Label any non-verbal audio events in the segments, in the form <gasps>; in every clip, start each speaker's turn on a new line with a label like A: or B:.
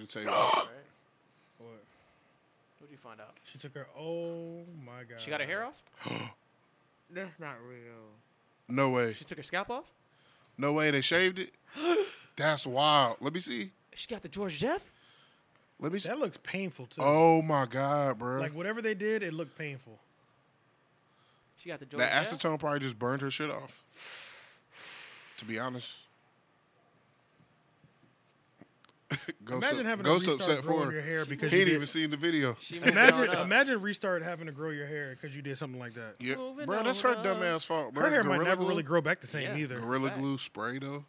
A: the table. All
B: What?
C: What did you find out?
B: She took her. Oh my god.
C: She got her hair off.
D: That's not real.
A: No way.
C: She took her scalp off.
A: No way. They
B: <gasps>
A: shaved it. That's wild. Let me see.
C: She got the George Jeff.
A: Let me see.
B: That looks painful too.
A: Oh my god, bro.
B: Like whatever they did, it looked painful.
C: She got the George
A: That
C: Jeff.
A: acetone probably just burned her shit off. To be honest. <laughs> Ghost
B: Imagine
A: up-
B: having
A: Ghost
B: to restart
A: upset
B: growing
A: for her.
B: your hair
A: He
B: because you
A: ain't
B: did-
A: even seen the video.
C: She moving
B: Imagine,
C: on up.
B: imagine restart having to grow your hair because you did something like that.
A: Yeah,
C: Moving
A: bro, that's her
C: on
A: dumb
C: up.
A: ass fault, bro.
B: Her hair might
A: Gorilla
B: never
A: glue,
B: really grow back the same
C: Yeah.
B: either.
A: Gorilla
C: Fact.
A: glue spray though,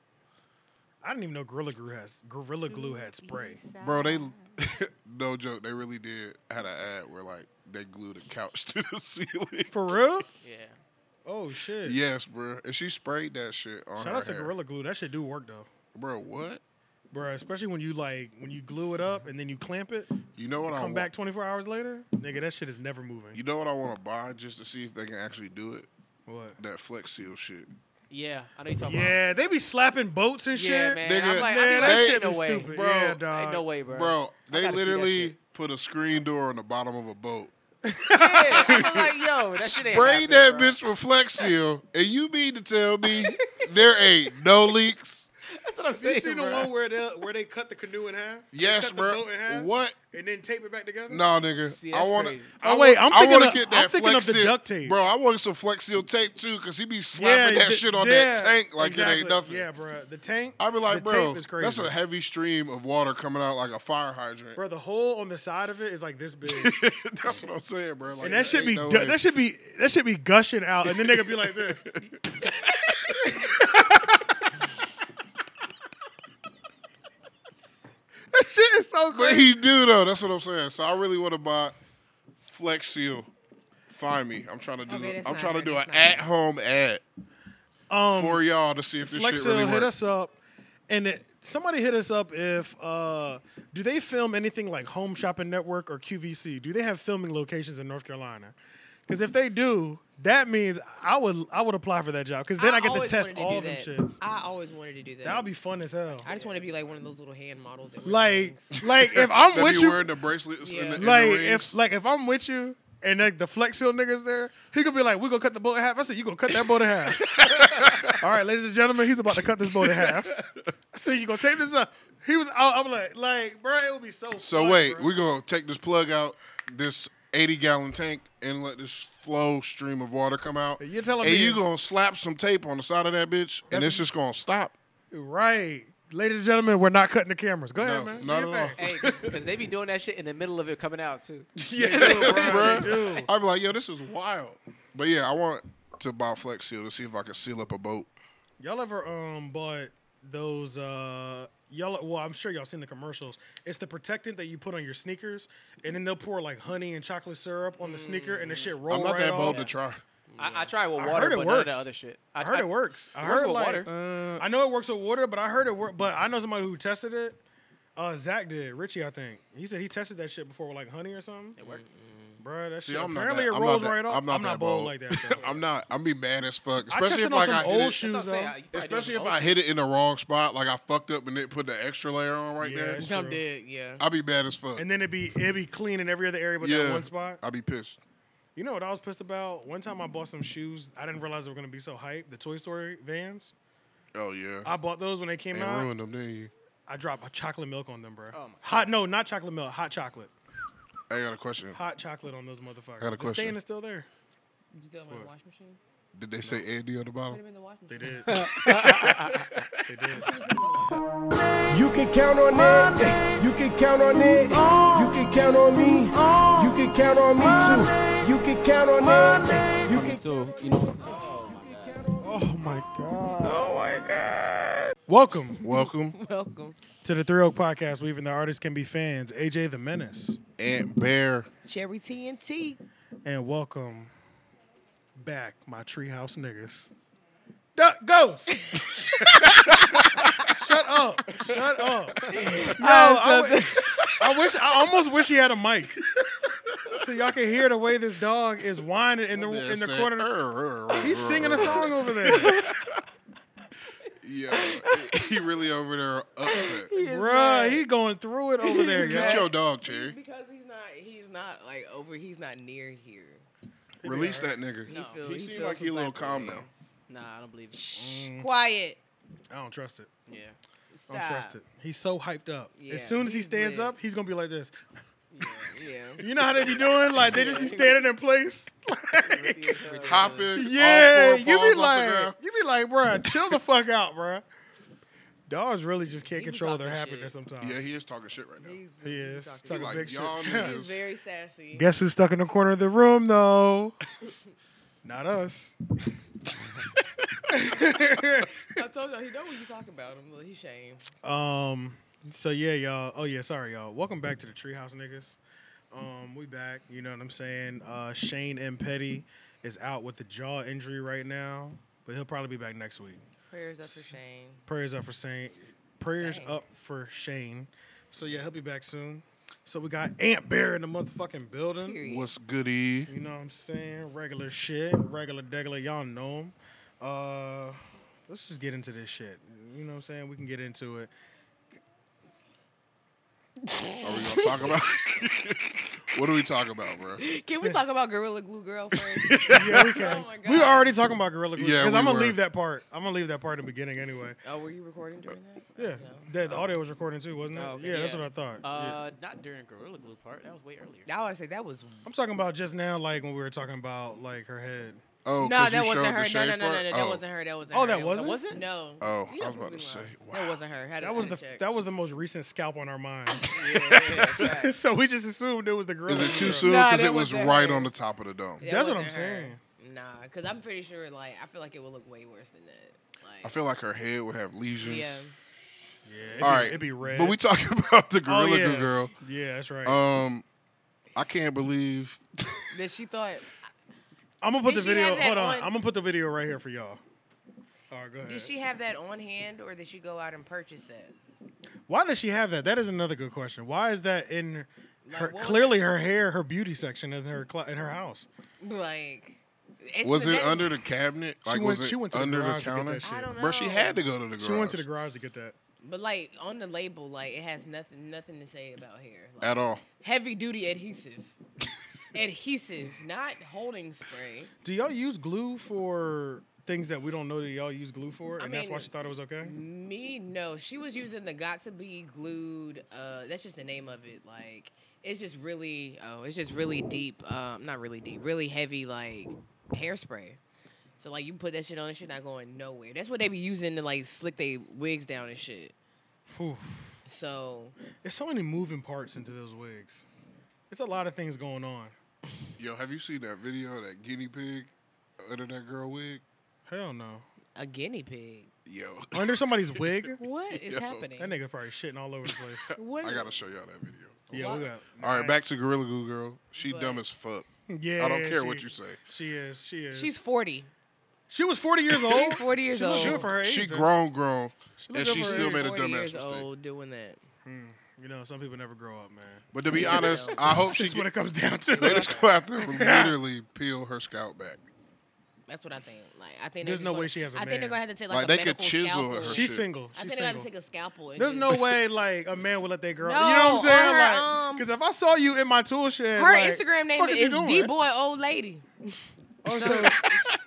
B: I didn't even know Gorilla Glue has Gorilla Glue had spray.
A: bro. They <laughs> no joke. They really did had an ad where like they glued a couch <laughs> to the ceiling.
B: For real?
C: Yeah.
B: Oh shit.
A: Yes, bro. And she sprayed that shit on
B: Shout
A: her
B: out to
A: hair.
B: Gorilla Glue. That should do work though,
A: Bro, what?
B: bro. Especially when you like when you glue it
A: Mm-hmm.
B: up and then you clamp it.
A: You know what I
B: Come
A: want?
B: back 24 hours later, nigga. That shit is never moving.
A: You know what I want to buy just to see if they can actually do it.
B: What?
A: That Flex Seal shit.
C: Yeah. I know you talking about.
B: Yeah, they be slapping boats and
C: Yeah,
B: shit.
C: man.
A: Nigga,
C: I'm like,
B: man,
C: I'm
B: that
C: like,
B: shit
C: ain't
B: be
C: no way.
B: stupid.
A: Bro,
B: yeah,
A: ain't
B: dog.
C: Ain't
B: <laughs>
C: no way, bro.
A: Bro, they
C: gotta see that
A: literally
C: shit.
A: put a screen door on the bottom of a boat.
C: Yeah, I'm like, yo,
A: <laughs>
C: that shit ain't
A: Spray
C: happening,
A: that
C: bro.
A: bitch
B: <laughs>
A: with Flex Seal, and you mean to tell me there
B: <laughs>
A: ain't no leaks?
C: That's what I'm
B: You
C: saying.
B: seen the
C: bro.
B: one where they where they cut the canoe in half? They
A: Yes,
B: cut the
A: bro.
B: boat in half
A: What?
B: And then tape it back together.
A: No, nigga.
C: See,
A: I
C: that's
A: want to.
C: crazy.
B: Oh, wait, I'm
A: I
B: thinking
A: want to
B: of-
A: get
B: I'm
A: that
B: thinking
A: Flex
B: of the
A: Seal,
B: duct tape.
A: bro. I want some Flex Seal tape too, cause he be slapping that
B: th-
A: shit on
B: yeah,
A: that tank like it
B: exactly.
A: ain't nothing.
B: Yeah, bro. The tank.
A: I be like,
B: the
A: bro,
B: tape is crazy.
A: that's a heavy stream of water coming out like a fire hydrant.
B: bro. The hole on the side of it is like this big,
A: <laughs> that's what I'm saying, bro. Like,
B: and that should
A: ain't
B: be
A: no
B: du-
A: way.
B: that should be that should be gushing out, and then they could be like this. <laughs> that shit is so
A: <laughs> But
B: crazy.
A: he do though. That's what I'm saying. So I really want to buy Flex Seal. Find me. I'm trying to do.
D: Okay, that's
A: I'm
D: not
A: trying to
D: it.
A: do an
D: That's not it.
A: at-home ad
B: Um,
A: for y'all to see if this
B: Flex
A: shit really
B: Hill hit us
A: works.
B: up, and it, somebody hit us up if uh, do they film anything like Home Shopping Network or QVC? Do they have filming locations in North Carolina? Because if they do, that means I would I would apply for that job because then I, get to
D: always
B: test
D: wanted do
B: all them
D: that.
B: shits.
D: I always wanted to do that.
B: That would be fun as hell.
D: I just want to be like one of those little hand models. That wear <laughs>
B: Like
D: rings.
B: like if I'm
A: That
B: with
A: be
B: you,
A: wearing the bracelets and
D: Yeah.
A: the, and
B: like
A: the
B: if
A: rings.
B: like if I'm with you. And like the Flex Hill niggas there, he could be like, "We gonna cut the boat in half." I said, "You gonna cut that boat in
A: <laughs>
B: half?" All right, ladies and gentlemen, he's about to cut this boat in half. I said, "You gonna tape this up?" He was, I, I'm like, like, bro, it would be so.
A: so
B: fun,
A: wait,
B: bro.
A: we're gonna take this plug out this 80 gallon tank and let this flow stream of water come out.
B: You're telling
A: and
B: me-
A: you gonna slap some tape on the side of that bitch, and it's just gonna stop.
B: right, ladies and gentlemen, we're not cutting the cameras. Go ahead,
A: No,
B: man.
A: not
B: Get
A: at
B: <laughs>
A: all.
B: back.
C: Hey, because they be doing that shit in the middle of it coming out too.
A: <laughs> Bruh.
B: Dude.
A: I'd be like, yo, this is wild. But yeah, I want to buy Flex Seal to see if I can seal up a boat.
B: Y'all ever um bought those uh y'all well I'm sure y'all seen the commercials. It's the protectant that you put on your sneakers and then they'll pour like honey and chocolate syrup on the sneaker and the shit roll
A: Mm. I'm not
B: right
A: that
B: off.
A: bold to try.
C: I, I tried with
B: I
C: water,
B: heard it
C: but none of the
B: works.
C: other shit.
B: I heard it works. I
C: It
B: heard
C: works
B: it
C: with
B: like, uh,
C: water.
B: I know it works with water, but I heard it work but I know somebody who tested it. Uh Zach did, Richie I think. He said he tested that shit before with like honey or something.
C: It worked.
B: Bruh, that
A: See,
B: shit
A: I'm not
B: apparently
A: that-
B: it
A: I'm not
B: rolls
A: that-
B: right off.
A: I'm not
B: bold
A: that bold.
B: like that. though.
A: <laughs> I'm not. I'm be mad as fuck.
B: I
A: Especially
B: tested
A: if
B: on
A: like I
B: some
A: hit
B: old
A: it,
B: shoes
C: That's what I'm saying.
B: though.
C: You probably
A: especially if
C: didn't
A: I hit it in the wrong spot, like I fucked up and then put the extra layer on right
B: Yeah,
A: there.
B: it's-
D: Dumb
B: True.
D: dick, yeah.
A: I'd be mad as fuck.
B: And then it'd be it'd be clean in every other area but that
A: <laughs> yeah,
B: one spot.
A: I'd be pissed.
B: You know what I was pissed about? One time I bought some shoes. I didn't realize they were gonna be so hype. The Toy Story Vans.
A: Oh yeah,
B: I bought those when they came
A: they
B: out.
A: ruined them, didn't you?
B: I dropped a chocolate milk on them, bro.
C: Oh, my
B: hot no, not chocolate milk. Hot chocolate.
A: I got a question.
B: Hot chocolate on those motherfuckers.
A: I got a
B: the
A: question.
B: stain is still there.
D: Did you throw them in the washing machine?
A: Did they say Andy on the bottom?
D: Put them in the washing
B: They
D: machine.
B: <laughs> did. they did.
E: You can count on it. eh, You can count on it. eh, You can count on me. You can count on me too. You can count on it. eh, You can.
F: So, you know,
B: Oh my god. Oh my god. Welcome <laughs>
A: Welcome,
D: Welcome.
B: to the Three Oak Podcast. We even the artists can be fans. AJ the Menace,
A: Aunt Bear.
D: Cherry TNT.
B: and welcome back, my treehouse niggas. Duck Ghost. <laughs> Shut up. Shut up. Yo, I, wi- <laughs> I wish I almost wish he had a mic. So y'all can hear the way this dog is whining in the
A: Man
B: in the
A: said,
B: corner.
A: "Arr, arr, arr,
D: <laughs>
B: He's singing a
A: arr."
B: song over there.
A: Yeah, <laughs> he really over there
D: <laughs>
A: upset.
B: Bruh, he going through it over there, yo.
A: Get your dog, Cherry.
D: Because he's not, he's not like over. He's not near here.
A: Release that nigga.
D: He feels.
A: He seems like he a little calm now.
C: Nah, I don't believe it.
D: Shh, quiet.
B: I don't trust it.
C: Yeah.
A: <laughs>
B: I
D: Stop.
B: don't trust it. He's so hyped up.
D: Yeah,
B: as soon as he
D: he's
B: stands
D: lit.
B: up, he's gonna be like this.
D: Yeah.
B: You know how they be doing? Like they just be standing in
D: <laughs>
B: place.
D: yeah.
A: Hopping.
B: yeah,
A: all
B: you
A: four paws
B: be
A: off the ground.
B: like, you be like, bruh, chill the fuck out, bruh. Dogs really just can't
D: He be
B: control their
D: talking
B: happiness
D: shit.
B: sometimes.
A: Yeah, he is talking shit right now.
D: He's,
B: he is
D: talking
B: talking
A: like,
B: big shit.
A: y'all niggas.
D: he's very sassy.
B: <laughs> Guess who's stuck in the corner of the room
A: <laughs>
B: though? Not us.
D: I told y'all he know what you talking about him. Look, He's shame.
B: Um. So yeah, y'all. Oh yeah, sorry, y'all. Welcome back to the Treehouse Niggas. Um, we back. You know what I'm saying. Uh, Shane M. Petty is out with a jaw injury right now, but he'll probably be back next week.
D: Prayers up for Shane.
B: Prayers up for Shane. Prayers
D: Shane.
B: up for Shane. So yeah, he'll be back soon. So we got Ant Bear in the motherfucking building.
D: Period.
A: What's goody?
B: You know what I'm saying? Regular shit, regular degular, y'all know him. Uh, let's just get into this shit. You know what I'm saying? We can get into
D: <laughs>
B: it.
A: Are we gonna talk about? <laughs> what are we talking about, bro?
D: Can we talk about Gorilla Glue Girl first? <laughs>
B: Yeah, we can.
D: Oh my
B: we were
D: God.
B: already talking about Gorilla Glue.
A: Yeah,
B: because
A: we
B: I'm gonna
A: were.
B: leave that part. I'm gonna leave that part in the beginning anyway.
D: oh, were you recording during that?
B: Yeah, the, the audio was recording too, wasn't it?
D: Oh, okay.
B: yeah, that's
C: Yeah.
B: what I thought. Yeah.
C: Uh, not during Gorilla Glue part. That was way earlier.
D: I want to say that was.
B: I'm talking about just now, like when we were talking about like her head.
A: Oh,
D: No,
A: 'cause
D: that
A: you showed
D: wasn't her.
A: The
D: No,
A: shade
D: no, no, no,
A: part?
D: no, that
A: oh.
D: wasn't her. That wasn't
B: Oh,
D: her.
B: that
C: That
B: wasn't?
C: wasn't.
D: No.
A: Oh,
D: You
A: I
D: know
A: was about
D: we
A: to say.
D: lying.
A: Wow.
D: That wasn't her. How did I
B: That was the
D: check?
B: that was the most recent scalp on our mind.
D: <laughs>
C: Yeah,
B: <laughs>
C: yeah, yeah, fact.
B: so we just assumed it was the Gorilla.
A: Is it
B: Glue.
A: too soon?
D: Nah,
A: Because
D: that
A: it was
D: wasn't
A: right
D: her.
A: on the top of the dome.
D: That
B: That's what I'm
D: wasn't her.
B: saying.
D: Nah, because I'm pretty sure. Like, I feel like it would look way worse than that. Like,
A: I feel like her head would have lesions.
D: yeah.
B: Yeah, it'd
A: All
B: be,
A: right,
B: it'd be red.
A: But we talking <laughs> about the
B: Oh,
A: Gorilla Glue girl.
B: Yeah, that's right.
A: Um, I can't believe.
D: That she thought.
B: I'm gonna put the
D: did she
B: video.
D: have that
B: Hold on.
D: on-
B: I'm gonna put the video right here for y'all. All right, go ahead.
D: Did she have that on hand, or did she go out and purchase that?
B: Why does she have that? That is another good question. Why is that in
D: Like,
B: her
D: what was
B: clearly her hair, her beauty section in her cl- in her house?
D: Like, it's-
A: Was
D: but
A: it
D: that-
A: under the cabinet? Like,
B: went-
A: was it
B: she went to the
A: under the,
B: garage to get
A: counter?
B: that shit. I
D: don't
A: Bro, she
D: know.
A: had to go to the garage.
B: She went to the garage to get that.
D: But like on the label, like it has nothing, nothing to say about hair. Like,
A: At all.
D: heavy duty adhesive, adhesive, not holding spray.
B: Do y'all use glue for things that we don't know that y'all use glue for, and
D: I
B: that's why
D: mean-
B: she thought it was okay?
D: Me, no. She was using the got to be glued. Uh, that's just the name of it. Like it's just really, oh, it's just really deep. Um, not really deep, really heavy like hairspray. So like you put that shit on, and shit not going nowhere. That's what they be using to like slick they wigs down and shit.
B: Oof.
D: So
B: There's so many moving parts into those wigs. It's a lot of things going on.
A: Yo, have you seen that video of that guinea pig under that girl wig?
B: Hell no.
D: a guinea pig.
A: Yo,
B: Under somebody's wig,
D: What
B: <laughs>
D: is
A: Yo.
D: happening?
B: that nigga probably shitting all over the place.
A: <laughs>
D: What
A: I
D: is-
A: gotta show y'all that video.
B: Yeah, we got.
A: All right, back to Gorilla Glue girl. She
D: But-
A: dumb as fuck.
B: Yeah,
A: I don't care
B: she-
A: what you say.
B: She is. She is.
D: She's forty.
B: She was 40 years old.
D: <laughs> She's 40 years
B: she looks
D: old.
B: good for her age.
A: She
B: though.
A: grown, grown, and
B: looked
A: she
B: over her
A: still
B: age.
A: made a
D: 40 years
A: dumbass mistake.
D: old doing that.
B: You know, some people never grow up, man.
A: But to
D: <laughs>
A: be honest, I hope Oh, she
B: That's what
A: get,
B: it comes down
A: <laughs>
B: to.
A: they just go out
B: <laughs>
A: there and literally peel her scalp back.
D: That's what I think. Like I think
B: There's
D: they're just
B: no
D: gonna-
B: way she has a
D: I think
B: man.
D: they're gonna have to take
A: Like,
D: like,
A: they
D: a
A: could
D: medical
A: chisel
D: scalpel.
A: her
B: She's
A: shit.
B: single.
D: I
B: She's
D: think they're
B: single.
D: gonna have to take a scalpel. And
B: There's
D: just-
B: no way like a man would let that girl.
D: No,
B: you know what I'm saying?
D: on her,
B: like,
D: um,
B: because if I saw you in my tool shed,
D: Her
B: like,
D: Instagram name
B: fuck is you
D: is
B: doing?
D: D Boy Old Lady.
B: Oh,
D: <laughs>
B: so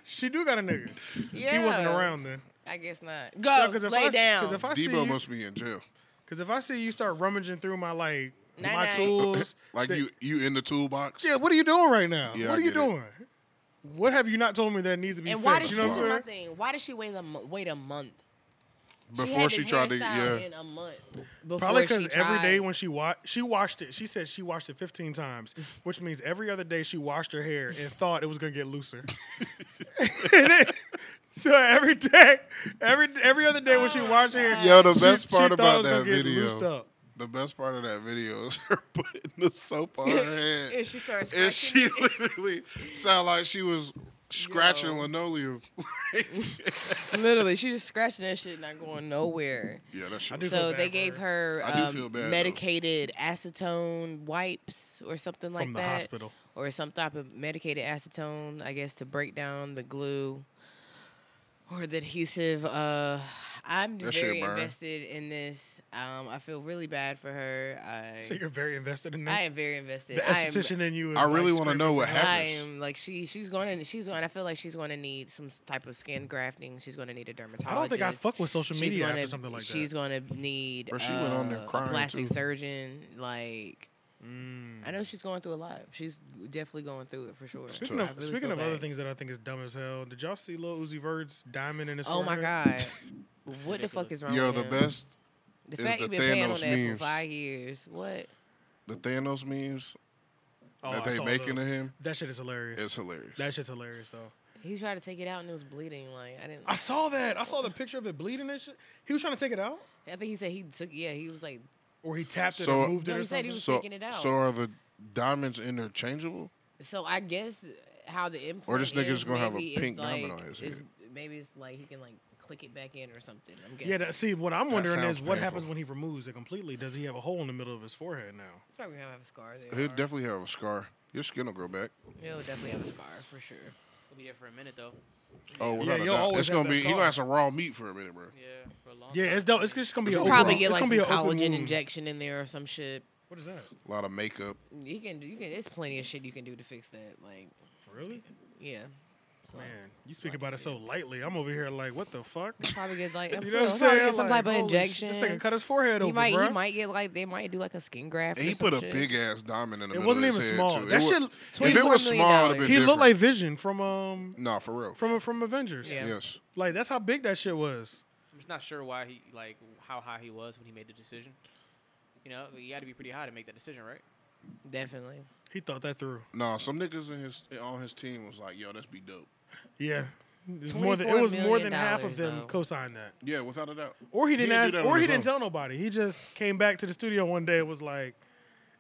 B: she do got a nigga.
D: Yeah,
B: He wasn't around then.
D: I guess not. Go
B: No, 'cause if
D: lay
B: I,
D: down.
B: Because if I see,
A: Debo
B: you-
A: must be in jail.
B: cause if I see you start rummaging through my like
D: Night,
B: my
D: night.
B: tools,
A: <coughs> Like
B: that-
A: you, you in the toolbox.
B: Yeah, what are you doing right now?
A: Yeah,
B: what
A: I
B: are you
A: get it.
B: doing? What have you not told me that needs to be
D: and
B: fixed?
D: why did
B: you
D: she?
B: know what
D: This is
B: I'm
D: my
B: saying?
D: thing. Why did she wait a mo- wait a month
A: Before
D: had
A: she
D: the
A: tried to,
D: hairstyle
A: yeah.
D: In a month. Before
B: Probably
D: because
B: because every day when she wa- she washed it, she said she washed it 15 times, which means every other day she washed her hair and thought it was gonna get looser. <laughs> And it- so every day, every every other day when
D: Oh,
B: she washed her hair, <laughs>
A: Yo, the
B: she-
A: best
B: she
A: part
B: thought it
A: about
B: was gonna
A: that
B: get
A: video-
B: loosed up.
A: The best part of that video is her <laughs> putting the soap on her head,
D: and she starts
A: and
D: scratching
A: she <laughs> literally sound like she was scratching
D: Yo.
A: linoleum. <laughs>
B: <laughs>
D: it. literally she just scratching that shit, not going nowhere.
A: yeah, that shit.
B: do
A: was-
B: feel
D: So
B: bad
D: they
B: for
D: gave her
A: I do
D: um,
A: feel bad, though.
D: medicated acetone wipes or something like
B: From the
D: that,
B: hospital.
D: or some type of medicated acetone, I guess, to break down the glue or the adhesive. Uh, I'm
A: That
D: just
A: shit
D: very
A: burn.
D: invested in this. Um, I feel really bad for her.
B: So
D: I
B: you're very invested in this.
D: I am very invested.
B: the
D: I am-
B: esthetician in you. Is
A: I really
B: want
A: wanna
B: to
A: know what happened.
D: I
A: Peppers.
D: am like she. She's going to. She's going. I feel like she's going to need some s- type of skin grafting. She's going to need a dermatologist.
B: I don't think I fuck with social
D: She's
B: media
D: gonna,
B: after something like
D: She's
B: that.
D: going to need.
A: Bro, she went on there
D: uh, a
A: crying,
D: plastic
A: too.
D: surgeon. Like
B: Mm.
D: I know she's going through a lot. She's definitely going through it for sure.
B: Speaking
A: tough.
B: of
D: I really
B: speaking
D: feel
B: of other
D: bad.
B: things that I think is dumb as hell, did y'all see Lil Uzi Vert's diamond in his?
D: Oh my
B: forehead?
D: god,
B: <laughs>
D: what the fuck
C: Ridiculous.
D: is wrong?
A: Yo,
D: with
A: the
D: him?
A: best,
D: The
A: is
D: fact
A: the
D: you've been paying on
A: Thanos
D: that
A: memes.
D: for five years. What?
A: the Thanos memes
B: Oh,
A: that
B: I
A: they
B: saw
A: making
B: those.
A: of him
B: That shit is hilarious.
A: is hilarious.
B: that shit's hilarious though.
D: He tried to take it out and it was bleeding. Like I didn't.
B: I saw that. I saw the picture of it bleeding and shit. He was trying to take it out,
D: I think he said he took. Yeah, he was like
B: or he tapped it
A: So-
B: and moved
D: No,
B: it or
D: he said
B: something.
D: he was
A: so,
D: taking it out.
A: so are the diamonds interchangeable?
D: So I guess how the implant
A: Or this nigga's
D: is,
A: gonna have a
D: maybe it's
A: pink diamond
D: like-
A: on his
D: it's-
A: head.
D: Maybe it's like he can like click it back in or something. I'm guessing.
B: yeah. That, see, what I'm wondering
A: sounds
B: is what
A: painful.
B: happens when he removes it completely. Does he have a hole in the middle of his forehead now?
D: He's probably gonna have a scar there.
A: He'll definitely have a scar. Your skin will grow back.
D: He'll definitely have a scar for sure.
C: We'll be there for a minute though.
A: Oh,
B: Yeah,
A: without
B: you'll
A: a doubt.
B: always
A: It's
B: have
A: gonna
B: that
A: be. He
B: scar.
A: gonna have some raw meat for a minute, bro.
C: Yeah, for a long.
B: Yeah, it's dope. It's just gonna be
A: He'll
B: an
A: Oh,
D: Probably
A: wow.
B: open,
D: get
B: it's
D: like
B: gonna
D: some
B: be an open
D: collagen
B: wound.
D: injection in there or some shit.
B: What is that?
A: A lot of makeup.
D: You can do. You can. There's plenty of shit you can do to fix that. Like,
B: Really?
D: yeah. So
B: Man, you speak about it so lightly. I'm over here like, what the fuck?
D: Probably get like.
B: <laughs>
D: <laughs>
B: You know what I'm
D: probably
B: saying?
D: Get some
B: Like,
D: type of
B: holy shit,
D: injection.
B: This nigga cut his forehead
D: he
B: open,
D: might.
B: bruh.
D: He might get like. They might do like a skin graft.
A: And he
D: or some
A: put a
D: shit.
A: big ass diamond in the
B: It
A: middle.
B: wasn't
A: of his
B: even
A: head,
B: small.
A: too.
B: That
A: It
B: shit-
A: wa- If it
D: $24
A: was
D: million
A: small, it'd been
B: He looked like
A: different.
B: Vision from um
A: Nah, for real.
B: from from Avengers.
D: Yeah.
A: Yes.
B: Like that's how big that shit was.
C: I'm just not sure why he like how high he was when he made the decision. You know, you got to be pretty high to make that decision, right?
D: Definitely.
B: He thought that through.
A: Nah, some niggas in his on his team was like, "Yo, that's be dope."
B: Yeah. It was more than, it
D: $24
B: was more than
D: million
B: half of them
D: though.
B: co-signed that.
A: Yeah, without a doubt.
B: Or he didn't
A: didn't do
B: ask
A: that
B: or
A: on
B: he
A: his
B: didn't
A: own.
B: tell nobody. He just came back to the studio one day and was like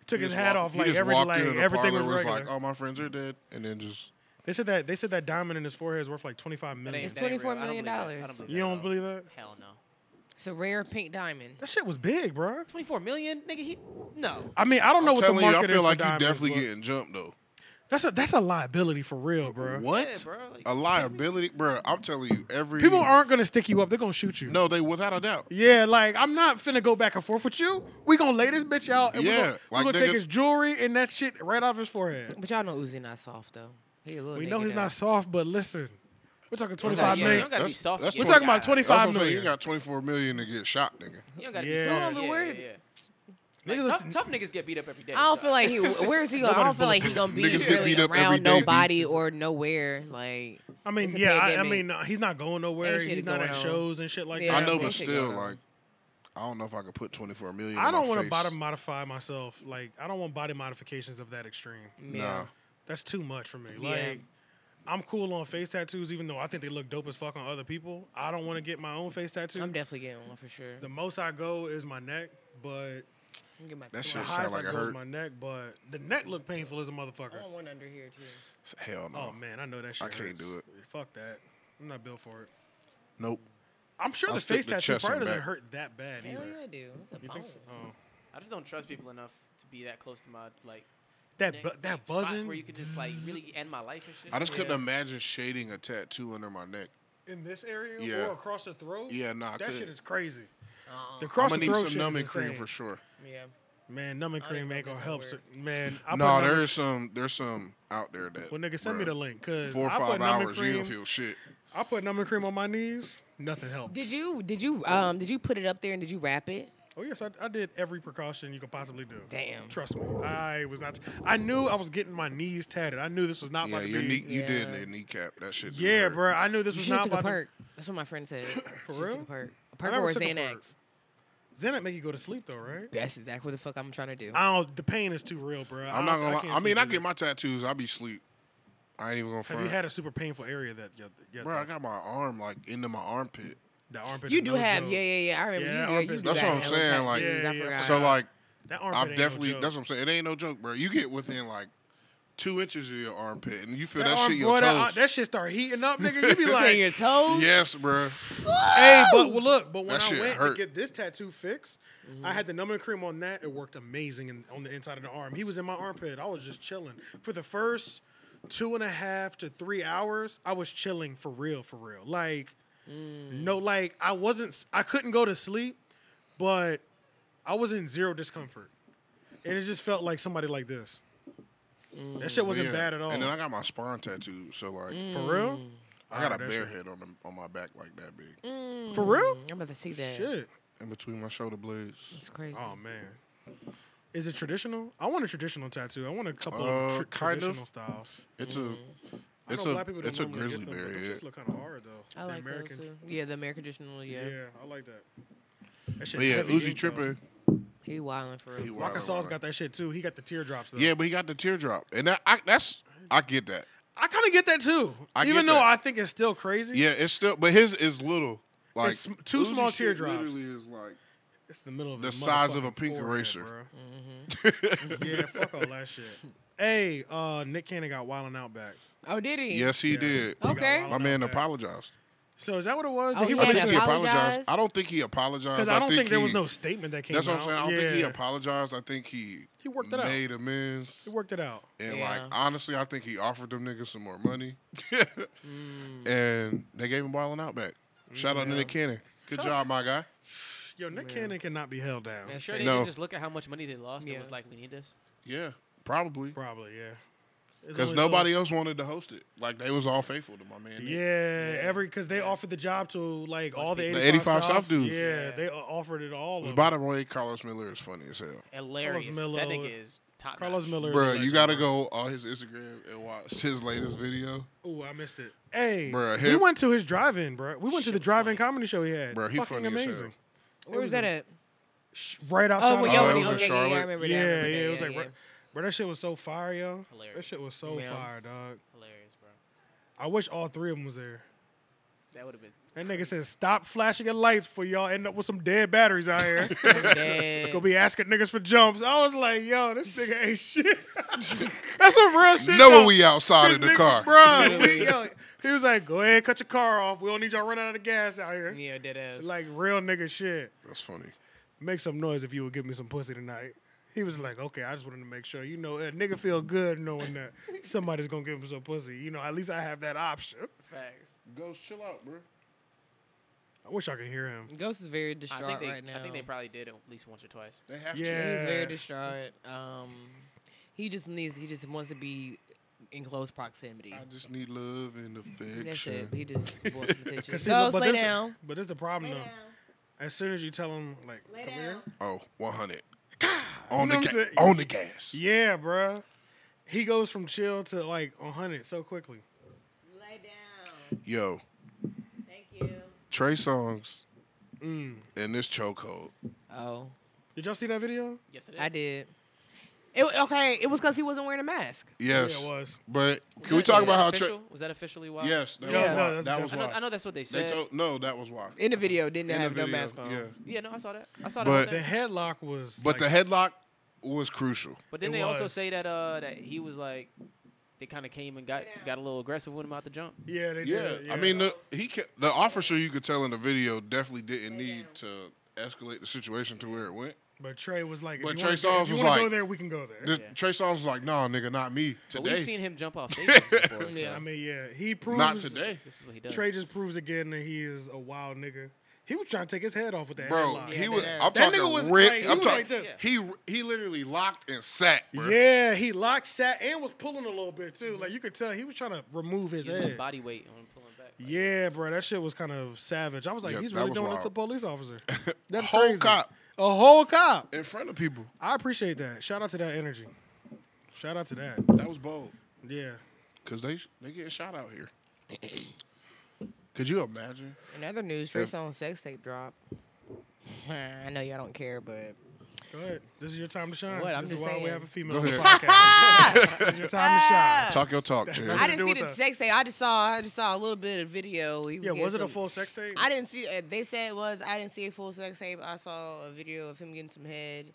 B: took
A: He
B: his
A: just
B: hat
A: walked-
B: off
A: he
B: like
A: just
B: every
A: walked
B: like
A: into the
B: everything was
A: parlor,
B: regular.
A: like, "Oh, my friends are dead," and then just
B: They said that they said that diamond in his forehead is worth like 25
C: That ain't-
B: million.
C: that ain't
D: $24
C: real. I don't believe
D: million
C: that. I don't believe
B: You
C: that at
B: don't
C: all.
B: believe that?
C: Hell no.
D: It's a rare pink diamond.
B: That shit was big, bro.
C: 24 million, nigga. He no.
B: I mean, I don't know
A: I'm
B: what the
A: telling you,
B: market
A: I
B: is
A: feel
B: for
A: like you
B: diamonds,
A: definitely
B: but
A: getting jumped though.
B: That's a that's a liability for real, bro.
A: What?
C: Yeah, bro. Like,
A: A liability, bro. I'm telling you, every
B: People aren't gonna stick you up. They're gonna shoot you.
A: No, they without a doubt.
B: Yeah, like I'm not finna go back and forth with you. We gonna lay this bitch out, and
A: Yeah,
B: we gonna, we
A: like,
B: gonna
A: nigga-
B: take his jewelry and that shit right off his forehead.
D: But y'all know Uzi not soft though. He a little.
B: We
D: nigga
B: know he's
D: though.
B: not soft, but listen, we're talking
A: That's
B: 25
A: what I'm
C: yeah, you
B: million.
C: don't gotta be
A: That's-
C: soft.
A: that's
C: yet.
A: We're talking
B: about
A: That's what I'm
B: 25
A: saying. You
B: million.
A: got 24 million to get shot, nigga.
C: You don't gotta
B: Yeah.
C: be soft.
D: No,
C: yeah,
D: but we're-
C: yeah, yeah. Like,
B: Niggas are
C: tough,
B: t-
C: tough niggas get beat up every day.
D: I don't
C: so
A: <laughs>
D: feel like he. Where is he going? I don't
B: Nobody's
D: feel like he gonna be
A: bulletproof. Niggas get
D: really
A: beat up every
D: around
A: day,
D: nobody or nowhere. Like
B: I mean,
D: It's a
B: yeah, I, I
D: pandemic.
B: mean, uh, he's not going nowhere.
D: Ain't shit
B: He's not
D: going
B: at
D: on.
B: shows and shit like
D: Yeah,
A: I
B: that.
A: know,
D: that
A: but
D: shit
A: still,
D: going on.
A: like, I don't know if I could put 24 million.
B: I
A: in
B: don't
A: my
B: want to
A: face.
B: body modify myself. Like I don't want body modifications of that extreme.
D: yeah.
A: Nah,
B: That's too much for me.
D: Yeah.
B: Like I'm cool on face tattoos, even though I think they look dope as fuck on other people. I don't want to get my own face tattoo.
D: I'm definitely getting one for sure.
B: the most I go is my neck, but
D: I'm getting my
A: That
B: the
A: shit
B: highest
A: sound
B: I
A: like it
B: go is
A: hurt.
B: my neck. But the neck look painful as a motherfucker.
D: I
C: Oh,
D: want one under here too.
A: Hell no.
B: Oh man, I know that shit.
A: I can't
B: hurts.
A: do it.
B: Fuck that. I'm not built for it.
A: Nope.
B: I'm sure
A: I'll
B: the
A: stick
B: face
A: the
B: tattoo
A: chest
B: probably
A: and
B: doesn't
A: back.
B: hurt that bad either.
D: Hell yeah, dude. It's a
B: You
D: bone.
B: think so? Oh.
C: I just don't trust people enough to be that close to my like
B: That
C: neck,
B: bu-
C: like,
B: that
C: spots
B: buzzing
C: where you could just like really end my life and shit.
A: I just couldn't
C: Yeah.
A: imagine shading a tattoo under my neck.
B: in this area
A: Yeah.
B: or across the throat.
A: Yeah, nah, I
B: that shit
A: couldn't.
B: is crazy.
D: Uh-uh.
B: The
A: I'm
B: cross
A: gonna
B: the
A: need
B: throat
A: some
B: shit
A: numbing
B: is
A: cream
B: insane.
A: for sure.
D: Yeah.
B: Man, numbing
D: I don't
B: cream
D: even know
B: ain't
D: if
B: gonna
D: that's
B: help.
D: gonna
B: cer-
D: work.
B: Man, I
A: No,
B: put
A: nah,
B: numbing-
A: there is some. There's some out there that.
B: Well, nigga, send me
A: bruh,
B: the link because
A: Four or
B: I put
A: five
B: numbing
A: hours, you
B: cream.
A: don't feel shit.
B: I put numbing cream on my knees. Nothing helped.
D: Did you did you um did you put it up there and did you wrap it?
B: Oh yes, I, I did every precaution you could possibly do.
D: Damn.
B: Trust me, I was not. I knew I was getting my knees tatted. I knew this was not
A: Yeah,
B: about to
A: your
B: be.
A: knee, you did
D: Yeah.
A: the kneecap. That shit. do
B: yeah,
A: hurt.
B: bro. I knew this
D: You
B: was
D: should have
B: not
D: took a
B: about
D: perk. That's what my friend said. For
B: real?
D: A perk. A
B: I
D: perk
B: never
D: or a
B: took a perk.
D: Xanax.
B: to. Xanax make you go to sleep though, right?
D: That's exactly what the fuck I'm trying to do.
B: I don't. The pain is too real, bro.
A: I'm not gonna.
B: can't
A: lie. I mean,
B: sleep
A: I
B: with
A: get
B: it.
A: my tattoos. I be sleep. I ain't even gonna front.
B: Have you had a super painful area that? Yeah, yeah,
A: bro, I got my arm like into my armpit.
B: the armpit.
D: You
B: is
D: do
B: no
D: have,
B: joke.
D: yeah, yeah, yeah. I remember
B: Yeah,
D: you. Yeah, you
B: armpits-
D: do
A: That's
D: got
A: what I'm
D: hella
A: saying, like-
D: tattoos.
B: Yeah,
D: I
B: yeah,
D: forgot.
B: for
A: So
B: Wow.
A: like,
B: That armpit.
A: I've
B: ain't no
A: definitely.
B: joke.
A: that's what I'm saying. It ain't no joke, bro. You get within like two inches of your armpit, and you feel that,
B: That arm-
A: shit your
B: boy, that,
A: toes.
B: ar- that shit start heating up, nigga. You be
D: Like, your
B: like,
D: toes.
A: yes, bro.
B: hey, but well, look, but when
A: That
B: I
A: shit
B: went
A: hurt. Mm-hmm.
B: to get this tattoo fixed, I had the numbing cream on that. It worked amazing in, on the inside of the arm. He was in my armpit. I was just chilling for the first two and a half to three hours. I was chilling for real, for real. Like
A: Mm.
B: No, like I wasn't. s- I couldn't go to sleep, but I was in zero discomfort, and it just felt like somebody like this. That shit wasn't
A: Mm. Yeah.
B: bad at all.
A: And then I got my spine tattooed, so like
B: For real?
A: I got
B: Alright,
A: a
B: that
A: bear
B: shit- Mm.
A: head on the, on my back like that big,
B: For
A: Mm.
B: real?
D: I'm about to see that.
B: Shit.
A: in between my shoulder blades.
D: It's crazy.
B: Oh man. Is it traditional? I want a traditional tattoo. I want a couple
A: Uh,
B: of tr-
A: kind of.
B: traditional styles.
A: It's a,
B: Mm. I
A: it's
B: know
A: a,
B: black people don't
A: it's a
B: normally
A: grizzly
B: get them,
A: bear
B: but those
A: head.
B: shits look kind of hard though.
D: I
B: The
D: like
B: American.
D: those too. Yeah, the American traditional. Yeah,
B: Yeah. I like that. That shit.
A: But yeah,
B: heavy
A: Uzi
B: ink, though.
A: tripping.
D: he wildin' for real.
A: He wild,
B: Waka Saw's
A: wild.
B: got that shit too. He got the teardrops though.
A: Yeah, but he got the teardrop, and that I, that's I get that.
B: I kind of get that too.
A: I get
B: Even though
A: that.
B: I think it's still crazy.
A: Yeah, it's still, but his is little. Like
B: It's sm- two small
A: shit
B: teardrops.
A: Literally is like
B: It's the middle of
A: The
B: his
A: size of a
B: motherfucking
A: pink
B: forehead,
A: eraser. <laughs>
B: bro. <laughs>
D: Mm.
B: yeah, fuck all that shit. Hey, uh, Nick Cannon got wildin' out back.
D: Oh, did he?
A: yes, he
B: Yes. Oh,
A: did.
B: He got
D: Okay.
B: Wild'n
A: My man
B: Out Back.
A: apologized.
B: So is that what it was?
D: Oh,
B: Did he
D: he
A: I
D: had
B: release
A: think
D: to
A: he
B: it?
A: apologized.
D: apologize?
A: I don't think he apologized.
B: Because I don't think there was
A: he-
B: no statement that came
A: That's what I'm
B: out.
A: saying. I don't think he
B: Yeah.
A: apologized. I think he
B: He worked it out.
A: made amends.
B: He worked it out.
A: And
D: Yeah.
A: like honestly, I think he offered them niggas some more money,
B: Mm.
A: <laughs> and they gave him Wildin' Out back. Shout out to Nick Cannon. Good job, my guy.
B: Yo, Nick Cannon cannot be held down.
D: That's
C: Sure,
D: crazy.
C: they
A: No.
C: didn't just look at how much money they lost
D: Yeah.
C: and was like, we need this.
A: Yeah, probably
B: Probably, yeah. It's
A: because
B: only so-
A: nobody else wanted to host it. Like they was all faithful to my man. Nick.
B: Yeah, every because they offered the job to like all the 85,
A: people. The 85 South dudes.
B: Yeah,
C: Yeah.
B: they o- offered it all.
A: Which,
B: of
A: by
B: them.
A: the way, Carlos Miller is funny as hell.
C: Hilarious.
B: Miller-
C: that nigga is top
B: Carlos
C: notch.
B: Miller.
A: Bro, you gotta go on his Instagram and watch his latest video.
B: Oh, I missed it. Hey,
A: Bruh,
B: we
A: him-
B: went to his drive-in, bro. We went to the drive-in comedy show he had.
A: Bro, he
B: fucking
A: funny as hell.
B: amazing.
D: Where was that at?
B: Right outside.
D: Oh, well,
B: of
A: yeah,
D: yo,
A: that
D: when he-
A: was in
D: okay, yeah,
A: Charlotte.
D: I remember that. I
B: yeah,
D: remember
B: yeah,
D: that,
B: It was like,
D: yeah.
B: bro, bro, that shit was so fire, yo. That
C: Hilarious.
B: shit was so
D: Yeah.
B: fire, dog.
C: Hilarious, bro.
B: I wish all three of them was there.
C: That would have been.
B: That nigga said, "Stop flashing your lights, for y'all end up with some dead batteries out here."
D: Dead.
B: Go be asking niggas for jumps. I was like, yo, this nigga ain't shit. <laughs> That's some real shit.
A: Know
B: though.
A: when we outside
B: This
A: in the
B: nigga,
A: car.
B: Bro, we- yo, he was like, go ahead, cut your car off. We don't need y'all running out of gas out here.
D: Yeah, dead ass.
B: Like real nigga shit.
A: That's funny.
B: Make some noise if you would give me some pussy tonight. He was like, okay, I just wanted to make sure. You know, a nigga feel good knowing that somebody's gonna give him some pussy. You know, at least I have that option.
C: Facts.
A: Ghost, chill out, bro.
B: I wish I could hear him.
D: Ghost is very
C: I
D: distraught
C: think, they,
D: right now.
C: I think they probably did at least once or twice.
A: They have
B: Yeah.
A: to.
D: He's very
B: Yeah.
D: distraught. Um, he just needs. He just wants to be in close proximity.
A: I just need love and
D: That's
A: affection.
D: it.
B: <laughs>
D: He just wants some attention.
B: 'Cause
D: Ghost,
B: see, but
D: lay
B: this
D: down.
B: The, but this is the problem though. As soon as you tell him, like, come here.
A: Oh, 100. on,
B: know what
A: the
B: I'm
A: ga-
B: saying?
A: on the gas.
B: Yeah, bruh. He goes from chill to like 100 so quickly.
F: Lay down.
A: Yo,
F: Thank you.
A: Trey Songs
B: Mm.
A: and this chokehold.
D: Oh,
B: Did y'all see that video?
C: Yes, it is.
D: I did. It, okay, it was because he wasn't wearing a mask.
A: Yes.
B: Yeah, it was.
A: But
C: Was
A: can we
C: that-
A: talk
C: was
A: about how
C: that
A: Trey.
C: official? Was that officially why?
A: Yes, that
B: Yeah,
A: was
B: no,
A: why.
B: that's
A: that was
C: I
A: why.
C: know, I know that's what they said.
A: they told, no, that was why.
B: Uh-huh.
D: In the video, didn't
A: In the
D: have no
A: video,
D: mask on.
A: Yeah.
C: yeah, no, I saw that. I saw
A: But-
C: that.
B: The
C: whole thing.
B: headlock was.
A: But
B: like,
A: the headlock was crucial.
C: But then
B: It
C: they also
B: was.
C: say that uh that he was like they kind of came and got got a little aggressive with him out the jump.
B: Yeah, they
A: Yeah,
B: did. Yeah.
A: I mean the he ca- the officer you could tell in the video definitely didn't need to escalate the situation to where it went.
B: but Trey was like, if
A: But
B: you
A: Trey
B: wanna go-
A: Songz
B: if you
A: was
B: wanna
A: like-
B: go there, we can go there.
A: This- Trey Songz was like, "Nah, nigga, not me
C: But
A: today.
C: we've seen him
A: <laughs>
C: jump off stages before.
D: Yeah.
C: so
B: I mean, yeah, he proves.
A: not today,
C: this is what he does.
B: Trey just proves again that he is a wild nigga. He was trying to take his head off with that
A: bro.
B: headlock.
A: he
D: Yeah,
A: was.
D: that
A: I'm
D: ass.
B: That
A: talking.
B: nigga was
A: red,
B: like- he
A: I'm
B: was
A: talking.
B: like this.
A: He he literally locked and sat. Bro.
B: yeah, he locked, sat, and was pulling a little bit too. Like you could tell, he was trying to remove his
C: Using his
B: head.
C: body weight on pulling back. Like,
B: Yeah, bro, that shit was kind of savage. I was like,
A: Yeah,
B: he's
A: that
B: really
A: was
B: doing it
A: wild.
B: to a police
A: <laughs>
B: officer. That's
A: whole
B: crazy.
A: cop.
B: A whole cop.
A: in front of people.
B: I appreciate that. Shout out to that energy. Shout out to that.
A: That was bold
B: Yeah.
A: because they they getting shot out here. could you imagine?
D: In other news, Trey on sex tape drop. <sighs> I know y'all don't care, but
B: Go ahead. This is your time to shine.
D: What? I'm
B: this is
D: just
B: why we
D: saying.
B: have a female on
A: Go
B: the
A: ahead.
D: <laughs>
B: podcast. this is your time to shine.
A: Talk your talk, Chad.
B: not-
D: Ah! I
B: to
D: didn't
B: do
D: see
B: with
D: the
B: that.
D: sex tape. I just saw. I just saw a little bit of video. He
B: Yeah,
D: getting
B: was it a
D: some-
B: full sex tape?
D: I didn't see. Uh, they said it was. I didn't see a full sex tape. I saw a video of him getting some head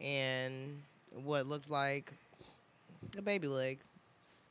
D: and what looked like a baby leg.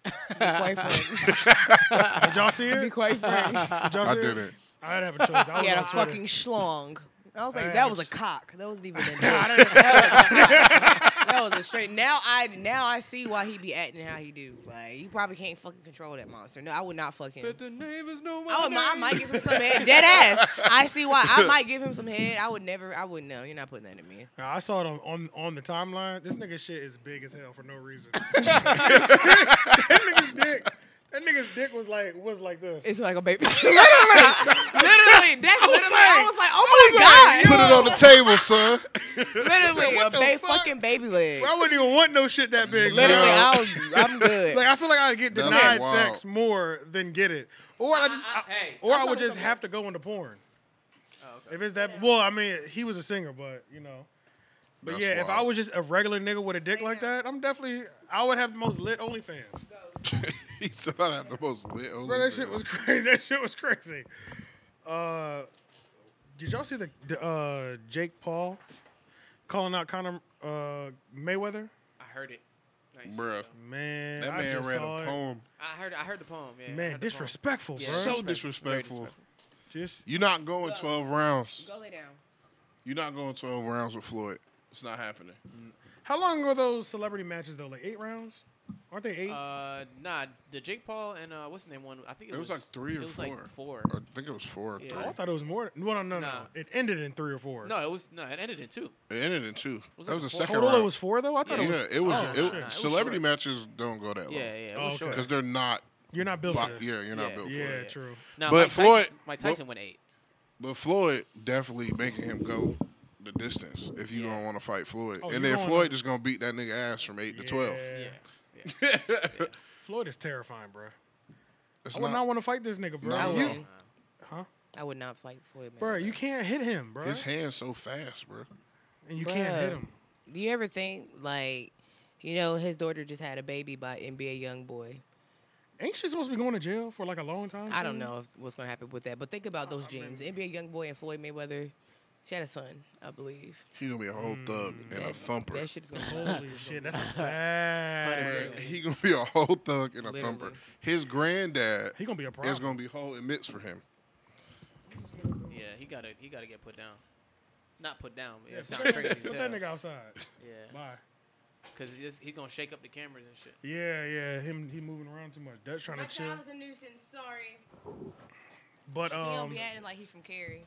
D: Be quite frank.
B: Did y'all see it?
D: Be quite frank.
B: Did y'all
A: I
B: see
A: didn't.
B: I didn't have a choice. I was
D: <laughs> He had
B: on
D: a
B: Twitter.
D: fucking schlong. I was
B: I
D: like,
B: had
D: that
B: a
D: was a
B: sh-
D: <laughs> cock. That wasn't even a dick.
B: I didn't-
D: That was a straight. Now I now I see why he be acting how he do. Like you probably can't fucking control that monster. No, I would not fuck him.
C: the neighbors know
D: I, would, Oh, I might give him some head. Dead ass. I see why. I might give him some head. I would never. I would no. You're not putting that in me.
B: Now, I saw it on, on, on the timeline. This nigga shit is big as hell for no
D: <laughs>
B: reason. <laughs> that nigga's dick. That nigga's dick was like was like this.
D: It's like a baby. <laughs> literally, literally. That's literally. I was like, oh my
A: Put it on the table, son.
D: god. <laughs> Literally,
A: What
D: a
A: the
D: ba-
A: fuck?
D: fucking baby leg.
B: I wouldn't even want no shit that big.
D: Literally,
B: bro.
D: I was. I'm good.
B: Like I feel like I'd get
A: That's
B: denied
A: wild.
B: sex more than get it, or I just, I-
C: Hey,
B: or I would just have to go into porn.
C: Oh, okay.
B: If it's that, well, I mean, he was a singer, but you know, but
A: That's
B: yeah, if I
A: wild.
B: was just a regular nigga with a dick like that, I'm definitely, I would have the most lit OnlyFans.
A: <laughs> he said I have the most lit.
B: Bro, that shit was <laughs> crazy. That shit was crazy. Uh, did y'all see the, the uh, Jake Paul calling out Conor uh, Mayweather?
C: I heard it. Nice.
A: <laughs> Bruh.
B: Man,
A: That
B: I
A: man
B: just
A: read
B: saw
A: a
B: it.
A: poem.
C: I heard. I heard the poem. Yeah. I
B: Man,
C: heard the poem.
B: disrespectful,
C: Yeah.
B: bro.
A: So
C: Disrespectful. Very
A: disrespectful.
C: disrespectful.
B: Just
A: You're not going
F: Go.
A: 12 rounds.
F: Go lay down.
A: You're not going 12 rounds with Floyd. It's not happening.
B: how long were those celebrity matches though? Like eight rounds? Aren't they eight?
C: Uh, nah, the Jake Paul and uh, what's the name one? I think it,
A: It was like three or
C: it was
A: four.
C: Like four.
A: I think it was four or
C: Yeah.
A: three.
B: Oh, I thought it was more. No, no, no, no.
C: Nah.
B: It ended in three or four.
C: No, it was no. It ended in two.
A: It ended in two.
C: Was
A: that
C: it
A: was the
C: the
A: second
B: Total,
A: round.
B: it was four though. I thought
A: yeah,
B: it was.
A: it was.
C: oh,
A: it-
C: shit. It was
A: celebrity
C: short.
A: matches don't go that long.
C: Yeah, yeah. It
B: Oh,
C: was
B: okay.
C: short.
A: Because they're not.
B: You're not built
A: bo-
B: for this.
A: yeah, you're not
C: Yeah.
A: built
B: yeah,
A: for it.
C: yeah.
B: true.
C: Nah,
A: But
C: Mike Tyson-
A: Floyd-
C: Mike
A: well-
C: Tyson went eight.
A: But Floyd definitely making him go the distance if you don't want to fight Floyd.
B: Oh,
A: and
B: you
A: then
B: don't
A: Floyd
B: wanna-
A: just going to beat that nigga ass from 8 to 12.
B: Yeah.
C: Yeah.
B: Floyd is terrifying, bro.
A: It's
B: I would
A: not,
B: not want to fight this nigga, bro.
A: Not
D: I
A: at
D: would.
A: all.
B: you, huh?
D: I would not fight Floyd. Mayweather.
B: Bro, you can't hit him, bro.
A: his hand's so fast, bro.
B: and you can't hit
D: Bruh.
B: him.
D: Do you ever think like, you know, his daughter just had a baby by NBA young boy.
B: Ain't she supposed to be going to jail for like a long time?
D: I don't
B: soon?
D: know if, what's gonna happen with that, but think about those genes. NBA young boy and Floyd Mayweather. She had a son, I believe.
A: He's going to be a whole
B: Mm,
A: thug and a
D: That-
A: thumper.
D: That shit's gonna
B: Holy shit, that's a fact.
A: Bruh, <laughs> he gonna be a whole thug and a thumper.
D: Literally.
A: His granddad
B: He gonna be a problem.
A: is gonna be whole and mitts for him.
C: Yeah, he gotta he gotta get put down. Not put down, but yeah,
B: Yeah,
C: it
B: put
C: sounds
B: that-
C: crazy. as
B: Put that
C: hell.
B: nigga outside.
C: Yeah,
B: Bye.
C: because he's, he's gonna shake up the cameras and
B: <laughs>
C: shit.
B: Yeah, yeah. Him, he moving around too much. Dutch trying
F: My
B: to chill.
F: child is a nuisance. Sorry.
B: But
D: he don't
B: um,
D: be acting like he from Cary.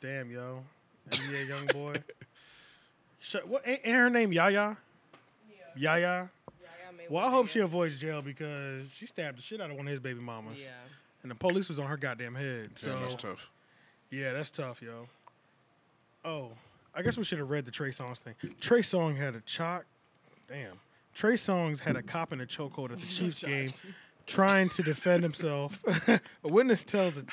B: damn yo, NBA young boy. <laughs> Shut. What ain't, ain't her name? Yaya. Yaya. Well, I hope she avoids jail because she stabbed the shit out of one of his baby mamas,
D: Yeah.
B: and the police was on her goddamn head. So
A: Damn, that's tough.
B: Yeah, that's tough, yo. Oh, I guess we should have read the Trey Songs thing. Trey Song had a chalk. Damn. Trey Songs had a cop in a chokehold at
D: <laughs>
B: the Chiefs game trying to defend himself. <laughs> a witness tells <laughs> it.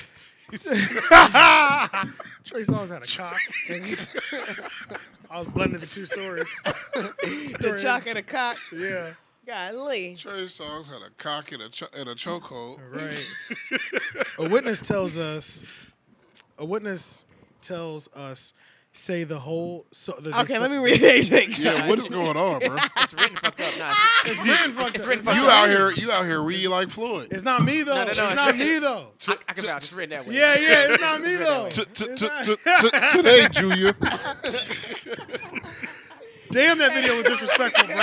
B: Trey Songs had a cop. <laughs> I was blending the two stories.
D: The jock and a cock.
B: Yeah,
D: Golly.
A: Trey Songz had a cock and a cho- and a chokehold.
B: right. a witness tells us. A witness tells us. Say the whole. So, the,
D: Okay, let me read it.
A: Yeah, what is going on, bro?
C: It's written fucked up. Nah, it's-
B: It's written fucked
C: it's
B: up.
C: written
B: not
A: You
C: fucked
A: out
C: up.
A: here, you out here read like Floyd.
B: It's not me though.
C: no, no,
B: it's
C: it's
B: not me though.
C: I, I can vouch. It's written that way.
B: Yeah, yeah, it's not me though.
A: T- t-
B: It's
A: t-
B: not-
A: t-
D: <laughs>
A: t- Today, <laughs> Junior.
B: Damn, that video was disrespectful, bro.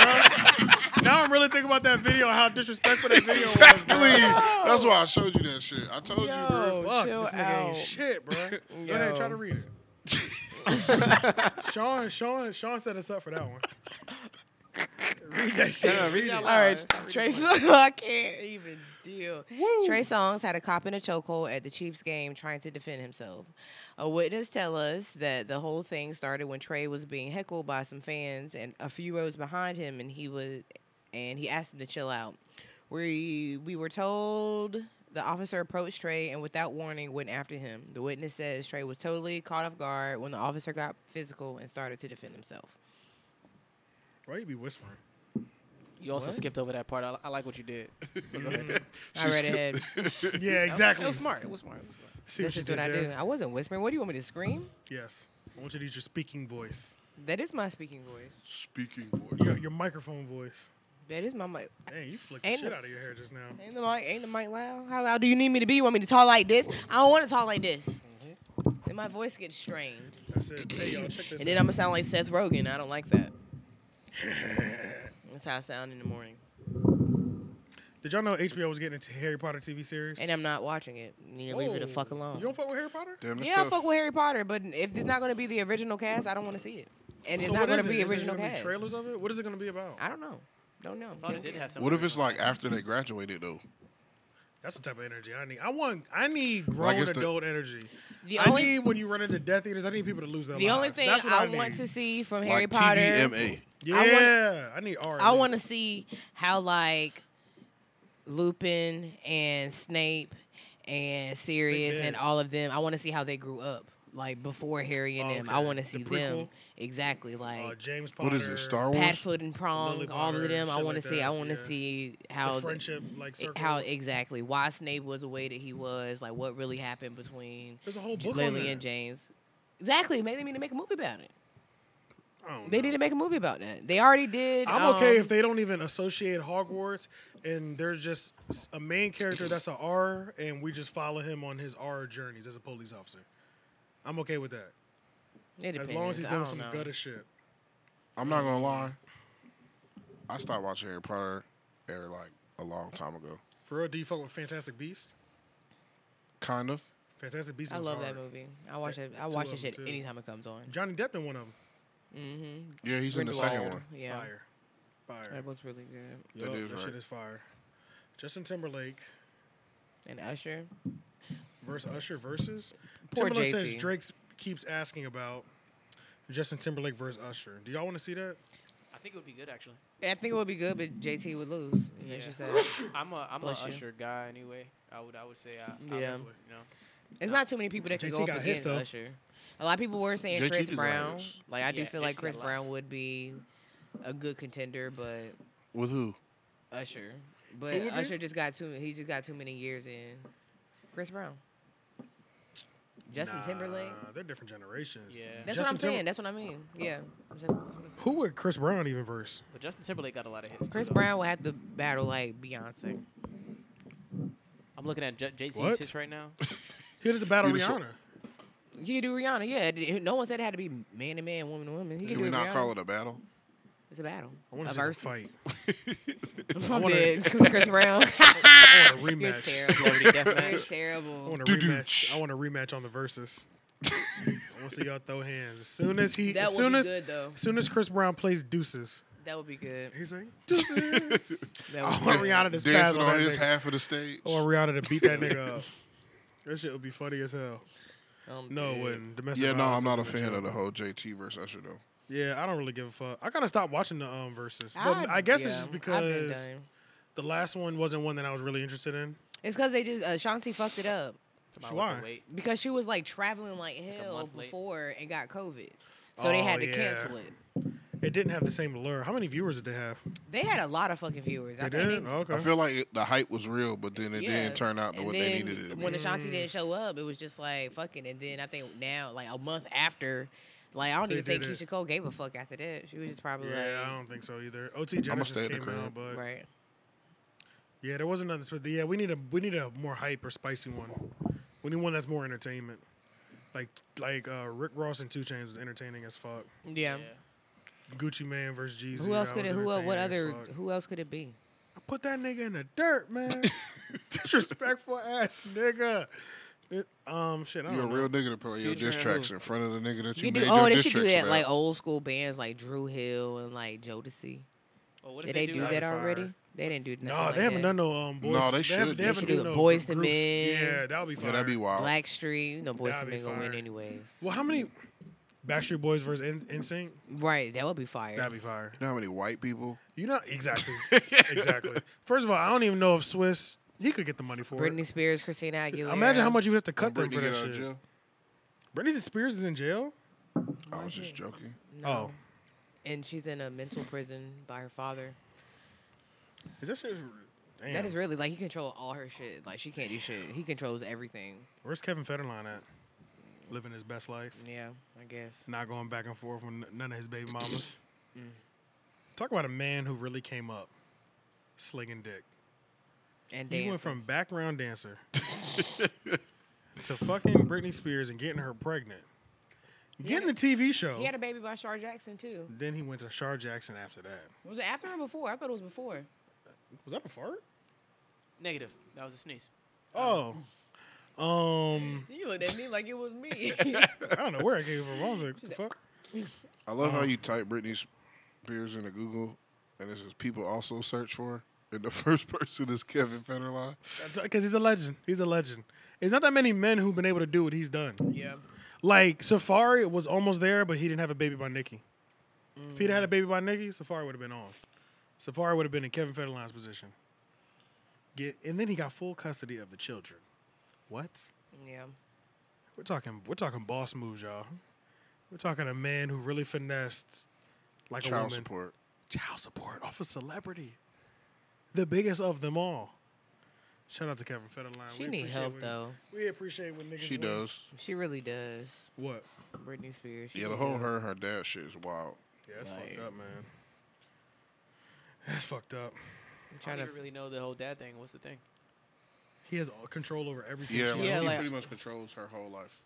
B: Now I'm really thinking about that video, how disrespectful that video
A: Exactly.
B: was.
A: That's why I showed you that shit. I told <laughs> you, bro.
B: Bro.
D: Yo.
B: Fuck,
D: Oh, Chill
B: this nigga
D: out.
B: ain't shit, bro. Go ahead, try to read it. Sean, Sean, Sean set us up for that one. Read that shit.
C: All
D: All right, Trey <laughs> Songz, I can't even deal. Trey Songz had a cop in a chokehold at the Chiefs game trying to defend himself. A witness tell us that the whole thing started when Trey was being heckled by some fans and a few rows behind him, and he was, and he asked him to chill out. We we were told the officer approached Trey and without warning went after him. The witness says Trey was totally caught off guard when the officer got physical and started to defend himself.
B: Why you be whispering?
C: You also skipped over that part. I, I like what you did.
A: <laughs>
D: I read ahead.
B: Yeah, exactly.
C: It was smart. It was smart. It was smart.
B: See
D: This
B: you
D: is what
B: did
D: I
B: there?
D: do. I wasn't whispering. What do you want me to scream?
B: Yes. I want you to use your speaking voice.
D: That is my speaking voice.
A: Speaking
B: Your,
A: voice.
B: your microphone voice.
D: That is my mic.
B: Dang, you flicked the
D: Ain't
B: shit
D: no-
B: out of your hair just now.
D: Ain't the mic, ain't the mic loud? How loud do you need me to be? You want me to talk like this? I don't want to talk like this.
B: Mm-hmm.
D: Then my voice gets strained.
B: That's it. Hey, y'all, check this
D: And then
B: out.
D: I'm going to sound like Seth Rogen. I don't like that. That's how I sound in the morning.
B: Did y'all know HBO was getting into Harry Potter TV series?
D: And I'm not watching it. You leave her the fuck
B: Whoa.
D: alone.
B: You don't fuck with Harry Potter?
A: Damn, it's
D: yeah, I
A: tough.
D: fuck with Harry Potter, but if it's not going to be the original cast, I don't want to see it. And it's
B: So
D: not
B: what
D: going
B: is
D: to
B: it?
D: be
B: Is there
D: original
B: gonna be
D: cast.
B: trailers of it? What is it going to be about?
D: I don't know. Don't know.
C: thought it did have something.
A: what if it's like after they graduated though?
B: That's the type of energy I need. I want. I need
A: Like,
B: grown
A: it's the-
B: adult energy.
D: The
B: I
D: only-
B: need when you run into death eaters. I need people to lose their
D: The
B: lives.
D: only thing
B: That's what
D: I,
B: need.
D: want to see from Harry
A: Like
D: Potter,
A: TVMA.
B: Yeah,
D: I
B: I,
D: want-
B: need R.
D: I want to see how like Lupin and Snape and Sirius
B: Snape
D: and
B: dead.
D: all of them. I want to see how they grew up, like before Harry and
B: Oh,
D: them.
B: okay.
D: I want to
B: The
D: see
B: prequel?
D: them exactly like.
B: uh, James Potter.
A: What is it? Star Wars.
D: Padfoot and Prong,
B: Lily
D: all
B: Potter,
D: of them. I
B: shit
D: want
B: like
D: to see.
B: that,
D: I want to
B: yeah.
D: see
B: The
D: how the-
B: friendship like circle.
D: how exactly why Snape was the way that he was, like what really happened between
B: There's a whole book on
D: Lily
B: there.
D: and James. Exactly, maybe they need to make a movie about it.
B: I don't
D: They
B: know.
D: need to make a movie about that. They already did.
B: I'm okay
D: um,
B: if they don't even associate Hogwarts and there's just s- a main character that's a R and we just follow him on his R journeys as a police officer. I'm okay with that.
D: it
B: As long as he's
D: depends. I
B: doing
D: don't
B: some
D: know.
B: gutter shit.
A: I'm not gonna lie. I stopped watching Harry Potter air like a long time ago.
B: For real, do you fuck with Fantastic Beast?
A: Kind of.
B: Fantastic Beast.
D: I
B: was
D: love that
B: hard.
D: movie. I watch it. I
B: it's two
D: watch
B: of
D: that
B: them,
D: shit
B: too.
D: anytime it comes on.
B: Johnny Depp in one of them.
D: Mm-hmm.
A: Yeah, he's in the second one.
D: Yeah,
B: Fire, fire.
D: that was really good.
A: That
B: Yup,
A: dude's
B: that
A: right.
B: shit is fire. Justin Timberlake
D: And Usher.
B: versus Usher versus.
D: Mm-hmm. Poor
B: Timberlake says
D: JT.
B: Drake keeps asking about Justin Timberlake versus Usher. Do y'all want to see that?
C: I think it would be good actually.
D: I think it would be good, but JT would lose. And that's
B: <laughs>
C: Yeah.
D: just that.
C: I'm a I'm a
D: Bless you.
C: Usher guy anyway. I would I would say I, I
D: Yeah.
C: definitely, you know.
D: It's not too many people that can
B: JT
D: go up
B: got his
D: against
B: stuff.
D: Usher. A lot of people were saying
A: JT
D: Chris
A: did
D: Brown.
A: loads.
D: Like I do
C: Yeah,
D: feel like
C: JT got
D: Chris
C: a lot.
D: Brown would be a good contender, but
A: With who?
D: Usher. But
B: Who would be?
D: Usher just got too he just got too many years in. Chris Brown. Justin
B: Nah,
D: Timberlake.
B: They're different generations.
C: Yeah.
D: That's
B: Justin
D: what I'm saying.
B: Timber-
D: That's what I mean. Yeah. Oh, That's what I'm saying.
B: Who would Chris Brown even verse?
C: But Justin Timberlake got a lot of hits. too,
D: Chris
C: though.
D: Brown would have to battle like Beyonce.
C: I'm looking at J- JT's
B: What?
C: hits
B: <laughs>
C: right now.
B: He did the battle
A: You just-
B: Rihanna.
D: You can do Rihanna, yeah. d- No one said it had to be man to man, woman to woman. He
A: Can
D: do
A: we not
D: Rihanna.
A: call it a battle?
D: It's a battle.
B: I want to
D: a
B: see them
D: versus. <laughs>
B: fight.
A: <laughs>
B: <laughs>
D: I'm
B: wanna- <laughs>
D: dead 'cause Chris
B: I
D: Brown.
B: want a
D: <laughs> You're
B: rematch.
D: terrible.
C: Celebrity Deathmatch.
D: You're
B: I
D: terrible.
B: want a
A: Do-do.
B: rematch. I want a rematch on the verses. I want to see y'all throw hands. As soon as he,
D: That
B: as
D: would
B: soon
D: be
B: as,
D: good though.
B: as soon as Chris Brown plays deuces,
D: That would be good.
B: he's like deuces.
D: That
B: I
D: would
B: want
D: be good.
B: Rihanna to spaz
A: Dancing
B: on,
A: on
B: that
A: his
B: nigga.
A: half of the stage.
B: I want Rihanna to beat that nigga
A: <laughs>
B: up. That shit would be funny as hell.
D: I'm
B: No, it
D: dead.
B: wouldn't. Domestic
A: yeah, no, I'm
B: violence
A: not a
B: isn't
A: fan
B: joke.
A: of the whole JT versus Usher though.
B: Yeah, I don't really give a fuck. I kind of stopped watching the um verses, but
D: I'd-
B: I, guess
D: yeah,
B: it's just
D: I've been
B: because
D: done.
B: the last one wasn't one that I was really interested in.
D: it's because they just uh, Shanti fucked it up
C: Tomorrow
B: Why?
C: would be late.
D: because she was like traveling like hell
C: month late.
D: before and got COVID, so they
B: Oh,
D: had to
B: yeah.
D: cancel it.
B: It didn't have the same allure. How many viewers did they have?
D: They had a lot of fucking viewers.
B: They
D: I think
B: did. Oh,
D: They,
B: okay.
A: I feel like it, the hype was real, but then it
D: yeah.
A: didn't turn out to
D: And
A: what they
D: then
A: needed it to be.
D: When Ashanti didn't show up, it was just like fucking. And then I think now, like a month after, like I don't
B: They
D: even think
B: did it.
D: Keisha Cole gave a fuck after that. She was just probably
B: yeah, I
D: like,
B: don't think so either. OT Genesis
A: stay in the
B: came
A: crib.
B: out, but
D: right.
B: yeah, there wasn't nothing. spe- yeah, we need a we need a more hype or spicy one. We need one that's more entertainment. Like like uh, Rick Ross and Two Chains was entertaining as fuck.
D: Yeah.
C: Yeah.
B: Gucci Man versus Jeezy.
D: Who else
B: that
D: could it?
B: was
D: Who? el- What
B: entertaining
D: other?
B: as fuck.
D: Who else could it be?
B: I put that nigga in the dirt,
D: <laughs>
B: man. Disrespectful ass nigga. It- um, shit. I
A: You're a
B: don't know.
A: real nigga to play your
C: Future
A: diss
C: and
A: tracks
C: who?
A: in front of the nigga that you,
D: You
A: made
D: do,
A: your
D: oh, they
A: diss
D: should do
A: tracks
D: that
A: about.
D: like old school bands like Drew Hill and like Jodeci.
C: Well, what if
D: Did they, do
C: do
D: that
B: Fire.
D: already? They didn't do nothing.
B: No,
D: like
B: they haven't
D: that.
B: done no um boys.
A: No, they should.
B: haven't-
A: They
B: haven't
D: should do
B: done
D: the
B: no
D: Boyz II
B: groups.
D: Men.
B: Yeah, that would be fire.
A: yeah, that'd be wild.
D: Black Street, no boys
B: That'd
D: and
B: be
D: men gonna win
B: fire.
D: anyways.
B: Well, how many Backstreet Boys versus In- NSYNC?
D: Right, that would be fire.
B: That'd be fire.
A: you know how many white people?
B: You know
A: <laughs>
B: exactly, exactly. First of all, I don't even know if Swiss he could get the money for
D: Britney
B: it.
D: Spears, Christina Aguilera.
B: Imagine how much you would have to cut them
A: Britney
B: for
A: get
B: that
A: out of
B: shit.
A: jail?
B: Britney Spears is in jail.
A: I was just joking.
B: Oh,
D: And she's in a mental prison by her father.
B: is that shit? Damn.
D: That is really like he controls all her shit. Like she can't do shit. He controls everything.
B: Where's Kevin Federline at? Living his best life.
D: Yeah, I guess.
B: Not going back and forth with n- none of his baby mamas.
D: Mm.
B: Talk about a man who really came up, slinging dick.
D: And
B: He
D: dancing.
B: went from background <laughs> dancer to fucking Britney Spears and getting her pregnant. Getting the TV show.
D: He had a baby by Shar Jackson too.
B: Then he went to Shar Jackson after that.
D: Was it after or before? I thought it was before.
B: Was that a fart?
C: Negative. That was a sneeze.
B: Oh. Um,
D: You looked at me like it was
A: <laughs>
D: me. <laughs>
B: I don't know where I came from. I was like, what the fuck?
A: I love how you type Britney Spears into Google, and it says people also search for her. And the <laughs> first person is Kevin Federline.
B: Because he's a legend. He's a legend. It's not that many men who've been able to do what he's done.
D: yeah.
B: Like Safari was almost there, but he didn't have a baby by Nikki. If he'd had a baby by Nikki, Safari would have been on. Safari would have been in Kevin Federline's position. Get and then he got full custody of the children. What?
D: Yeah.
B: We're talking we're talking boss moves, y'all. We're talking a man who really finessed like a
A: Child
B: woman.
A: support.
B: Child support off a celebrity. The biggest of them all. Shout out to Kevin Federline.
D: She
B: We
D: need
B: appreciate
D: help
B: when-
D: though.
B: We appreciate when niggas
A: She
B: win.
A: does.
D: She really does.
B: What?
D: Britney Spears. she
A: Yeah, the
D: really
A: whole
D: does.
A: her and her dad shit is wild.
B: Yeah, that's
D: Like-
B: fucked up, man. That's fucked up.
D: I'm
C: I
D: trying
C: don't
D: to.
C: even really know the whole dad thing. What's the thing?
B: He has all control over everything.
A: Yeah,
B: she
A: like,
D: Yeah,
B: does.
A: he
D: like-
A: pretty much controls her whole life.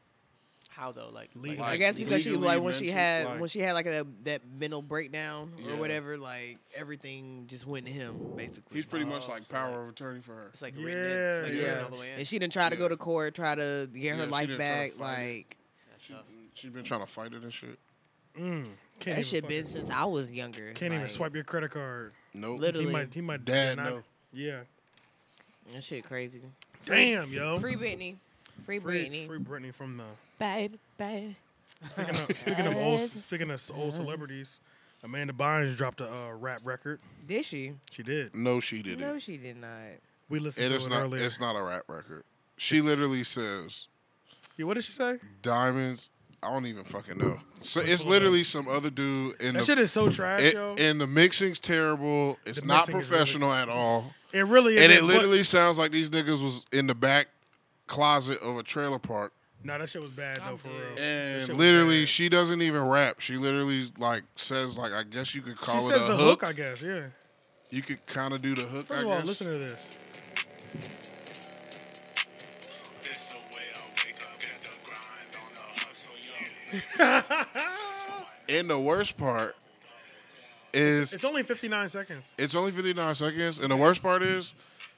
C: How though? Like,
B: Legal.
C: like
D: I
A: Like,
D: guess because she
A: legally,
D: like when she
A: mental,
D: had
A: like-
D: when she had like a, that mental breakdown
A: Yeah.
D: or whatever, like everything just went to him basically.
A: He's pretty much
C: Oh,
A: like
C: so
A: power
C: like-
A: of attorney for her.
C: it's like
B: Yeah,
C: written in. It's like
B: yeah.
C: written all the way in.
D: and she didn't try to
A: Yeah.
D: go to court, try to get
A: Yeah,
D: her
A: she
D: life
A: didn't try to
D: back.
A: fight it.
D: Like
C: That's
A: She,
C: tough.
A: she's been trying to fight it and shit.
B: Mm, can't
D: that
B: even
D: shit
B: fucking-
D: been since I was younger.
B: Can't even
D: like,
B: swipe your credit card.
A: Nope.
D: Literally.
B: He might. He might.
A: Dad,
B: yeah, not-
A: no.
B: Yeah.
D: That shit crazy.
B: Damn, yo.
D: Free Britney. Free
B: Free,
D: Britney.
B: free Britney from the.
D: Baby, baby.
B: Speaking of, speaking of old,
D: Yes.
B: speaking of old celebrities, Amanda Bynes dropped a uh, rap record.
D: Did she?
B: She did.
A: No, she didn't.
D: No, she did not.
B: We listened
A: it
B: to
A: is
B: it
A: not.
B: earlier.
A: It's not a rap record. She literally says
B: Yeah, what did she say?
A: diamonds. I don't even fucking know. So it's literally some other dude in
B: That
A: the
B: shit is so trash,
A: it-
B: yo. It,
A: and the mixing's terrible. It's
B: The
A: not
B: mixing is really-
A: professional at all.
B: really is.
A: And it literally sounds like these niggas was in the back closet of a trailer park.
B: No, that shit was bad though, for real. That shit
A: And
B: was
A: literally,
B: bad.
A: she doesn't even rap. She literally like says like I guess you could call
B: she
A: it
B: says
A: a
B: the hook.
A: hook.
B: I guess. Yeah.
A: You could kind of do the hook.
B: First
A: I
B: of all,
A: guess.
B: listen to this.
G: This the way I wake up, got the grind on the hustle, yo.
A: And the worst part is
B: It's only 59 seconds.
A: It's only 59 seconds. And the worst part is,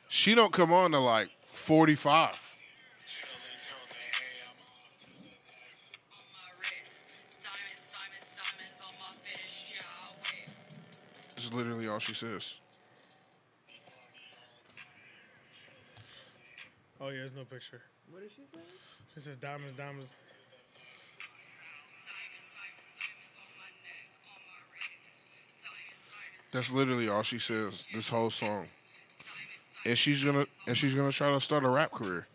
A: she don't come on to like 45. This is literally all she says.
B: Oh yeah, there's no picture.
D: What did she say?
B: She says diamonds, diamonds.
A: That's literally all she says this whole song. And she's gonna and she's gonna try to start a rap career.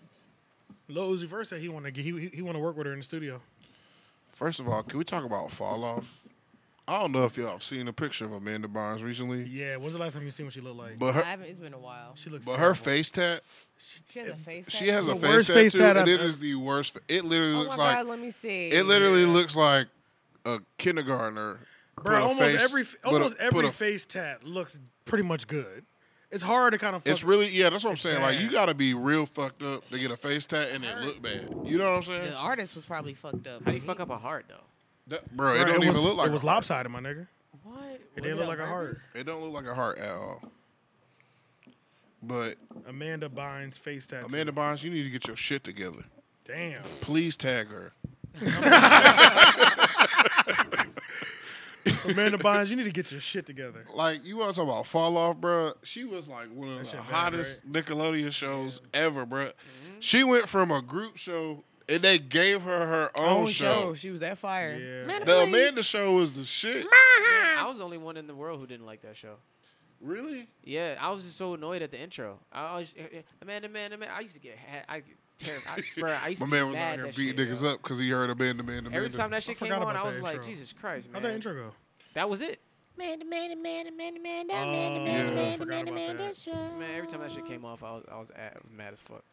B: Lil Uzi Vert said he want to he he- he want to work with her in the studio.
A: First of all, can we talk about fall off? I don't know if y'all have seen a picture of Amanda Bynes recently,
B: Yeah, when's the last time you seen what she looked like?
A: but
D: I
A: her
D: haven't. It's been a while.
B: she looks.
A: but her
B: terrible.
A: face tat
D: She has a face.
A: she
D: tattoo.
A: has a
B: The
A: face
B: worst face
A: tattoo
B: tat
A: and
B: I've
A: it
B: ever-
A: is the worst. fa- It literally
D: Oh my
A: looks like
D: god! Let me see.
A: It literally looks like a kindergartner. put
B: Bro,
A: a
B: almost
A: face-
B: every
A: put a-
B: almost
A: put
B: every
A: a-
B: face tat looks pretty much good. It's hard to kind of. Fuck,
A: It's really yeah. That's what I'm saying. Like
B: bad.
A: you gotta be real fucked up to get a face tat and it look bad. You know what I'm saying,
D: The artist was probably fucked up.
C: How do you fuck up a heart though?
A: That- bro?
B: Bro,
A: It don't
B: was,
A: even look like
B: it was
A: a heart.
B: lopsided, my nigga.
D: What?
B: It
D: Was
B: didn't look
D: on
B: like a heart.
D: purpose?
A: It don't look like a heart at all. But
B: Amanda Bynes face tattoo.
A: Amanda Bynes, you need to get your shit together.
B: damn.
A: Please tag her.
B: Amanda Bynes, you need to get your shit
A: <laughs>
B: together.
A: Like you want to talk about fall off, bro? She was like one of
B: That
A: the
B: shit bad,
A: hottest Nickelodeon shows ever, bro. She went from a group show and they gave her her own,
D: Own
A: show.
D: show. She was that fire.
B: Yeah.
D: Amanda,
A: Oh, The
D: please.
A: Amanda Show was the shit.
C: I was the only one in the world who didn't like that show.
A: Really?
C: Yeah, I was just so annoyed at the intro. I always, Amanda, Amanda, Amanda. I used to get, ha- I terrified. Bro, I used
A: My
C: to get
A: man was
C: mad
A: out here
C: that
A: beating
C: shit,
A: niggas
C: yo.
A: up because he heard a band, man, man.
C: Every time that shit came
B: forgot
C: on,
B: about
C: I
B: that
C: was like,
B: intro.
C: Jesus Christ, man.
B: How'd that intro go?
C: That was it.
H: Man, man, man, man, man,
B: Oh,
H: man,
A: yeah,
H: man,
A: I
H: man,
B: forgot
H: man,
B: about
H: man,
B: that.
H: that's your-
C: Man, every time that shit came off, I was, I was, at, I was mad as fuck.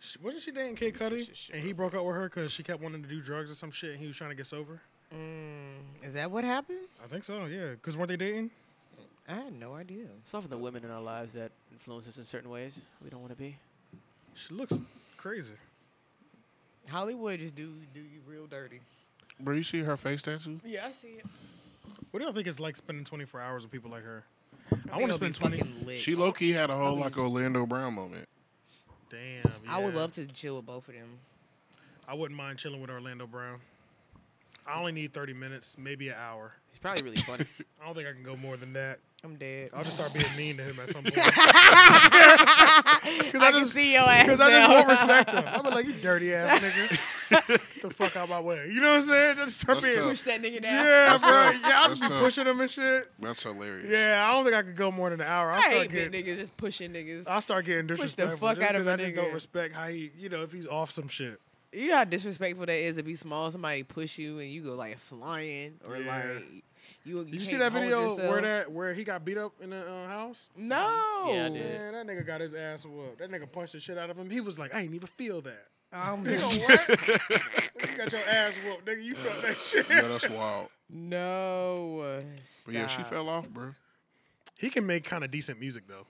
B: She- Wasn't she dating Kid Cudi?
C: shit,
B: And he
C: bro.
B: broke up with her because she kept wanting to do drugs or some shit, and he was trying to get sober.
D: Mm, is that what happened?
B: I think so. Yeah, because weren't they dating?
D: I had no idea.
C: It's often the women in our lives that influence us in certain ways we don't want to be.
B: She looks crazy.
D: Hollywood just do do you real dirty.
A: Bro, you see her face tattoo?
D: Yeah, I see it.
B: What do you think it's like spending 24 hours with people like her? I,
D: think
B: want to
D: it'll be
B: spend 20.
D: fucking lit.
A: She low key had a whole like Orlando Brown moment.
B: Damn.
D: I would
B: yeah.
D: love to chill with both of them.
B: I wouldn't mind chilling with Orlando Brown. I only need 30 minutes, maybe an hour.
C: It's probably
A: <laughs>
C: really funny.
B: I don't think I can go more than that.
D: I'm dead.
B: I'll just start being mean to him <laughs> at some point. Because
D: I,
B: I
D: can
B: just
D: see your ass.
B: because I just
D: now.
B: won't
D: <laughs>
B: respect him. I'm like, you dirty <laughs> ass nigga. Get the fuck out my way. You know what I'm saying? Just start
A: That's
B: being.
A: tough.
D: Push that nigga down.
B: Yeah,
A: That's
B: bro.
A: tough.
B: Yeah, I'll
A: That's
B: just be
A: tough.
B: pushing him and shit.
A: That's hilarious.
B: Yeah, I don't think I could go more than an hour. I'll
D: I
B: start
D: hate
B: getting.
D: big niggas just pushing niggas.
B: I'll start getting
D: the
B: disrespectful.
D: fuck
B: just
D: out of
B: 'cause
D: a
B: I just don't
D: nigga.
B: respect how he, you know, if he's off some shit.
D: You know how disrespectful that is to be small. Somebody push you and you go like flying or
B: Yeah.
D: like you. You,
B: Did you see
D: can't
B: that
D: hold
B: video
D: yourself.
B: where that where he got beat up in the uh, house?
D: No.
C: Yeah, I
B: <laughs>
C: did.
B: Man, that nigga got his ass whooped. That nigga punched the shit out of him. He was like, I ain't even feel <laughs> that.
D: I'm
B: It don't
D: just-
B: work. you got your ass whooped, nigga. You felt <laughs> that shit.
A: Yeah, that's wild.
D: <laughs> no.
A: But yeah, she
D: Stop.
A: fell off, bro.
B: He can make kind of decent music though.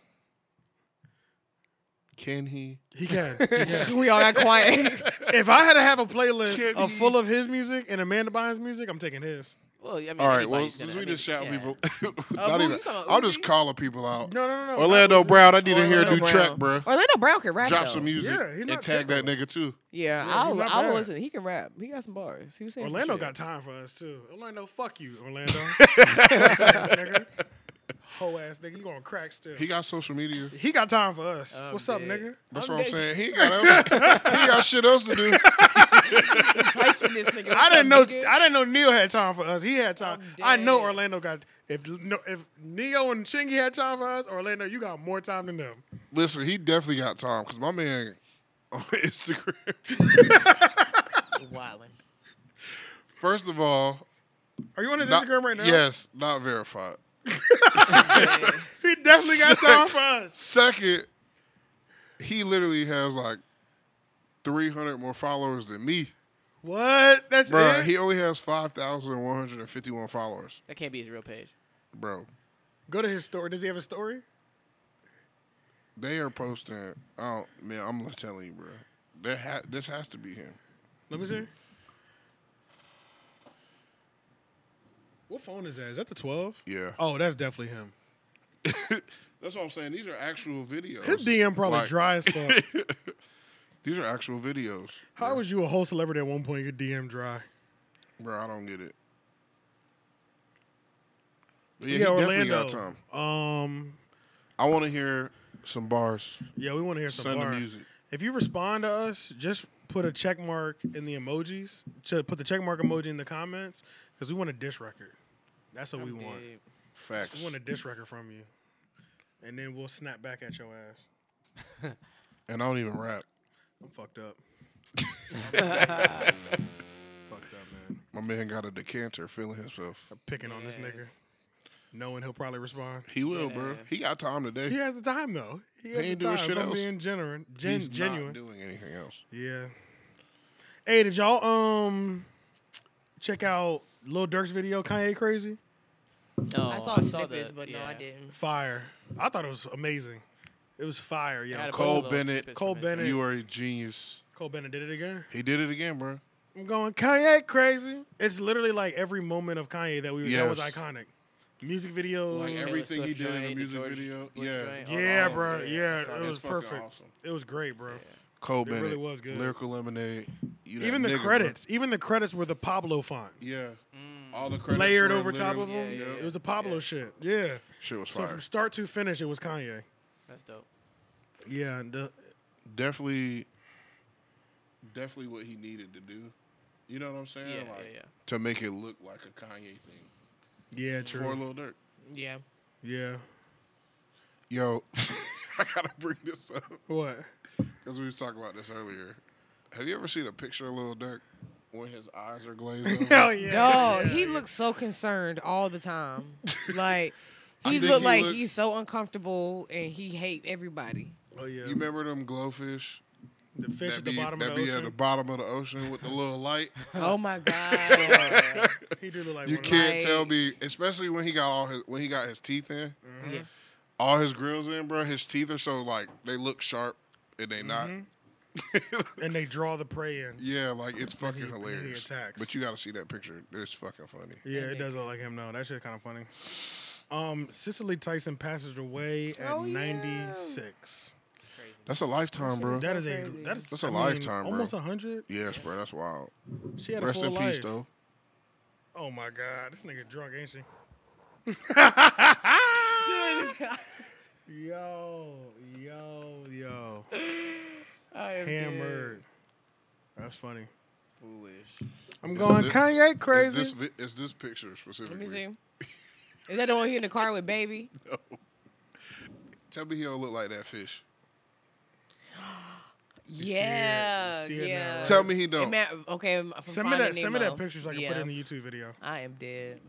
A: Can he?
B: He <laughs> can. He can.
D: <laughs> We all got quiet.
B: if I had to have a playlist
A: Can
B: of
A: he?
B: full of his music and Amanda Bynes music, I'm taking his.
C: Well, I mean,
A: All right.
C: anybody's
A: Well,
C: gonna-
A: since
C: I
A: we
C: mean,
A: just shout
C: yeah.
A: people, <laughs>
D: who
A: not
D: you
A: even.
D: talking about,
A: I'll just
D: Uzi?
A: calling people out.
B: No, no, no, no.
A: Orlando Brown, I need to hear a
D: Orlando
A: new
D: Brown.
A: track, bro.
D: Orlando Brown can rap.
A: Drop
D: though.
A: some music
B: Yeah, he's
A: and
B: not
A: tag that
B: terrible.
A: nigga too.
B: Yeah,
D: Yeah,
B: he's
D: I'll,
B: not
D: I'll
B: bad.
D: listen. He can rap. He got some bars. He was saying some
B: Orlando
D: shit.
B: got time for us too. Orlando, fuck you, Orlando.
A: <laughs>
B: ass nigga. Hoe ass nigga. You gonna crack still.
A: He
B: He,
A: got social media.
B: got time for us.
C: I'm
B: What's up,
C: dead.
B: nigga?
A: That's
D: I'm
A: what I'm
D: dead.
A: saying. He ain't got else, he got shit else
B: <laughs>
A: to do.
D: Tyson. This nigga.
B: I didn't know.
D: Nigga.
B: I didn't know Neo had time for us. He had time.
D: I'm
B: I know
D: dead.
B: Orlando got. If no, if Neo and Chingy had time for us, Orlando, you got more time than them.
A: Listen, he definitely got time because my man on <laughs> Instagram.
D: Wildin'.
A: First of all,
B: Are you on his
A: not-
B: Instagram right now?
A: Yes, not verified.
B: He definitely
A: <laughs>
B: got time for us.
A: Second, he literally has like 300 more followers than me.
B: What? That's
A: Bruh,
B: it.
A: he only has 5,151 followers.
C: That can't be his real page.
A: Bro,
B: Go to his story. Does he have a story?
A: they are posting. I don't, man, I'm telling you, bro. That ha- this has to be him.
B: Let me see.
A: Mm-hmm.
B: What phone is that? Is that the 12?
A: Yeah.
B: Oh, that's definitely him.
A: That's what I'm saying. These are actual videos.
B: His DM probably
A: Like,
B: dry as fuck.
A: <laughs> These are actual videos.
B: How was you a whole celebrity at one point? Your DM dry.
A: Bro, I don't get it. But
B: Yeah,
A: yeah, he definitely
B: Orlando.
A: got time.
B: Um,
A: I want to hear some bars.
B: yeah, we want to hear some
A: Send the
B: bar.
A: music.
B: If you respond to us, just put a check mark in the emojis. Ch- Put the check mark emoji in the comments because we want a dish record. That's what we want.
C: Dude,
A: Facts.
B: We want a dish record from you, and then we'll snap back at your ass.
A: And I don't even rap.
B: I'm fucked up. fucked up, man.
A: My man got a decanter feeling himself.
B: Picking on this
C: Yes.
B: nigga, knowing he'll probably respond.
A: He will, bro.
C: Yeah.
A: He got time today.
B: He has the time though. He has
A: ain't
B: the
A: doing
B: time.
A: shit
B: if I'm
A: else.
B: being genuine. Gen-
A: He's
B: genuine.
A: not doing anything else.
B: Yeah. Hey, did y'all um check out Lil Durk's video, Kanye Crazy?
C: No,
D: I saw snippets,
C: Oh, the-
D: but no,
C: yeah.
D: I didn't.
B: Fire. I thought it was amazing. It was fire,
C: I had
B: yeah.
C: a bunch
B: Cole,
C: of
A: Cole
C: little
A: Bennett.
C: snippets
B: Cole
C: from it.
B: Bennett.
A: You are a genius.
B: Cole Bennett did it again.
A: He did it again, bro.
B: I'm going Kanye Crazy. It's literally like every moment of Kanye that we that was
A: Yes.
B: iconic. Music videos.
A: Like
C: Taylor
A: everything he
C: Swift
A: did in the
C: joint,
A: music
C: George-
A: video.
C: Bush
A: Yeah.
C: joint, all
B: yeah,
C: that.
B: bro.
A: I
B: Yeah,
A: saw
B: it
A: that.
B: was
A: Fucking
B: perfect.
A: awesome.
B: It was great, bro.
A: Cole
B: really
A: Bennett.
B: was good.
A: Lyrical Lemonade. You that
B: Even the
A: nigga, bro.
B: credits, even the credits were the Pablo font.
A: Yeah. All the credits
B: Layered
A: were
B: over top of
A: literally-
B: them.
A: Yeah, yeah.
B: It was a Pablo shit. Yeah.
A: Shit was
B: So
A: fire.
B: from start to finish, it was Kanye.
C: That's dope.
B: Yeah, and uh,
A: definitely, definitely what he needed to do. You know what I'm saying?
C: Yeah,
A: like,
C: yeah, yeah.
A: To make it look like a Kanye thing
B: yeah,
A: for
B: true.
A: Lil Durk.
D: Yeah.
B: Yeah.
A: Yo, <laughs> I gotta bring this up
B: What?
A: because we was talking about this earlier. Have you ever seen a picture of Lil Durk when his eyes
B: <laughs>
A: are glazed over?
B: Hell yeah.
D: Dog, he looks so concerned all the time.
B: <laughs>
D: Like
A: I
D: he
A: think
D: looked
A: he
D: like
A: looks-
D: he's so uncomfortable and he hate
B: <laughs>
D: everybody.
B: Oh yeah.
A: You remember them glowfish?
B: the fish
A: that
B: at the
A: be-
B: bottom
A: that
B: of the
A: be
B: ocean.
A: at the bottom of the ocean with the little light.
D: Oh my god. <laughs>
B: he do look like
A: You
B: one of
A: can't
D: Right.
A: tell me, especially when he got all his when he got his teeth in,
B: Mm-hmm.
D: Yeah.
B: Mm-hmm.
A: all his grills in, bro. His teeth are so like they look sharp and they not.
B: and they draw the prey in.
A: Yeah, like it's fucking
B: he- and then he
A: hilarious.
B: attacks.
A: But you got to see that picture. It's fucking funny.
B: Yeah, it does look like him though. That shit kind of funny. Um, Cicely Tyson passes away at 96.
A: That's a lifetime, bro.
B: That is a
F: Crazy.
B: that is
A: That's a
B: I mean,
A: lifetime, bro.
B: Almost 100.
A: yes, bro. That's wild.
B: She had a
A: Rest
B: full
A: in
B: life.
A: peace, though.
B: Oh my god, this nigga drunk, ain't she? Yo, yo,
D: <sighs>
B: yo. Hammered. That's funny.
C: Foolish.
B: I'm going
A: this-
B: Kanye
A: Is
B: crazy.
A: this, vi- is this picture
D: Let
A: specifically?
D: me see. Is that the one he in the car with baby?
A: Tell me he don't look like that fish.
B: it.
D: Yeah,
B: You see it now,
D: yeah.
B: right?
A: Tell me he
D: It
A: don't.
D: ma- okay, I'm from
B: send me that.
D: Finding
B: Send me that
D: Nemo.
B: picture so I can
D: yeah.
B: put it in the YouTube video.
D: I am dead.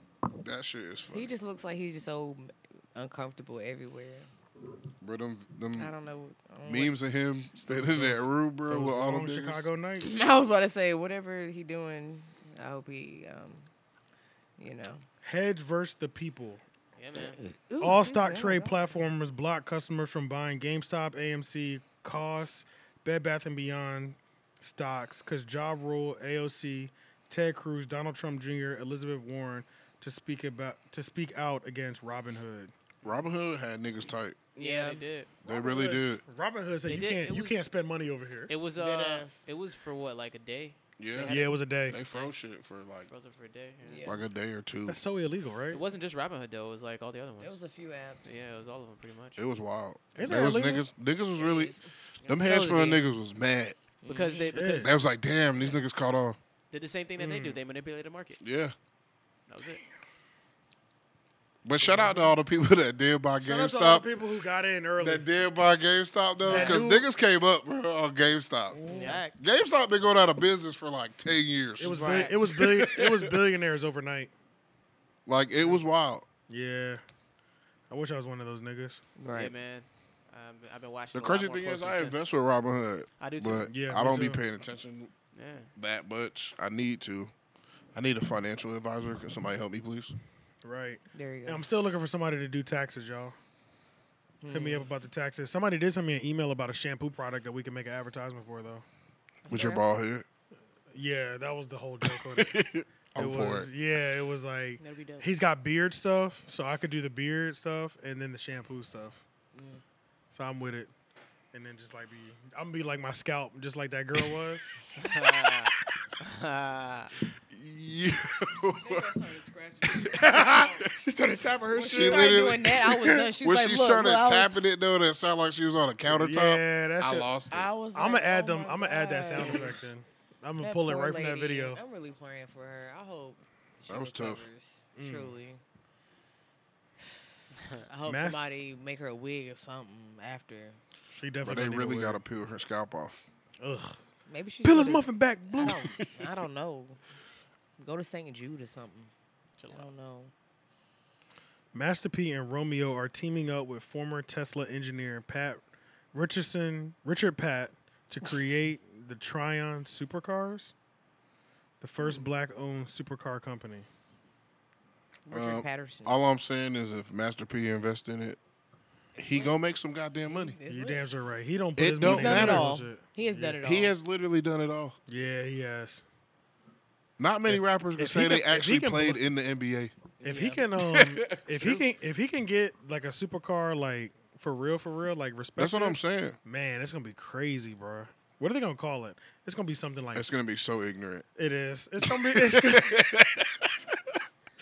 A: That shit is funny.
D: He just looks like he's just so uncomfortable everywhere.
A: bro, them, them
D: I don't know. I don't know
A: memes of him standing in that room, bro,
B: Those
A: with all
B: long
A: them niggas.
B: Chicago nights.
D: what- <laughs> I was about to say whatever he doing. I hope he, um, you know.
B: Heads versus the people.
C: Yeah, man.
D: Ooh,
B: All
D: shoot,
B: stock
D: there
B: trade
D: we go.
B: platformers block customers from buying GameStop, AMC, Costs, Bed Bath and Beyond stocks because Ja Rule, AOC, Ted Cruz, Donald Trump Jr., Elizabeth Warren to speak about to speak out against Robin Hood.
A: Robin Hood had niggas tight.
D: Yeah.
C: they did.
A: They really did.
B: Robin Hood said
C: They
B: you
C: did.
B: can't
C: It
B: you
C: was-
B: can't spend money over here.
C: It was uh, it was for what like a day.
A: Yeah.
B: yeah, it was a day.
A: They froze shit for like
C: Frozen for a day. Yeah.
D: Yeah.
A: like a day or two.
B: That's so illegal, right?
C: It wasn't just Robin Hood though. It was like all the other ones.
D: There was a few apps.
C: yeah, it was all of them pretty much.
A: It was wild.
B: Ain't
A: There
B: that
A: was
B: illegal?
A: niggas. Niggas was really. Them
D: Yeah.
A: hands full of
D: Totally.
A: niggas was mad.
C: because they because
A: They was like, damn, these niggas caught on.
C: did the same thing that they do. They manipulated the market.
A: Yeah.
C: That was it.
A: But shout out to all the people <laughs> that did buy
B: Shout out to all the
A: GameStop.
B: people who got in early.
A: That did buy GameStop though,
B: That
A: because
B: dude-
A: niggas came up bro, on GameStops.
C: Yeah.
A: GameStop been going out of business for like ten years.
B: it was
D: Right.
B: bill- it was billion, it
A: <laughs>
B: was billionaires overnight.
A: like it was wild.
B: Yeah, I wish I was one of those niggas.
C: Yeah,
D: Right.
C: man. Um, I've been watching.
A: The
C: it a lot
A: crazy
C: more
A: thing is,
C: closely
A: I
C: since.
A: invest with Robin Hood.
C: I do too.
A: But
B: Yeah,
A: I
B: me
A: don't be
B: too.
A: paying attention
C: Yeah.
A: that much. I need to. I need a financial advisor. Can somebody help me, please?
B: Right.
D: There you
B: And
D: go.
B: I'm still looking for somebody to do taxes, y'all. Hit me up
A: Hmm.
B: about the taxes. Somebody did send me an email about a shampoo product that we can make an advertisement for, though.
A: With your bald head,
B: Yeah, that was the whole joke. on
A: <laughs>
B: it. It
A: I'm for
B: was,
A: it.
B: Yeah, it was like
D: That'd be dope.
B: he's got beard stuff, so I could do the beard stuff and then the shampoo stuff.
D: Mm.
B: So I'm with it, and then just like be, I'm gonna be like my scalp, just like that girl was.
A: <laughs> <laughs> Yeah.
B: <laughs> she started tapping her
D: When
A: She
D: she started
A: literally-
D: doing that, I was done. She
A: when
D: was like,
A: she
D: look,
A: started
D: look, I was-
A: tapping it though, that sounded like she was on a countertop.
B: Yeah, that
A: I
B: shit-
A: lost it.
D: I was.
B: I'm gonna
D: like,
B: add
D: oh
B: them.
D: my
B: I'm gonna add that
D: God.
B: sound effect in. I'm gonna
D: That
B: pull it
D: poor
B: right from that
D: lady. Oh.
B: video.
D: I'm really praying for her. I hope. She
A: That was tough.
D: recovers,
B: Mm.
D: Truly. <sighs> I hope
B: Mas-
D: somebody make her a wig or something after.
B: She
A: but
B: definitely. gonna
A: they
B: need
A: really
B: to
A: got
B: wear
A: to peel her scalp off.
B: it. Ugh.
D: Maybe she.
B: Pillars muffin back
D: I
B: blue.
D: don't, I don't know. Go to St. Jude or something. I don't know.
B: Master P and Romeo are teaming up with former Tesla engineer Pat Richardson, Richard Pat, to create the Tryon supercars, the first
A: Hmm.
B: black-owned supercar company.
D: Richard
A: Um,
D: Patterson.
A: All I'm saying is, if Master P invest in it, he gonna make some goddamn money.
D: It's
B: You
D: lit.
B: damn sure right. He don't put
A: It
B: his
A: don't
B: money
D: He's done it
A: matter.
B: in
D: all.
B: bullshit.
D: He has
B: yeah.
D: done it all.
A: He has literally done it all.
B: Yeah, he has.
A: Not many rappers can
B: if
A: say
B: he
A: they
B: can- if he
A: actually
B: can
A: played
B: blo-
A: in the NBA.
B: If he can,
A: <laughs>
B: um, if he can, if he can get like a supercar, like for real, for real, like respect.
A: That's what I'm saying.
B: Man, it's gonna be crazy, bro. What are they gonna call it? It's gonna be something like
A: It's gonna be so ignorant.
B: It is. It's gonna be. It's gonna,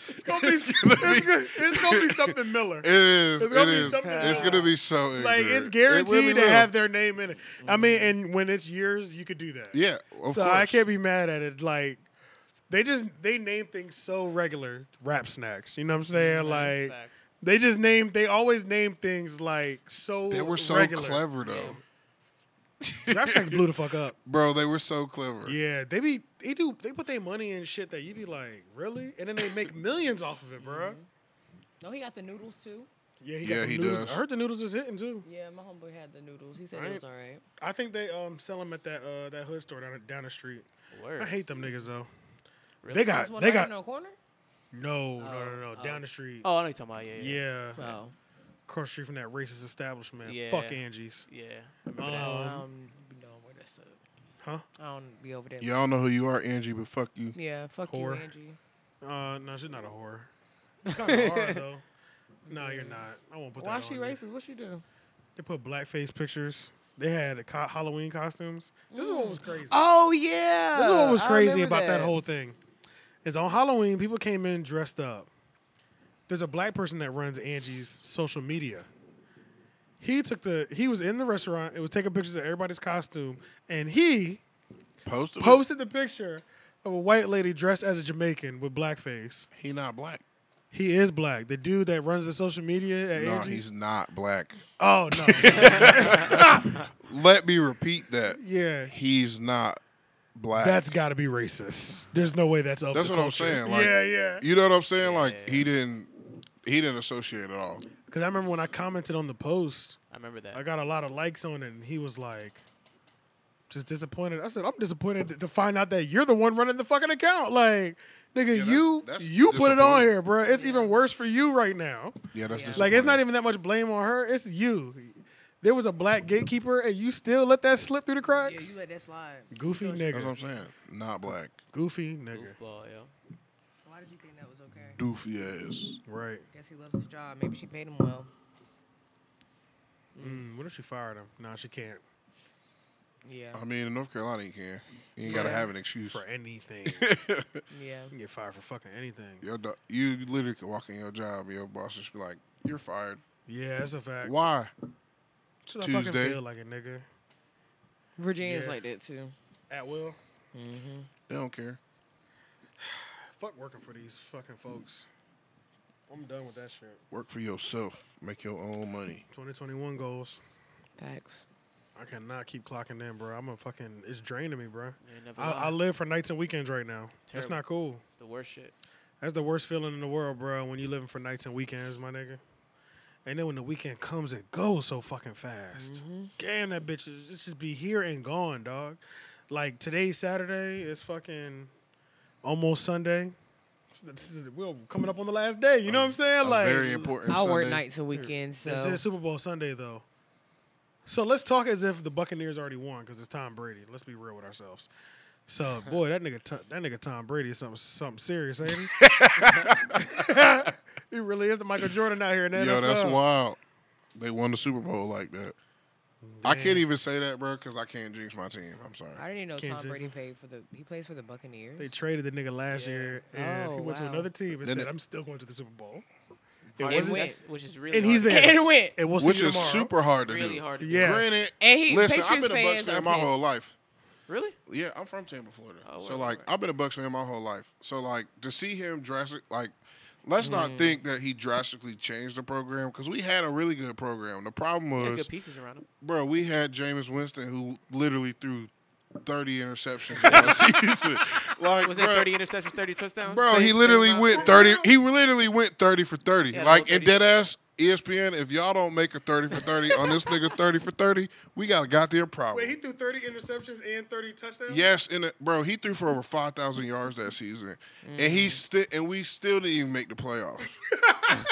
B: it's gonna be. It's gonna, it's gonna be something Miller.
A: It is.
B: It's gonna
A: it
B: be
A: is.
B: something
A: It's
B: like-
A: gonna be so ignorant.
B: like it's
A: It
B: guaranteed
A: really
B: to
A: will. Mm-hmm.
B: have their name in it. I mean, and when it's yours, you could do that.
A: Yeah, of
B: so
A: course.
B: I can't be mad at it. Like they just they name things so regular. Rap snacks. You know what I'm
A: Mm-hmm.
B: saying? Like
C: Facts.
B: they just name. They always name things like so.
A: They were so
B: regular.
A: clever though,
B: Rap snacks blew the fuck
A: <laughs>
B: up.
A: bro. They were so clever.
B: Yeah, they be they do they put their money in shit that you be like really, and then they make millions off of it, bruh.
D: No, Oh, he got the noodles too.
B: Yeah, he,
A: Yeah,
B: got the
A: he
B: noodles.
A: does.
B: I heard the noodles is hitting too.
D: Yeah, my homeboy had the noodles. He said
B: Right.
D: it was all right.
B: I think they um sell them at that uh that hood store down down the street.
C: Word.
B: I hate them niggas though.
C: Really?
B: They
D: This
B: got
D: one
B: they
D: right
B: got
D: in the corner.
B: no no
D: Oh,
B: no no
D: oh.
B: down the street.
C: Oh, I know what you're talking about. Yeah. Yeah.
B: Yeah,
D: Oh,
B: cross the street from that racist establishment.
C: Yeah. uh,
B: Fuck Angie's.
C: Yeah. I remember that.
B: Um,
D: um, you know where that's at.
B: Huh?
D: I don't be over there.
A: Y'all know who you are, Angie, but fuck you.
D: Yeah, fuck
B: Whore.
D: you, Angie.
B: Uh, no, she's not a whore.
C: <laughs>
B: Kind of hard though. No, you're not. I won't put
C: Why
B: that.
C: she
B: on you.
C: racist? What she do?
B: They put blackface pictures. They had the co- Halloween costumes. This one was crazy.
C: Oh yeah.
B: This is what was
C: I
B: crazy
C: remember
B: about that. whole thing. Is on Halloween, people came in dressed up. There's a black person that runs Angie's social media. He took the he was in the restaurant. It was taking pictures of everybody's costume, and he
A: Post
B: posted the picture of a white lady dressed as a Jamaican with blackface.
A: He not black.
B: He is black. The dude that runs the social media at
A: No,
B: Angie's.
A: he's not black.
B: oh
A: <laughs>
B: no,
A: Let me repeat that.
B: yeah,
A: He's not black.
B: that's got to be racist. There's no way that's up.
A: That's
B: the
A: what I'm
B: culture.
A: saying, like-
B: yeah, yeah.
A: You know what I'm saying? Like he didn't he didn't associate at all.
B: Because I remember when I commented on the post.
C: I remember that.
B: I got a lot of likes on it, and he was like, just disappointed. I said, I'm disappointed to- to find out that you're the one running the fucking account. Like, nigga,
A: that's-
B: you
A: that's
B: you put it on
A: disappointing.
B: here, bro. It's even worse for you right now.
A: Yeah, that's
D: Yeah.
A: just
B: Like, it's not even that much blame on her. It's you. There was a black gatekeeper, and you still let that slip through the
D: Yeah,
B: cracks.
D: you let that slide.
B: goofy
A: That's what I'm
B: nigga.
A: saying. Not black.
B: Goofy nigga.
C: Goofball, yo.
D: Why did you think that was okay?
A: Doofy ass.
B: Right.
D: Guess he loves his job. Maybe she paid him well.
B: Mm, what if she fired him? Nah, she can't.
D: Yeah.
A: I mean, in North Carolina, you can. You ain't gotta have an excuse.
B: For anything. you
D: Yeah.
B: can get fired for fucking anything.
A: <laughs> Your do- you literally could walk in your job, and your boss just be like, "You're fired."
B: Yeah, that's a fact.
A: Why?
B: Should I fucking
A: Tuesday.
B: feel like a nigga?
D: Virginia's
B: Yeah.
D: like that too.
B: At will.
A: They don't care.
B: Fuck working for these fucking folks. I'm done with that shit.
A: Work for yourself. Make your own money.
B: 2021 goals.
D: Facts.
B: I cannot keep clocking in, bro. I'm a fucking. It's draining me, bro.
C: Yeah, never
B: I, I
C: mind.
B: live for nights and weekends right now. That's
C: Terrible.
B: not cool.
C: It's the worst shit.
B: That's the worst feeling in the world, bro. When you living for nights and weekends, my nigga. And then when the weekend comes, it goes so fucking fast. Damn, that bitch is it just be here and gone, dog. Like today, Saturday, it's fucking almost Sunday. <laughs> This is- We're coming up on the last day. You know what I'm saying?
A: A
B: Like
A: very important.
D: I work
A: Sunday.
D: nights and weekends, so
B: It's Super Bowl Sunday though. So let's talk as if the Buccaneers already won because it's Tom Brady. Let's be real with ourselves.
A: <laughs>
B: So boy, that nigga, Tom- that nigga Tom Brady is something, something serious, ain't
A: <laughs>
B: he? <laughs> he really is the Michael Jordan out here in the
A: Yo,
B: NFL.
A: that's wild. They won the Super Bowl like that. I can't even say that, bro, because I can't jinx my team. I'm sorry.
D: I didn't even know
B: Can't
D: Tom
B: just-
D: Brady paid for the. He plays for the Buccaneers.
B: They traded the nigga last
C: Yeah.
B: year, and
D: Oh,
B: he went to
D: wow.
B: another team and
A: Then
B: said,
A: it-
B: "I'm still going to the Super Bowl."
C: Hard
D: It
C: to-
D: went.
C: that's- Which is really.
B: And he's
C: hard to-
B: there.
D: <laughs> and it went.
B: And we'll
A: Which
B: see you
A: is
B: tomorrow.
A: super hard to
C: Really
A: do.
C: hard. to do.
B: Yeah. Yes.
A: Granted,
D: And he.
A: listen,
D: Patriots
A: I've been a Bucks
D: fans are
A: fan my whole
D: pissed.
A: life.
C: Really?
A: Yeah, I'm from Tampa, Florida.
C: Oh,
A: so
C: word,
A: like,
C: word.
A: I've been a Bucks fan my whole life. So like, to see him drastic, like, let's not think that he drastically changed the program because we had a really good program. The problem
C: They had
A: was,
C: good pieces around him.
A: bro, we had Jameis Winston who literally threw 30 interceptions in that season. Like,
C: Was that
A: bro,
C: 30 interceptions, 30 touchdowns?
A: Bro,
C: Same-
A: he
C: same
A: literally
C: amount?
A: went
C: <laughs>
A: thirty. He literally went thirty for thirty.
C: Yeah, the
A: like E
C: whole
A: in
C: 30.
A: dead ass ESPN, if y'all don't make a thirty for thirty on this nigga thirty for thirty, we got a goddamn problem.
B: Wait, he threw 30 interceptions and 30 touchdowns.
A: yes, and it- bro, he threw for over five thousand yards that season, and he sti- and we still didn't even make the playoffs.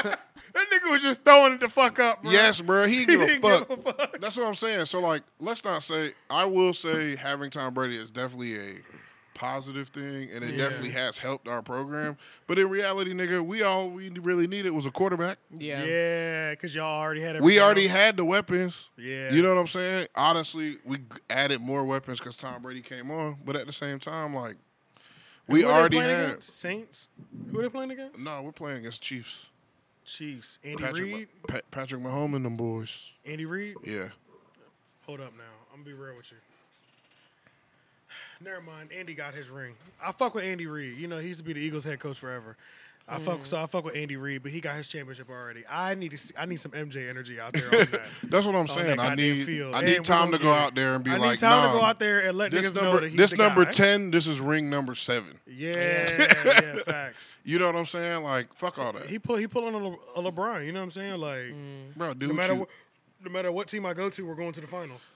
B: that nigga was just throwing it the fuck up. <laughs> <laughs> Bro.
A: yes, bro, he didn't
B: didn't
A: give a fuck.
B: give a fuck.
A: That's what I'm saying. So like, let's not say. I will say having Tom Brady is definitely a positive thing, and it
B: Yeah.
A: definitely has helped our program. But in reality, nigga, we all we really needed was a quarterback.
D: Yeah.
B: Yeah, because y'all already had.
A: we
B: everything
A: already
B: else.
A: had the weapons.
B: Yeah.
A: You know what I'm saying? Honestly, we g- added more weapons because Tom Brady came on, but at the same time, like we
B: Who are they
A: already
B: playing
A: had.
B: against? Saints. Who are they playing against?
A: No, we're playing against Chiefs.
B: Chiefs. Andy
A: Patrick,
B: Reid.
A: Ma- Pa- Patrick Mahomes and them boys.
B: Andy Reid.
A: Yeah,
B: Hold up now. I'm gonna be real with you. <sighs> Never mind. Andy got his ring. I fuck with Andy Reid. You know he used to be the Eagles head coach forever. I fuck so I fuck with Andy Reid, but he got his championship already. I need to see. I need some MJ energy out
A: <laughs>
B: there. On that.
A: that's what I'm
B: on
A: saying.
B: Oh, that
A: I
B: goddamn
A: need
B: field.
A: I
B: And
A: need
B: we
A: Tom
B: gonna
A: to go
B: get it.
A: out there and be
B: I need
A: like,
B: Tom
A: nah,
B: to go out there and let
A: this
B: niggas know that
A: number
B: he's
A: this
B: the
A: number
B: guy.
A: ten. This is ring number seven. <laughs>
B: Yeah, yeah, facts.
A: You know what I'm saying? Like fuck all that,
B: He pull he pulling a, Le, a LeBron. You know what I'm saying? Like
A: bro. Do
B: no
A: what
B: matter
A: you-
B: what, no matter what team I go to, we're going to the finals.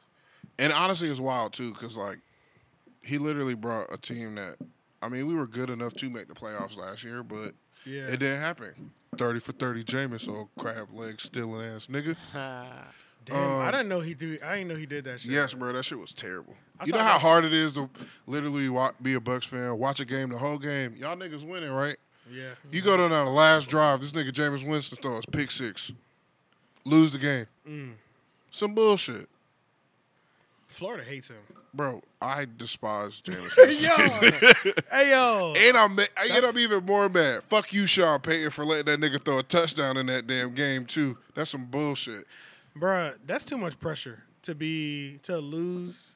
A: And honestly, it's wild too, because like he literally brought a team that I mean, we were good enough to make the playoffs last year, but
B: Yeah. <laughs>
A: it didn't happen. Thirty for thirty, Jameis, old crab leg stealing ass nigga.
B: Damn, I
A: Um,
B: didn't know he do. I didn't know he did that shit.
A: Yes, bro, that shit was terrible.
B: I
A: you know
B: thought
A: how
B: that-
A: hard it is to literally wa be a Bucks fan, watch a game the whole game. Y'all niggas winning, right?
B: Yeah.
A: You go down on the last drive, this nigga Jameis Winston throws pick six, lose the game.
B: Mm.
A: Some bullshit,
B: Florida hates him.
A: bro. I despise
B: <laughs>
A: Jameis Winston. <laughs>
B: Hey yo.
A: And I'm, ma- I, and I'm even more mad. Fuck you, Sean Payton, for letting that nigga throw a touchdown in that damn game too. That's some bullshit.
B: Bruh, that's too much pressure to be to lose,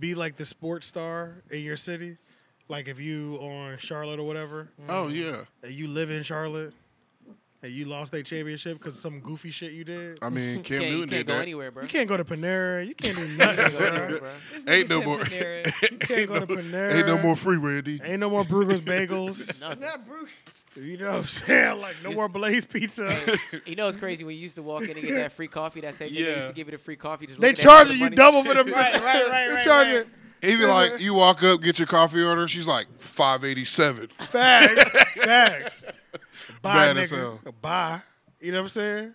B: be like the sports star in your city. Like if you on Charlotte or whatever,
A: Oh yeah.
B: and you live in Charlotte, and you lost that championship because of some goofy shit you did.
A: I mean, Cam
C: Can't, you
A: Newton
C: can't
A: did
C: go
A: that.
C: anywhere, bro.
B: You can't go to Panera. You can't do nothing. bro.
A: Ain't no more.
D: Panera.
B: can't go to Panera.
A: <laughs> Ain't no more free Randy.
B: Ain't no more Brugger's
A: <laughs>
B: bagels. <laughs>
C: Nothing.
D: Not Bruce.
B: You know what I'm saying? Like no more Blaze pizza.
C: You know it's crazy when you used to walk in and get that free coffee. That same thing they used
A: Yeah.
C: to give you the free coffee. Just
B: they
C: look at that bag of
B: charging you
C: money.
B: double for the pizza.
D: <laughs> Right, right, right,
B: They
D: right,
B: charging
D: right.
A: Even like you walk up, get your coffee order. She's like five eighty seven.
B: <laughs> Facts. Facts. Bye,
A: Bad as hell.
B: nigga. Bye. You know what I'm saying?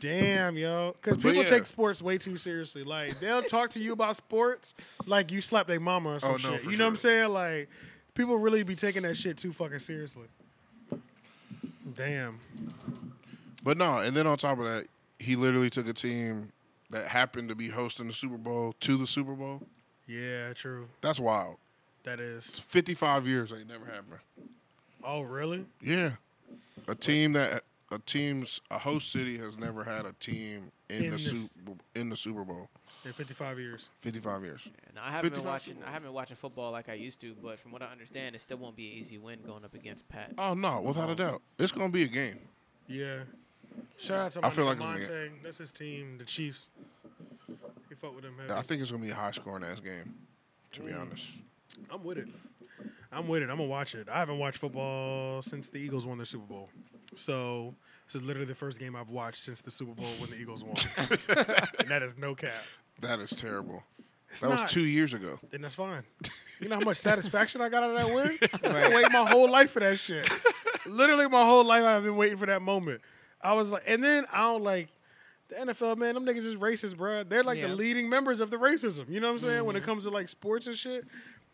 B: Damn, yo. Because people
A: yeah.
B: take sports way too seriously. Like, they'll talk to you about sports like you slapped their mama or some
A: Oh, no,
B: shit.
A: for
B: You know what I'm
A: sure.
B: saying? Like, people really be taking that shit too fucking seriously. Damn.
A: But no, and then on top of that, he literally took a team that happened to be hosting the Super Bowl to the Super Bowl.
B: Yeah, true.
A: That's wild.
B: That is.
A: Fifty five years ain't never happened.
B: Oh, really?
A: Yeah, a team that a team's a host city has never had a team in,
B: In
A: the
B: this-
A: Super in the Super Bowl.
B: In 55 years.
A: Fifty five years.
C: And I haven't been
A: 55
C: watching. I haven't been watching football like I used to, but from what I understand, it still won't be an easy win going up against Pat.
A: Oh no, without a doubt, it's gonna be a game.
B: Yeah. Shout out to my
A: I feel
B: nigga
A: like it's
B: Monte.
A: gonna
B: That's his team, the Chiefs. He fuck with them heavy.
A: I think it's gonna be a high scoring ass game. To be honest,
B: I'm with it. I'm with it. I'm gonna watch it. I haven't watched football since the Eagles won their Super Bowl, so this is literally the first game I've watched since the Super Bowl when the Eagles
A: <laughs>
B: won, and that is no cap.
A: that is terrible.
B: It's
A: That
B: not,
A: was two
B: <laughs>
A: years ago.
B: and that's fine. You know how much satisfaction I got out of that win? I
D: <laughs> Right.
B: waited my whole life for that shit. Literally, my whole life I've been waiting for that moment. I was like, and then I don't like the NFL, man. Them niggas is racist, bro. They're like
D: Yeah. Mm-hmm.
B: the leading members of the racism. You know what I'm saying? When it comes to like sports and shit.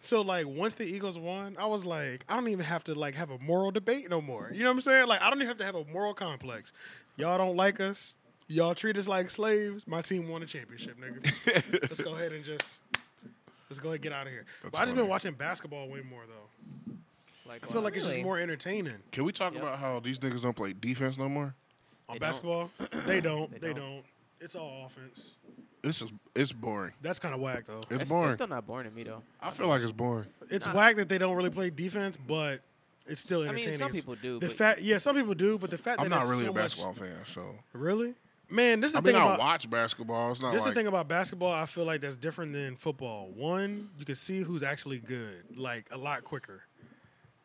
B: So like once the Eagles won, I was like, I don't even have to like have a moral debate no more. You know what I'm saying? Like I don't even have to have a moral complex. Y'all don't like us. Y'all treat us like slaves. My team won a championship, nigga. Let's go ahead and just let's go ahead and get out of here. But I just been
A: funny.
B: watching basketball way more though.
C: Like, um,
B: I feel like it's just
D: Really?
B: more entertaining
A: Can we talk
C: Yep.
A: about how these niggas don't play defense no more?
B: on
C: They
A: <clears throat>
C: don't.
B: basketball. They don't. They,
C: They
B: don't.
C: don't.
B: It's all offense.
A: This is it's boring.
B: That's kind of whack though.
A: It's
C: it's,
A: boring.
C: It's still not boring to me though.
A: I feel like it's boring.
B: It's whack that they don't really play defense, but it's still
C: I mean,
B: entertaining.
C: some people do,
B: The
C: but-
B: fact, yeah, some people do, but the fact
A: I'm
B: that
A: not
B: it's
A: really
B: so
A: a
B: much-
A: basketball fan, so
B: really, man. This is the
A: I mean,
B: thing
A: I
B: about
A: watch basketball. It's not
B: This is
A: like
B: the thing about basketball. I feel like that's different than football. One, you can see who's actually good, like a lot quicker.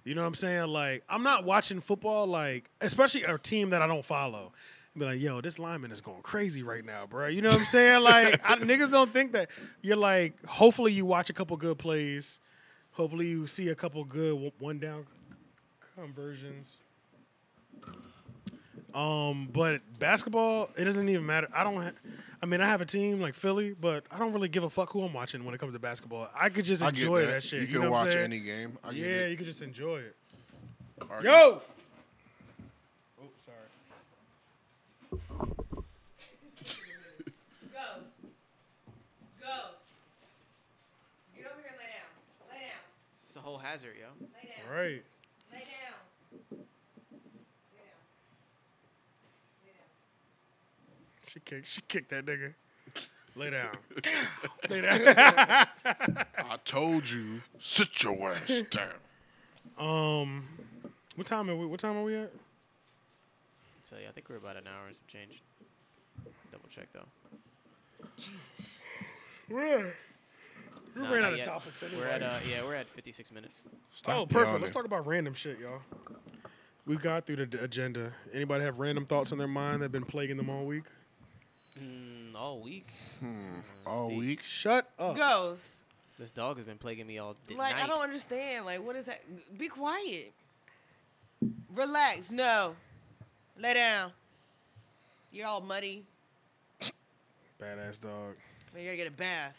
B: You know what I'm saying? Like I'm not watching football, like especially a team that I don't follow. Be like, yo, this lineman is going crazy right now, bro. You know what I'm saying? Like I, <laughs> niggas don't think that you're like. Hopefully, you watch a couple good plays. Hopefully, you see a couple good one down conversions. Um, but basketball, it doesn't even matter. I don't. Ha- I mean, I have a team like Philly, but I don't really give a fuck who I'm watching when it comes to basketball. I could just
A: I get
B: enjoy
A: that.
B: that. shit.
A: You,
B: You,
A: can
B: know
A: watch
B: what I'm saying?
A: any game. I get
B: Yeah,
A: it.
B: you could just enjoy it.
A: All right.
B: Yo. Oh, sorry.
F: Ghost. Ghost. Get over here and lay down. Lay down.
C: It's a whole hazard, yo.
F: Lay
B: All
F: down.
B: right.
F: Lay down. Lay down. Lay down.
B: She kicked. She kicked that nigga. Lay
A: <laughs>
B: down. Lay down. <laughs>
A: I told you, sit
B: <laughs>
A: your ass down.
B: Oh, um, what time are we? What time are we at?
C: So yeah, I think we're about an hour and some change. Double check though.
D: Jesus.
B: We're we
C: Nah,
B: ran
C: not
B: out of
C: yet.
B: topics anyway.
C: We're at uh, yeah, we're at 56 minutes.
A: Stop
B: oh, perfect.
A: yawning.
B: Let's talk about random shit, y'all. We've got through the d- agenda. Anybody have random thoughts in their mind that have been plaguing them all week?
C: Mm, all week.
A: all
C: Steve.
A: week.
B: Shut up.
D: Ghost.
C: This dog has been plaguing me all day.
D: Like I don't understand. Like what is that? Be quiet. Relax. No. Lay down. You're all muddy.
B: Badass dog.
D: We gotta get a bath.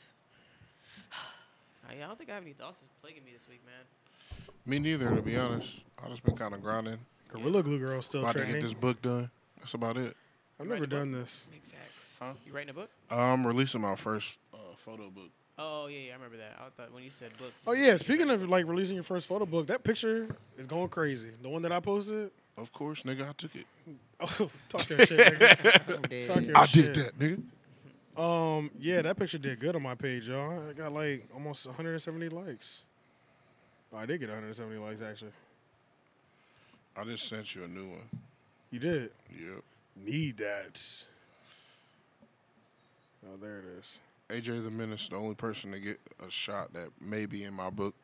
C: I, I don't think I have any thoughts that's plaguing me this week, man.
A: Me neither, to be honest. I just been kind of grinding,
B: Gorilla Glue Girl still
A: about to
B: training.
A: get this book done. That's about it.
B: I've
C: Right
B: never
C: about-
B: done this.
C: Big facts.
A: Huh?
C: You writing a book?
A: I'm releasing my first uh, photo book.
C: Oh yeah, yeah, I remember that. I thought when you said book.
B: Oh yeah, speaking of like releasing your first photo book, that picture is going crazy. The one that I posted. <laughs>
A: Of course, nigga, I took it.
B: Oh, talk your shit.
C: <laughs>
B: nigga. Talk your
A: I
B: shit.
A: did that, nigga.
B: Um, yeah, that picture did good on my page, y'all. I got like almost 170 likes. Oh, I did get 170 likes actually.
A: I just sent you a new one.
B: You did.
A: Yep.
B: Need that. Oh, there it is.
A: AJ the Menace, the only person to get a shot that may be in my book.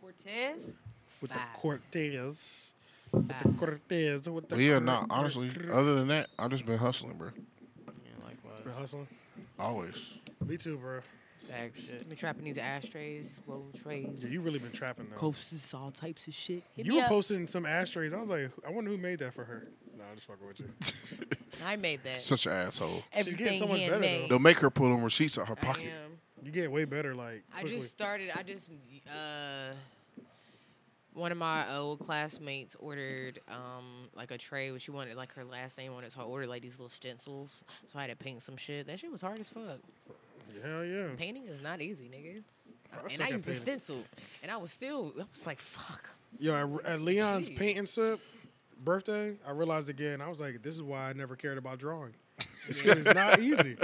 D: Cortez.
B: With
D: Five.
B: the Cortez.
D: Five.
B: Cortez. With the
A: But yeah,
B: Cor-
A: nah, honestly, other than that, I've just been hustling, bro.
C: Yeah,
B: Been
C: likewise.
B: hustling.
A: Always.
B: Me too, bro.
C: Bag shit.
D: Been trapping these ashtrays, roll trays,
B: Yeah, you really been trapping though.
D: coasters, all types of shit. Hit
B: You
D: me
B: were
D: up.
B: posting some ashtrays. I was like, I wonder who made that for her. Nah, I'm just fucking with you.
D: I made that.
A: Such an asshole.
D: Everything
B: so much better, though.
D: handmade.
A: They'll make her pull them receipts out her
D: I
A: pocket.
D: am.
B: You get way better, like
D: I
B: quickly.
D: just started. I just uh, one of my old classmates ordered um like a tray where she wanted like her last name on it, so I ordered like these little stencils. So I had to paint some shit. That shit was hard
B: <laughs>
D: as fuck.
B: hell yeah.
D: Painting is not easy, nigga.
B: I
D: and
B: suck
D: I
B: at
D: used a
B: painting.
D: stencil, and I was still. I was like, fuck.
B: Yo, at, at Leon's
D: Jeez.
B: painting sip birthday, I realized again. I was like, this is why I never cared about drawing. This shit is not easy.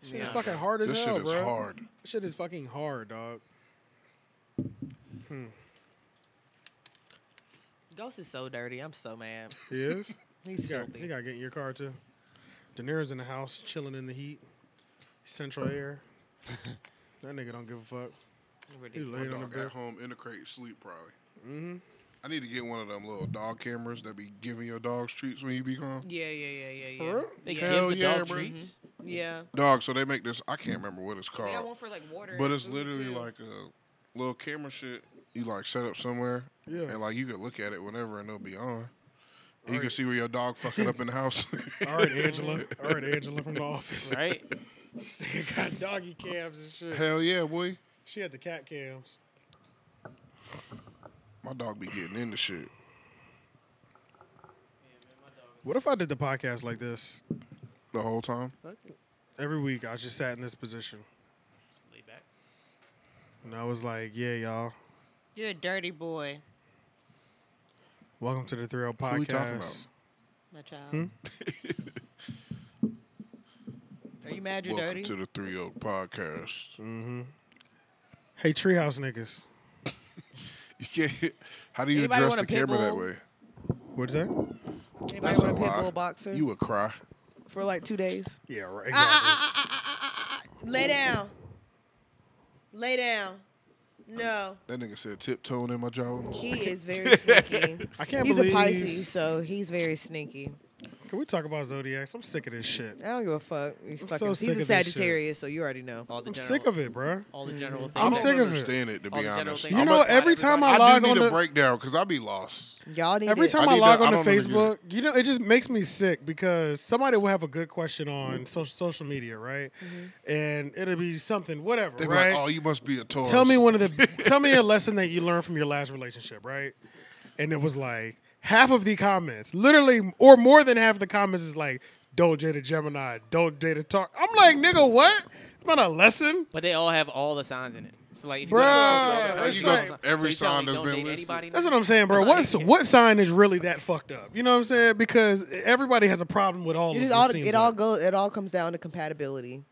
B: This shit is fucking hard as
A: This
B: hell,
A: shit is
B: bro.
A: hard.
B: This shit is fucking hard, dog.
D: Ghost is so dirty. I'm so
B: <laughs>
D: mad.
B: He is.
D: He's
B: You got,
D: filthy.
B: you got to get in your car too. De Niro's in the house, chilling in the heat, central air. that nigga don't give a fuck. He
D: Ridiculous.
B: laid on the
A: Dog at
B: bed.
A: home in the crate, sleep probably. Mm-hmm. I need to get one of them little dog cameras that be giving your dogs treats when you be gone.
D: Yeah, yeah, yeah, yeah,
B: For
D: yeah.
B: real?
C: They
D: Yeah.
A: Hell
C: give the
A: yeah,
C: dog
A: bro.
B: Mm-hmm.
C: treats.
D: Yeah.
A: Dog, so they make this. I can't remember what it's
D: They got
A: called,
D: one for like water.
A: but
D: and
A: it's
D: food,
A: literally
D: too.
A: like a little camera shit. You like set up somewhere,
B: Yeah.
A: and like you can look at it whenever, and it'll be on. And you
B: Alright.
A: can see where your dog fucking up in the <laughs> house.
B: All right, Angela. All right, Angela from the office. <laughs>
C: Right?
B: Nigga got doggy cams and shit.
A: <laughs> Hell yeah, boy!
B: She had the cat cams.
A: My dog be getting into shit.
B: What if I did the podcast like this
A: The whole time,
B: every week? I just sat in this position
C: Just lay back.
B: and I was like, "Yeah, y'all,
D: You're a dirty boy,
B: welcome to the Thrill Podcast."
A: Who we talking
D: my child. <laughs> Are you mad you're
A: welcome
D: dirty?
A: to the Three Oak Podcast.
B: Hey, Treehouse niggas,
A: <laughs> You can't. How do you
D: Anybody
A: address
D: want
A: the
D: a
A: camera
D: pit
A: that
D: bull?
A: way?
B: what's that?
D: Anybody
A: That's a
D: want a pit
A: lie.
D: bull boxer
A: You would cry.
D: for like
B: <laughs>
D: two days?
B: Yeah, right. ah,
D: Ah, Lay down. Lay down. No,
A: That nigga said tiptoeing in my Jones.
B: <laughs>
D: he is very sneaky.
B: I can't
D: he's
B: believe.
D: a Pisces, so he's very sneaky.
B: Can we talk about zodiacs? I'm sick of this shit.
D: I don't give a fuck. He's,
B: I'm
D: fucking,
B: so sick
D: he's a
B: of this shit. Oh.
D: Sagittarius, so you already know.
C: All the
B: I'm
C: general,
B: sick of it, bro.
C: All the general things.
A: I
B: I'm
A: don't
B: sick of it.
A: understand it, to
C: All
A: be
C: the general
A: honest.
C: things
B: You
C: that
A: I'm a-
B: know,
C: apply to
B: every
C: everybody.
B: time I
A: I
B: log
A: do
B: on
A: need
B: the-
A: a breakdown because I be lost.
D: Y'all need
B: Every
D: it.
B: time
A: I
B: I,
A: need
B: log
A: to- I
B: on
A: don't
B: to
A: really get
B: Facebook, you know, it just makes me sick because somebody will have a good question
A: Mm-hmm.
B: on social, social media, right?
D: Mm-hmm.
B: And it'll be something, whatever,
A: They're
B: right?
A: like, "Oh, you must be a Taurus."
B: tell me one of the tell me a lesson that you learned from your last relationship, right? And it was like half of the comments, literally, or more than half the comments is like, "Don't date a Gemini, don't date a Tar." I'm like, nigga, what? It's not a lesson.
C: But they all have all the signs in it. So like, if you
B: Bruh,
C: go to
B: it's
C: you go
B: like-
C: to-
A: Every
C: so you're telling
A: sign
C: me
A: that's
C: don't
A: been
C: date
A: listed.
C: anybody
B: That's
C: now?
B: what I'm saying, bro.
C: Like,
B: What's
C: yeah.
B: what sign is really that fucked up? You know what I'm saying? Because everybody has a problem with all
D: It,
B: of
D: just
B: it
D: all,
B: seems
D: it all
B: like.
D: goes. It all comes down to compatibility.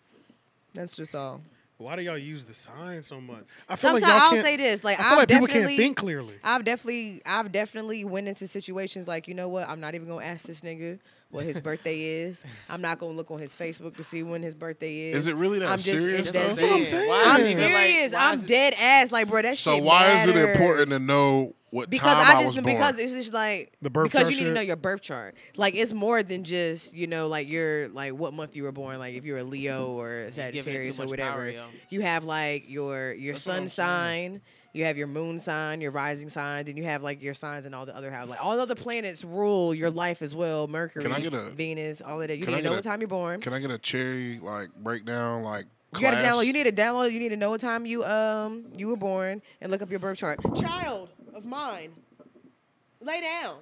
D: That's just all.
B: Why do y'all use the sign so much? I feel
D: Sometimes
B: like y'all
D: I'll
B: can't,
D: say this, like
B: I feel
D: I've
B: like people can't
D: definitely-
B: think clearly.
D: I've definitely, I've definitely went into situations like, you know what? I'm not even gonna ask this nigga what his birthday is. I'm not gonna look on his Facebook to see when his birthday is.
A: Is it really that
D: I'm just-
A: serious?
D: it's
A: though?
D: just-
B: That's what I'm saying.
C: Why
D: I'm
C: is it like-
D: serious.
C: why
D: I'm
C: is it-
D: dead ass. Like, bro, that
A: So
D: shit.
A: why is it
D: matters.
A: important to know what
D: Because
A: time I,
D: I
A: was
D: just
A: born?
D: because it's just like
B: The birth
D: because
B: chart
D: you need
B: shit?
D: to know your birth chart. Like it's more than just you know like your like what month you were born. Like if you're a Leo or a
C: giving it too
D: Sagittarius or
C: much
D: whatever,
C: power, yo.
D: you have like your your
C: That's what
D: sun
C: I'm saying.
D: sign. You have your moon sign, your rising sign, then you have like your signs and all the other how like all the other planets rule your life as well. Mercury,
A: Can I get a-
D: Venus, all of that. You
A: can I
D: need to know
A: get a-
D: what time you're born.
A: Can I get a cherry like breakdown like
D: You
A: class?
D: gotta download. You need to download. You need to know what time you um you were born and look up your birth chart. Child of mine, lay down,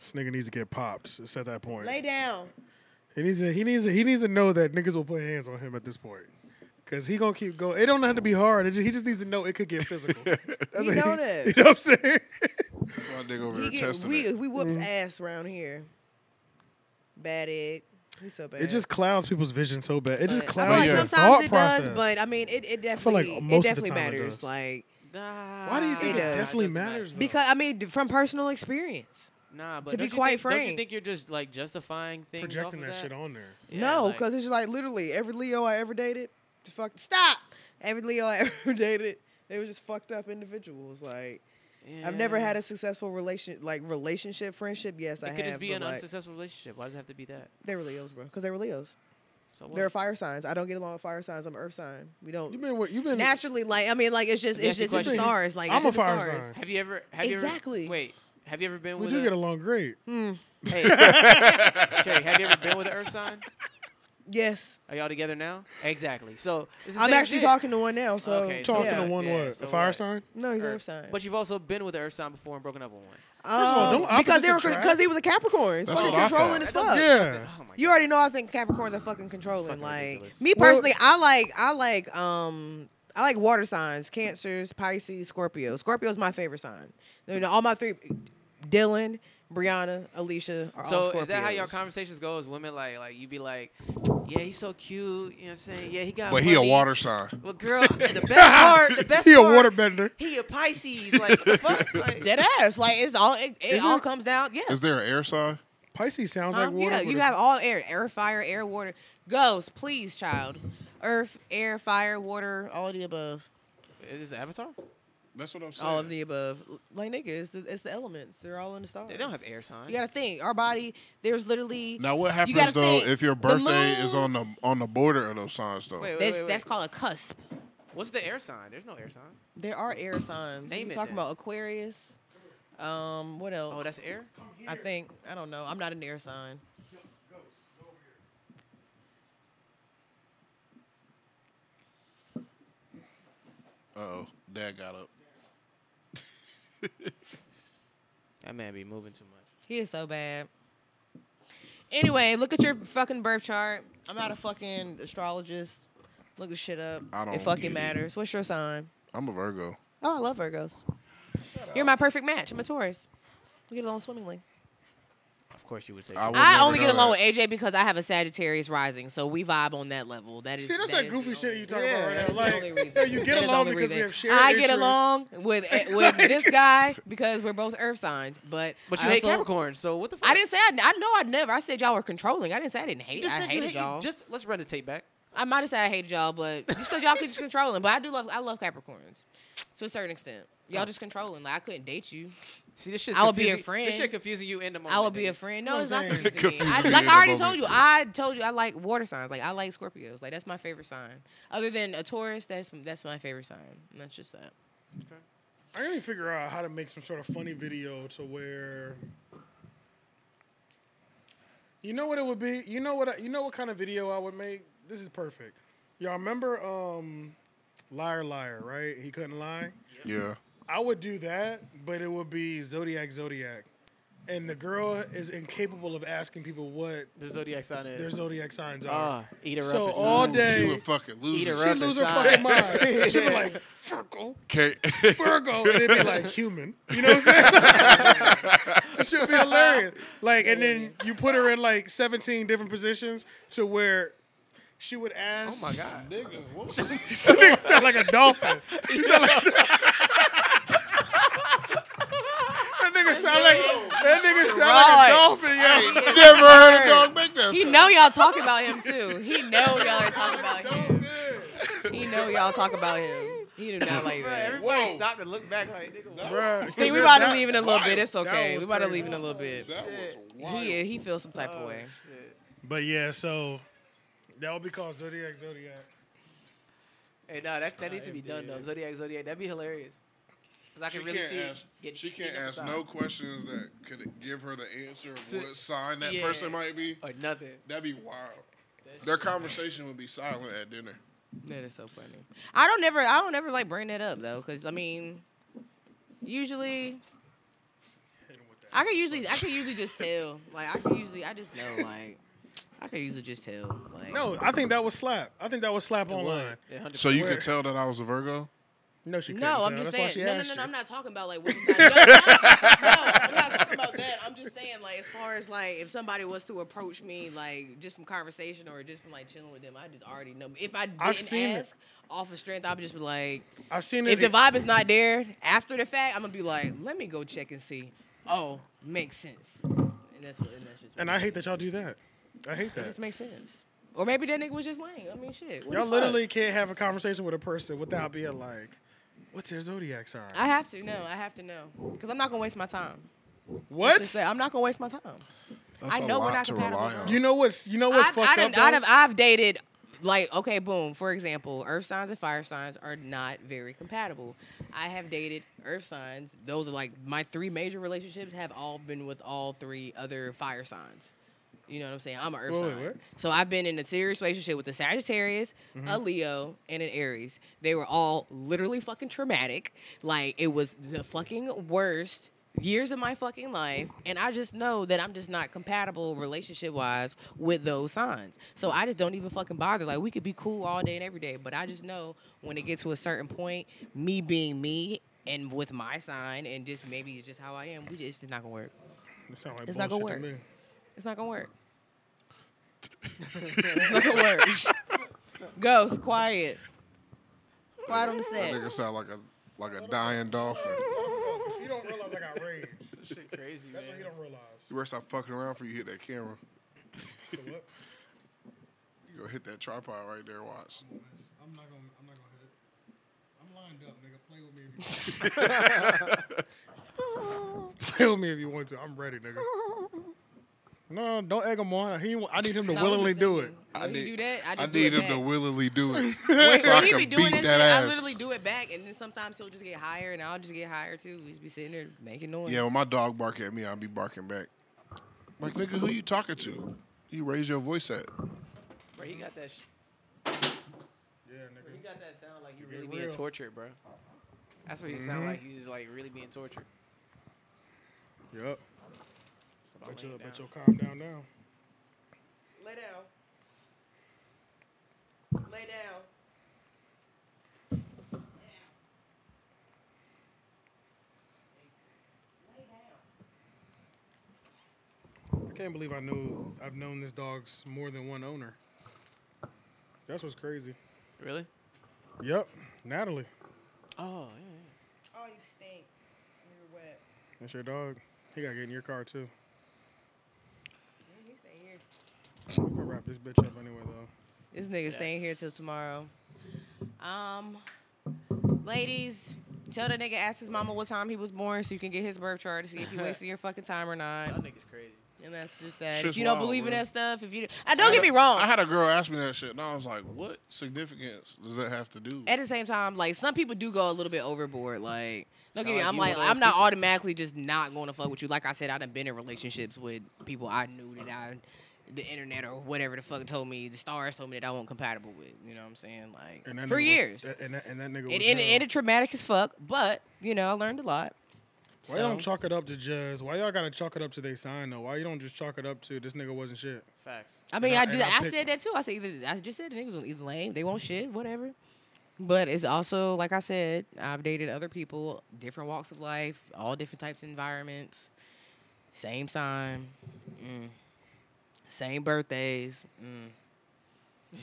B: This nigga needs to get popped. It's at that point.
D: lay down.
B: He needs to he needs to he needs to know that niggas will put hands on him at this point. Cause he gonna keep going. It don't have to be hard. It just, he just needs to know it could get physical. That's
D: He
B: what
D: know that.
B: <laughs> You know what I'm saying?
A: My nigga over
D: He
A: there
D: get,
A: testing
D: we
A: it.
D: we whoops
C: Mm-hmm.
D: ass around here. Bad egg. He's so bad.
B: It just clouds people's vision so bad. It just
D: But I feel
B: clouds
D: like
B: your
D: sometimes
B: thought
D: it
B: process.
D: does, but I mean, it, it
B: feel like
D: definitely
B: most of
D: it
B: the
D: definitely
B: time it
D: matters.
B: does.
D: like
B: why do you think it,
D: does.
B: definitely
C: doesn't matter.
B: matters? though?
D: because I mean, d- from personal experience.
C: Nah, but
D: To be
C: don't you
D: quite
C: think- don't
D: frank.
C: you think you're just like justifying things?
B: projecting
C: off
B: that,
C: of
B: shit on there.
C: Yeah,
D: no,
C: like-
D: because it's just like literally every Leo I ever dated, just fuck. Stop. Every Leo I <laughs> ever dated, they were just fucked up individuals. Like I've never
C: Yeah.
D: had a successful relation, like relationship, friendship. Yes, I
C: It
D: have.
C: could just be
D: but,
C: an
D: like,
C: unsuccessful relationship. Why does it have to be that?
D: They were Leos, bro, because they were Leos.
C: So what?
D: They're fire signs. I don't get along with fire signs. I'm Earth sign. We don't
B: You been what? You been
D: naturally like. I mean, like it's just
C: Let me
D: it's
C: ask
D: just
C: you a
D: in the
C: question.
D: stars. Like
B: I'm
D: it's
B: a
D: in the
B: fire
D: stars.
B: sign.
C: have you ever? Have
D: Exactly.
C: You ever, wait, have you ever been
B: We
C: with?
B: do
C: a, <laughs>
B: get along great.
D: Hmm.
B: <laughs>
C: Hey, Cherry, have you ever been with an Earth sign?
D: Yes,
C: Are y'all together now? Exactly. So it's the
D: I'm
C: same
D: actually
C: shit.
D: talking to one now. So
C: Okay, so
B: Talking
D: yeah.
B: to one
C: yeah,
B: what?
C: so
B: a fire
C: what?
B: sign?
D: No, he's
C: Earth.
D: Earth, sign.
C: Er, But you've also been with an Earth sign before and broken up with one.
B: all,
D: Um,
B: don't
D: because they were
B: opposites attract?
D: because he was a Capricorn. It's
A: That's
D: fucking
A: what I thought.
D: controlling as
C: That don't
D: fuck.
B: Yeah.
C: Oh my
D: You already know I think Capricorns are fucking controlling.
C: fucking
D: like
C: ridiculous.
D: me
B: Well-
D: personally, I like I like um I like water signs, Cancers, Pisces, Scorpio. Scorpio's my favorite sign. You know, all my three, Dylan, Brianna, Alicia
C: God.
D: are all
C: So
D: Scorpios.
C: is that how your conversations go? As women, like, like you be like, yeah, he's so cute. You know what I'm saying? Yeah, he got.
A: But he a
C: money.
A: water sign.
C: Well, <laughs> girl, and the best part, the best
B: He a
C: part,
B: waterbender.
C: He a Pisces. Like, the <laughs> fuck? Like,
D: Dead ass, like it's all it, it
B: Is
D: all
B: it-
D: comes down. Yeah,
A: Is there an air sign?
B: Pisces sounds
D: Huh?
B: like water.
D: Um, yeah,
B: with
D: you
B: a-
D: have all air, air, fire, air, water. Ghost, please, child. Earth, air, fire, water, all of the above.
C: is this Avatar?
A: That's what I'm saying.
D: All of the above. Like nigga, it's the, it's the elements. They're all in the stars.
C: They don't have air signs.
D: You gotta think. Our body, there's literally
A: Now what
D: gotta
A: happens though
D: think,
A: if your
D: the
A: birthday is
D: moon-
A: on the on the border of those signs though?
C: Wait, wait,
D: that's
C: wait, wait.
D: that's called a cusp.
C: What's the air sign? There's no air sign.
D: There are air signs.
C: Name
D: you
C: it
D: talking
C: then.
D: about Aquarius. Um, what else?
C: Oh, that's air.
D: I think I don't know. I'm not an air sign.
A: Oh, dad got up.
C: That man be moving too much.
D: He is so bad. Anyway, look at your fucking birth chart. I'm not a fucking astrologist. Look this shit up.
A: I don't
D: it fucking
A: get it.
D: matters. What's your sign?
A: I'm a Virgo.
D: Oh, I love Virgos. You're my perfect match. I'm a Taurus. We get along swimmingly.
C: Of course, you would say.
A: I
C: so.
A: would
D: I
A: never
D: only
A: know
D: get along with
A: that.
D: AJ because I have a Sagittarius rising, so we vibe on that level. That is
B: <laughs> See, that's
D: is
B: that
D: the
B: goofy shit
D: only-
B: you talking
C: Yeah,
B: about right now.
C: that's
B: <laughs>
C: the
B: Like,
D: only reason.
B: no, you
D: That
B: get
D: is the
B: along
D: only
B: because we
D: reason.
B: have shared
D: I get
B: interests.
D: along with with this guy because we're both Earth signs, but
C: But you
D: I
C: hate
D: also-
C: Capricorn, so what the fuck?
D: I didn't say I, I know I never. I said y'all were controlling. I didn't say I didn't hate.
C: You just
D: I
C: said you
D: hated
C: hate-
D: y'all.
C: Just let's run the tape back.
D: I might have said I hated y'all, but just because y'all
C: <laughs>
D: could just controlling. But I do love I love Capricorns to a certain extent. Y'all just controlling. Like I couldn't date you.
C: See, this shit's
D: I would be your
C: confusing-
D: friend.
C: This shit confusing you in the moment.
D: I would be
C: nigga.
D: a friend. No,
B: know
D: it's
B: what
D: not
B: I'm saying?
D: confusing. me. I,
A: Confusing
D: like
A: in
D: I
A: the
D: already told
A: moment.
D: you, I told you I like water signs. Like I like Scorpios. Like that's my favorite sign. Other than a Taurus, that's that's my favorite sign. And that's just that.
B: I need to figure out how to make some sort of funny video to where. You know what it would be? You know what? I, you know what kind of video I would make? This is perfect. Y'all remember um, Liar Liar, right? He couldn't lie.
A: Yeah.
B: I would do that, but it would be Zodiac Zodiac, and the girl is incapable of asking people what
C: The zodiac sign is.
B: their zodiac signs are.
C: Ah, eat her
B: So
C: up.
B: all
C: inside.
B: day- Hey,
A: She would fucking lose
C: eat
A: it.
C: her
B: She
C: up
B: lose her
C: inside.
B: fucking mind. She'd be like Virgo,
A: Okay.
B: <laughs>
A: oh
B: Virgo, and it'd
C: <laughs>
B: be like human. You know what I'm saying? <laughs> it should be hilarious. Like, and then you put her in like 17 different positions to where she would
C: Oh
B: ask. <laughs>
C: my god.
A: Nigga, what was that?
B: This nigga sound like a
C: <laughs>
B: dolphin. He sound like. That nigga sound like that nigga sound like a
D: Right.
B: dolphin, yo.
A: Never heard a dog make that.
D: He
A: sound.
D: know y'all talk about him too. He know y'all are
C: <laughs>
D: talking about him. He know y'all talk about him. He do not like that.
A: Whoa.
C: Stop and look back like nigga. what?
B: Bruh,
D: See, we
B: that-
D: about to
B: that-
D: leave in a little bit. It's
B: that
D: okay.
B: was
D: We about to
B: crazy.
D: leave in a little bit.
A: That was wild.
D: He he feels some type of way.
B: But yeah, so that would be called Zodiac Zodiac.
C: Hey, no, that, that
I: Uh,
C: needs to be
I: if
C: done
I: they-
C: though. Zodiac, Zodiac, that'd be hilarious. 'Cause I
A: She
C: can really
A: can't
C: see it
A: ask.
C: getting
A: She
C: eaten
A: can't
C: up
A: ask
C: inside.
A: no questions that could give her the answer of
C: To-
A: what sign that
C: yeah.
A: person might be.
C: or nothing.
A: That'd be wild. Their conversation would be silent at dinner.
D: That is so funny. I don't never, I don't ever like bring that up though, because I mean, usually I could usually, I could usually just tell. Like I could usually, I just know. Like I could usually just tell. Like
B: No, I think that was slap. I think that was slap online.
C: Yeah, 100%.
A: So you
B: Where-
A: could tell that I was a Virgo.
B: No, she couldn't.
D: No,
B: tell.
D: I'm just
B: That's
D: saying.
B: Why she
D: No, no,
B: asked
D: no, no,
B: you.
D: I'm not talking about like. What no, no, I'm not talking about that. I'm just saying like, as far as like, if somebody was to approach me like just from conversation or just from like chilling with them, I just already know. If I didn't
B: seen it.
D: ask off of strength, I'd just be like,
B: I've seen it.
D: if the vibe is not there after the fact, I'm gonna be like, let me go check and see. Oh, makes sense. And that's what. And that's just.
B: and I hate that y'all do that. I hate
D: It
B: that.
D: just makes sense. Or maybe that nigga was just lame. I mean, shit. what the
B: Y'all
D: fuck?
B: literally can't have a conversation with a person without being like, "What's their zodiac sign?"
D: I have to know. I have to know because I'm not gonna waste my time. Let's
B: what?
D: just say, I'm not gonna waste my time.
A: That's
D: I
A: a
D: know we're
A: lot
D: not
A: to
D: compatible,
A: rely
D: bro.
A: on.
B: You know what's? You know what?
D: I've,
B: fucked
D: I done,
B: up.
D: I've,
B: though?
D: I've dated, like, okay, boom. For example, earth signs and fire signs are not very compatible. I have dated earth signs. Those are like my three major relationships have all been with all three other fire signs. You know what I'm saying? I'm an earth
B: Wait, wait,
D: sign.
B: what?
D: So I've been in a serious relationship with a Sagittarius, a
B: Mm-hmm.
D: Leo, and an Aries. They were all literally fucking traumatic. Like it was the fucking worst years of my fucking life. And I just know that I'm just not compatible relationship wise with those signs. So I just don't even fucking bother. Like we could be cool all day and every day, but I just know when it gets to a certain point, me being me and with my sign and just maybe it's just how I am, we just, it's just not gonna work.
B: It sound like
D: It's not gonna
B: bullshit to
D: work.
B: me.
D: It's not gonna work. <laughs> it's not gonna work. Ghost, quiet. Quiet on the
A: that
D: set.
A: nigga sound like a like a dying dolphin.
B: You don't realize I got rage.
C: shit crazy, man.
B: That's what he don't realize.
A: You better stop fucking around before you hit that camera.
B: The what?
A: You go hit that tripod right there. Watch.
B: I'm not gonna. I'm not gonna hit it. I'm lined up, nigga. Play with me if you
D: <laughs>
B: want to. <laughs> Play with me if you want to. I'm ready, nigga. No, don't egg him on. He, I need him to
D: That's all
B: willingly
D: I'm
B: do it.
D: saying. When he do that, I,
A: I
D: just do
A: need
D: it
A: him to
D: back.
A: willingly do
D: <laughs>
A: it.
D: When-
A: so
D: when
A: I
D: he
A: can
D: be doing
A: beat
D: that,
A: that
D: shit,
A: ass.
D: I literally do it back, and then sometimes he'll just get higher, and I'll just get higher too. He'll just be sitting there making noise.
A: Yeah, when my dog bark at me, I'll be barking back. Like nigga, who you talking to? You raise your voice at.
C: Bro, he got that. Sh-
B: Yeah,
C: he got that sound like he
B: Get
C: really being
B: real. Mm-hmm.
C: tortured, bro. That's what he sound like. He's just like really being tortured.
B: nigga. Yep.
C: So don't
B: Bet
C: lay
B: you'll,
C: it
B: bet
C: down.
B: you'll calm down now.
D: Lay down. Lay down.
B: I can't believe I knew I've known this dog's more than one owner. That's what's crazy.
C: Really?
B: Yep, Natalie.
C: Oh, yeah. yeah.
D: Oh, you stink. You're wet.
B: That's your dog. He gotta get in your car too.
D: He's staying Mm, here.
B: We're gonna wrap this bitch up anyway though.
D: This nigga staying here till tomorrow. Um, ladies, tell the nigga ask his mama what time he was born so you can get his birth chart to see if he wasted your fucking time or
C: Y'all
D: not.
C: niggas crazy.
D: And that's just that.
A: Shit's
D: if you don't
A: wild,
D: believe in
A: bro.
D: that stuff, if you I don't get me wrong.
A: I had a girl ask me that shit, and I was like, "What significance does that have to do?"
D: At the same time, like some people do go a little bit overboard. Like, don't
C: Sound
D: get me.
C: like
D: I'm
C: you one
D: like,
C: of those
D: I'm not
C: people.
D: automatically just not going to fuck with you. Like I said, I done been in relationships with people I knew that I, the internet or whatever the fuck told me, the stars told me that I wasn't compatible with. You know what I'm saying? Like
B: And that
D: for
B: nigga was-
D: years.
B: and, that, and that nigga.
D: It
B: was
D: ended,
B: down.
D: ended traumatic as fuck, but you know I learned a lot.
B: Why y'all don't
D: So-
B: chalk it up to just? Why y'all gotta chalk it up to they sign though? Why you don't just chalk it up to this nigga wasn't shit?
C: Facts.
D: I mean,
B: and I-
D: I, did.
B: and I
D: I,
B: picked-
D: said that too. I said either I just said the niggas was either lame, they want shit, whatever. But it's also like I said, I've dated other people, different walks of life, all different types of environments, same sign, mm. same birthdays. Mm.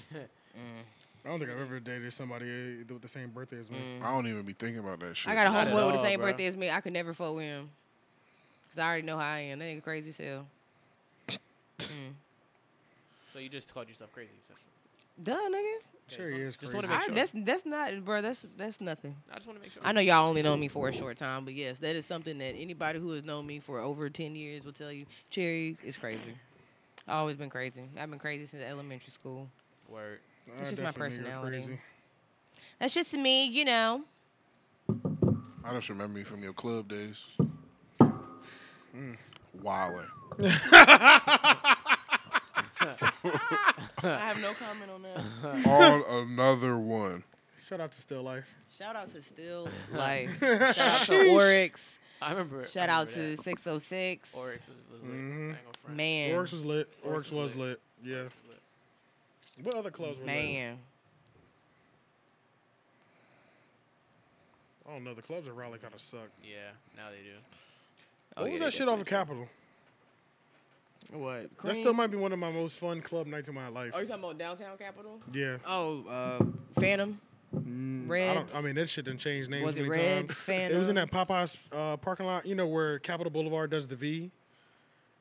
B: I don't think I've ever dated somebody uh, with the same birthday as me.
A: I don't even be thinking about that shit.
D: mm. I got a
C: Not at
D: homeboy with the
C: all,
D: same
C: bruh.
D: birthday as me. I could never fuck with him because I already know how I am. That nigga crazy as hell.
C: So you just called yourself crazy, essentially.
D: Duh, nigga.
B: Sure,
C: just
B: he
C: wanna-
B: is
C: just
B: crazy.
C: wanna make
D: I,
C: sure.
D: that's that's not, bro. That's that's nothing.
C: I just want to make sure.
D: I know y'all only know me for a short time, but yes, that is something that anybody who has known me for over 10 years will tell you. Cherry is crazy. i always been crazy. I've been crazy since elementary school.
C: Word.
B: I
D: it's just my
B: definitely think you're
D: personality. That's just me, you know.
A: I just remember you from your club
D: <laughs>
A: days. Wilder.
D: I have no comment on that.
A: On another one.
B: Shout out to Still Life.
D: <laughs> Shout out to Still
B: <laughs>
D: Life. Shout out to Oryx.
C: I remember. I
D: Shout out
C: remember
D: to
C: that.
D: 606.
C: Oryx was, was
B: Mm-hmm.
C: lit. I ain't gonna front.
D: Man.
B: Oryx was lit. Oryx
C: Oryx
B: was
C: was
B: lit. Yeah.
C: It was lit.
B: What other clubs were lit?
D: Man.
B: I don't know. The clubs at Raleigh kind of suck.
C: Yeah, now they do.
D: Oh,
B: what
D: yeah,
B: was
D: they
B: that shit off of Capitol?
D: definitely do. What?
B: That still might be one of my most fun club nights of my life.
D: Are Oh, you talking about downtown Capitol?
B: yeah.
D: Oh, uh, Phantom.
B: Mm, I,
D: Reds.
B: don't, I mean, that shit didn't change names
D: Was it
B: many
D: Reds,
B: times. It was in
D: Phantom?
B: that Popeyes uh, parking lot, you know, where Capitol Boulevard does the V.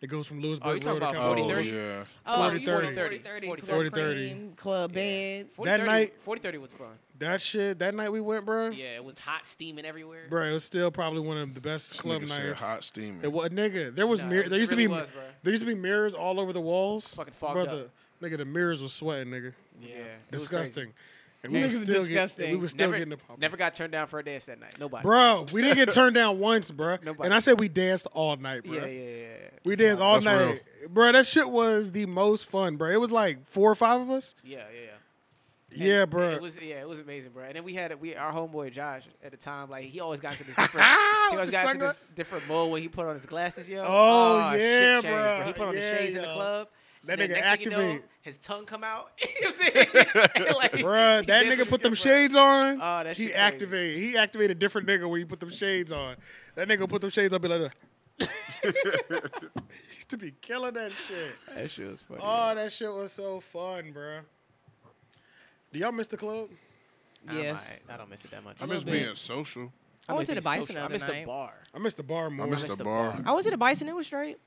B: It goes from
C: Oh, you
B: Lewisburg
C: talking
B: Road to
C: about
A: Oh,
B: Capitol.
C: 40-30?
A: yeah.
D: Oh,
B: 40,
D: you
B: 30.
D: want 40 30.
C: 40,
D: Club
B: 40, 30.
D: Cream, Club Bed.
C: 40,
B: That
C: 30,
B: night-
C: 40 30 was fun.
B: That shit, that night we went, bro.
C: Yeah, it was hot, steaming everywhere.
B: Bro, it was still probably one of the best club
A: Nigga said
B: nights.
A: hot steaming.
B: It was nigga. There was
C: Nah,
B: mir-
C: it
B: there used to
C: really
B: be
C: was, bruh.
B: there used to be mirrors all over the walls.
C: Fucking fogged
B: Brother, nigga, the mirrors was sweating, nigga.
C: Yeah, it was crazy.
B: Disgusting. And we,
D: Niggas
B: were
D: was
B: still get- and
D: disgusting.
B: we were still
C: never,
B: getting the pop.
C: never got turned down for a dance that night. Nobody.
B: Bro, we didn't get turned down once, bro.
C: <laughs> Nobody.
B: And I said we danced all night, bro.
C: Yeah, yeah, yeah.
B: We danced all
A: That's
B: night. Bro, that shit was the most fun, bro. It was like four or five of us.
C: Yeah, yeah, yeah.
B: yeah, bro.
C: It was <laughs> yeah, it was amazing, bro. And then we had we our homeboy Josh at the time, like he always
B: <laughs>
C: got to this different he
B: With
C: always
B: the
C: got to
B: sunglass-
C: this different mode when he put on his glasses, yo. Ah,
B: Oh,
C: shit
B: yeah,
C: changed,
B: bruh.
C: He put on
B: Yeah,
C: the shades in the
B: yo.
C: club.
B: That
C: and then
B: nigga
C: next thing You know,
B: activate.
C: his tongue come out. <laughs> You know what
B: <laughs>
C: I'm saying? <laughs> Like,
B: Bruh, that
C: he danced
B: nigga
C: with
B: put
C: it,
B: them
C: bruh.
B: shades on.
C: Oh, that
B: he
C: shit crazy.
B: activated. He activated a different nigga when he put them shades on. That nigga put them shades up. Be like, that. he used <laughs> to be killing that shit.
C: That shit was funny.
B: Oh, that shit was so fun, bruh. Do y'all miss the club?
D: Yes.
C: I, don't miss it that much.
A: I miss
D: bit.
A: being social.
D: I went
C: miss
D: to the
C: being
D: Bison
C: social.
D: the
C: I
D: other
C: miss
D: night.
C: the bar.
B: I missed the bar more.
A: I miss the bar.
D: I went to the Bison. It was straight.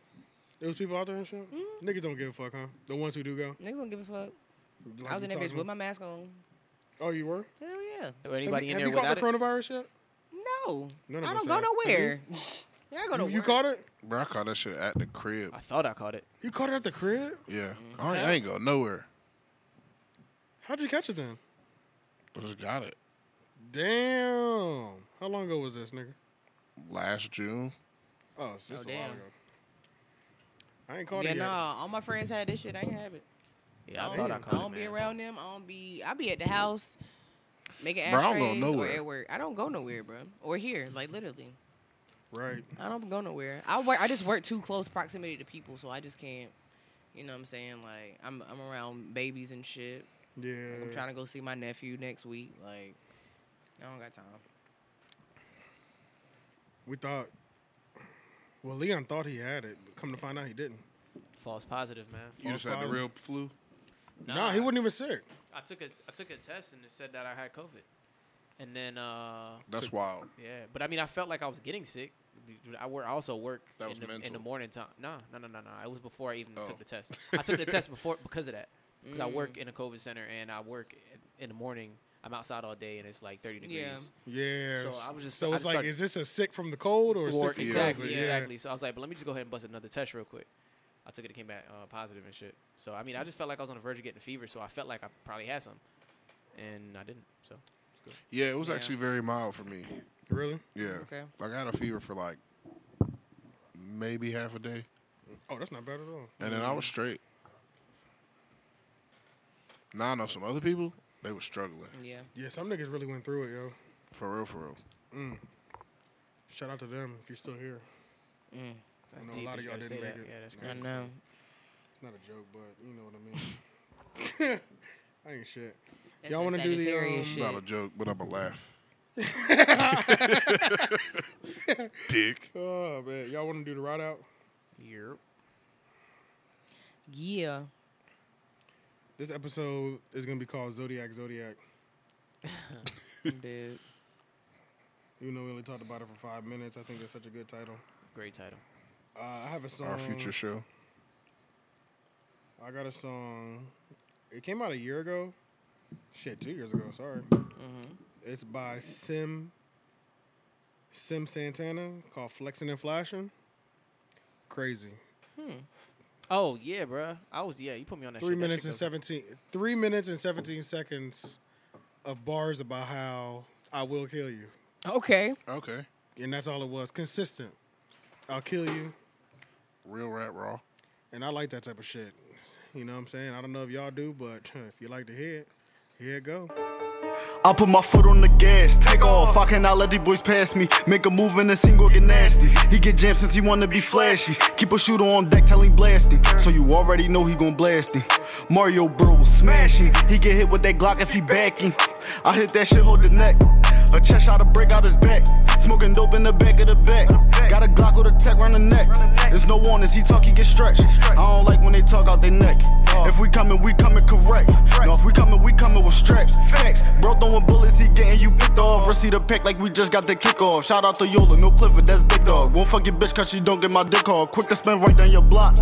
B: There was people out there and shit.
C: Mm-hmm.
B: Niggas don't give a fuck, huh? The ones who do go.
D: Niggas don't give a fuck.
B: Like you
D: I was in that
B: talking
D: bitch with
B: about-
D: my mask on.
B: Oh, you were?
D: Hell yeah.
C: Or anybody
B: have
C: in
B: you,
C: there
B: have
C: without
B: you caught
C: it?
B: the coronavirus yet?
D: No.
B: None of
D: I
B: us
D: don't go
B: have. Have
D: nowhere. <laughs> I go to
B: You, you
D: work.
B: caught it?
A: Bro, I caught that shit at the crib.
C: I thought I caught it.
B: You caught it at the crib?
A: Yeah. I ain't, I ain't go nowhere.
B: How'd you catch it then?
A: I just got it
B: Damn. How long ago was this, nigga?
A: last June.
B: Oh, it's just
D: Oh,
B: a while
D: damn.
B: ago. I ain't caught
D: Yeah,
B: it yet.
D: nah. All my friends had this shit. I ain't have it.
C: Yeah, I
D: I
C: thought
D: don't,
C: I
D: I
C: caught it.
D: don't be
C: man.
D: around them. I don't be. I be at the house making
A: Bro, I don't go
D: ashtrays or
A: nowhere.
D: at work. I don't go nowhere, bro. Or here, like literally.
B: Right.
D: I don't go nowhere. I work. I just work too close proximity to people, so I just can't. You know what I'm saying? Like I'm I'm around babies and shit.
B: Yeah.
D: Like, I'm trying to go see my nephew next week. Like I don't got time.
B: We thought. Well, Leon thought he had it, but come to find out he didn't.
C: False positive, man.
A: You just had the
B: problem.
A: real flu.
B: Nah, he wasn't even sick.
C: I took a I took a test and it said that I had COVID, and then uh
A: That's wild.
C: yeah, but I mean I felt like I was getting sick. I work. I also work
A: That was
C: in, the, in the
A: mental.
C: morning time. No, no, no, no, no. It was before I even
A: Oh.
C: took the test. I took
A: <laughs>
C: the test before because of that. Because I work in a COVID center and I work in, in the morning. I'm outside all day and it's like 30 degrees.
D: Yeah.
B: Yeah.
C: So I was just-
B: So
C: I
B: it's
C: just
B: like,
C: started-
B: is this a sick from the cold or,
C: Or-
B: sick from
C: exactly,
B: COVID?
C: exactly. So I was like, but let me just go ahead and bust another test real quick. I took it, it came back uh, positive and shit. So I mean, I just felt like I was on the verge of getting a fever, so I felt like I probably had some, and I didn't. So
A: Yeah, it was actually very mild for me.
B: Yeah. Really?
A: Yeah.
D: Okay.
A: Like I had a fever for like maybe half a day,
B: Oh, that's not bad at all.
A: and then I was straight. Now I know some other people. They were struggling
D: Yeah.
B: Yeah, some niggas really went through it, yo.
A: for real, for real.
B: Shout out to them if you're still here.
C: that's
B: I know a
C: deep
B: lot
C: that
B: of
C: you
B: y'all
C: gotta
B: didn't
C: say
B: make
C: that.
B: it.
C: Yeah, that's
D: I
C: crazy.
D: know.
B: Not a joke, but you know what I mean. <laughs> I ain't shit.
D: That's
B: Y'all
D: some
B: wanna do the,
D: Sagittarius
B: um,
D: shit.
A: Not a joke, but I'ma <laughs> laugh. Dick.
B: Oh man, y'all want to do the ride out?
C: Europe.
A: <laughs>
D: Yeah.
B: This episode is gonna be called Zodiac Zodiac.
D: I'm dead.
B: Even though we only talked about it for five minutes, I think it's such a good title.
C: Great title.
B: Uh, I have a song.
A: Our future show.
B: I got a song. It came out a year ago. Shit, two years ago. Sorry. Mm-hmm. It's by Sim. Sim Santana called Flexing and Flashing. Crazy.
C: Oh yeah, bruh. I was yeah. You put me on that.
B: Three
C: shit. That
B: minutes
C: shit
B: and
C: goes-
B: seventeen. Three minutes and seventeen seconds of bars about how I will kill you,
D: Okay.
A: Okay.
B: and that's all it was. Consistent. I'll kill you,
A: Real rap raw.
B: and I like that type of shit. You know what I'm saying? I don't know if y'all do, but if you like to hear it, here it go.
I: I put my foot on the gas, take off. I cannot let these boys pass me. Make a move and a single get nasty. He get jammed since he wanna be flashy. Keep a shooter on deck, tell him blasting. So you already know he gon' blast him. Mario Bros smashing. He get hit with that Glock if he backing. I hit that shit, hold the neck. A chest shot to break out his back. Smoking dope in the back of the back. Got a Glock with a tech round the neck. There's no warnings, he talk, he get stretched. I don't like when they talk out their neck. If we coming, we coming correct. No, if we coming, we coming with straps. Facts. Bro throwing bullets, he getting you picked off. Receipt a pack like we just got the kickoff. Shout out to Yola, no Clifford, that's big dog. Won't fuck your bitch cause she don't get my dick hard. Quick to spin right down your block.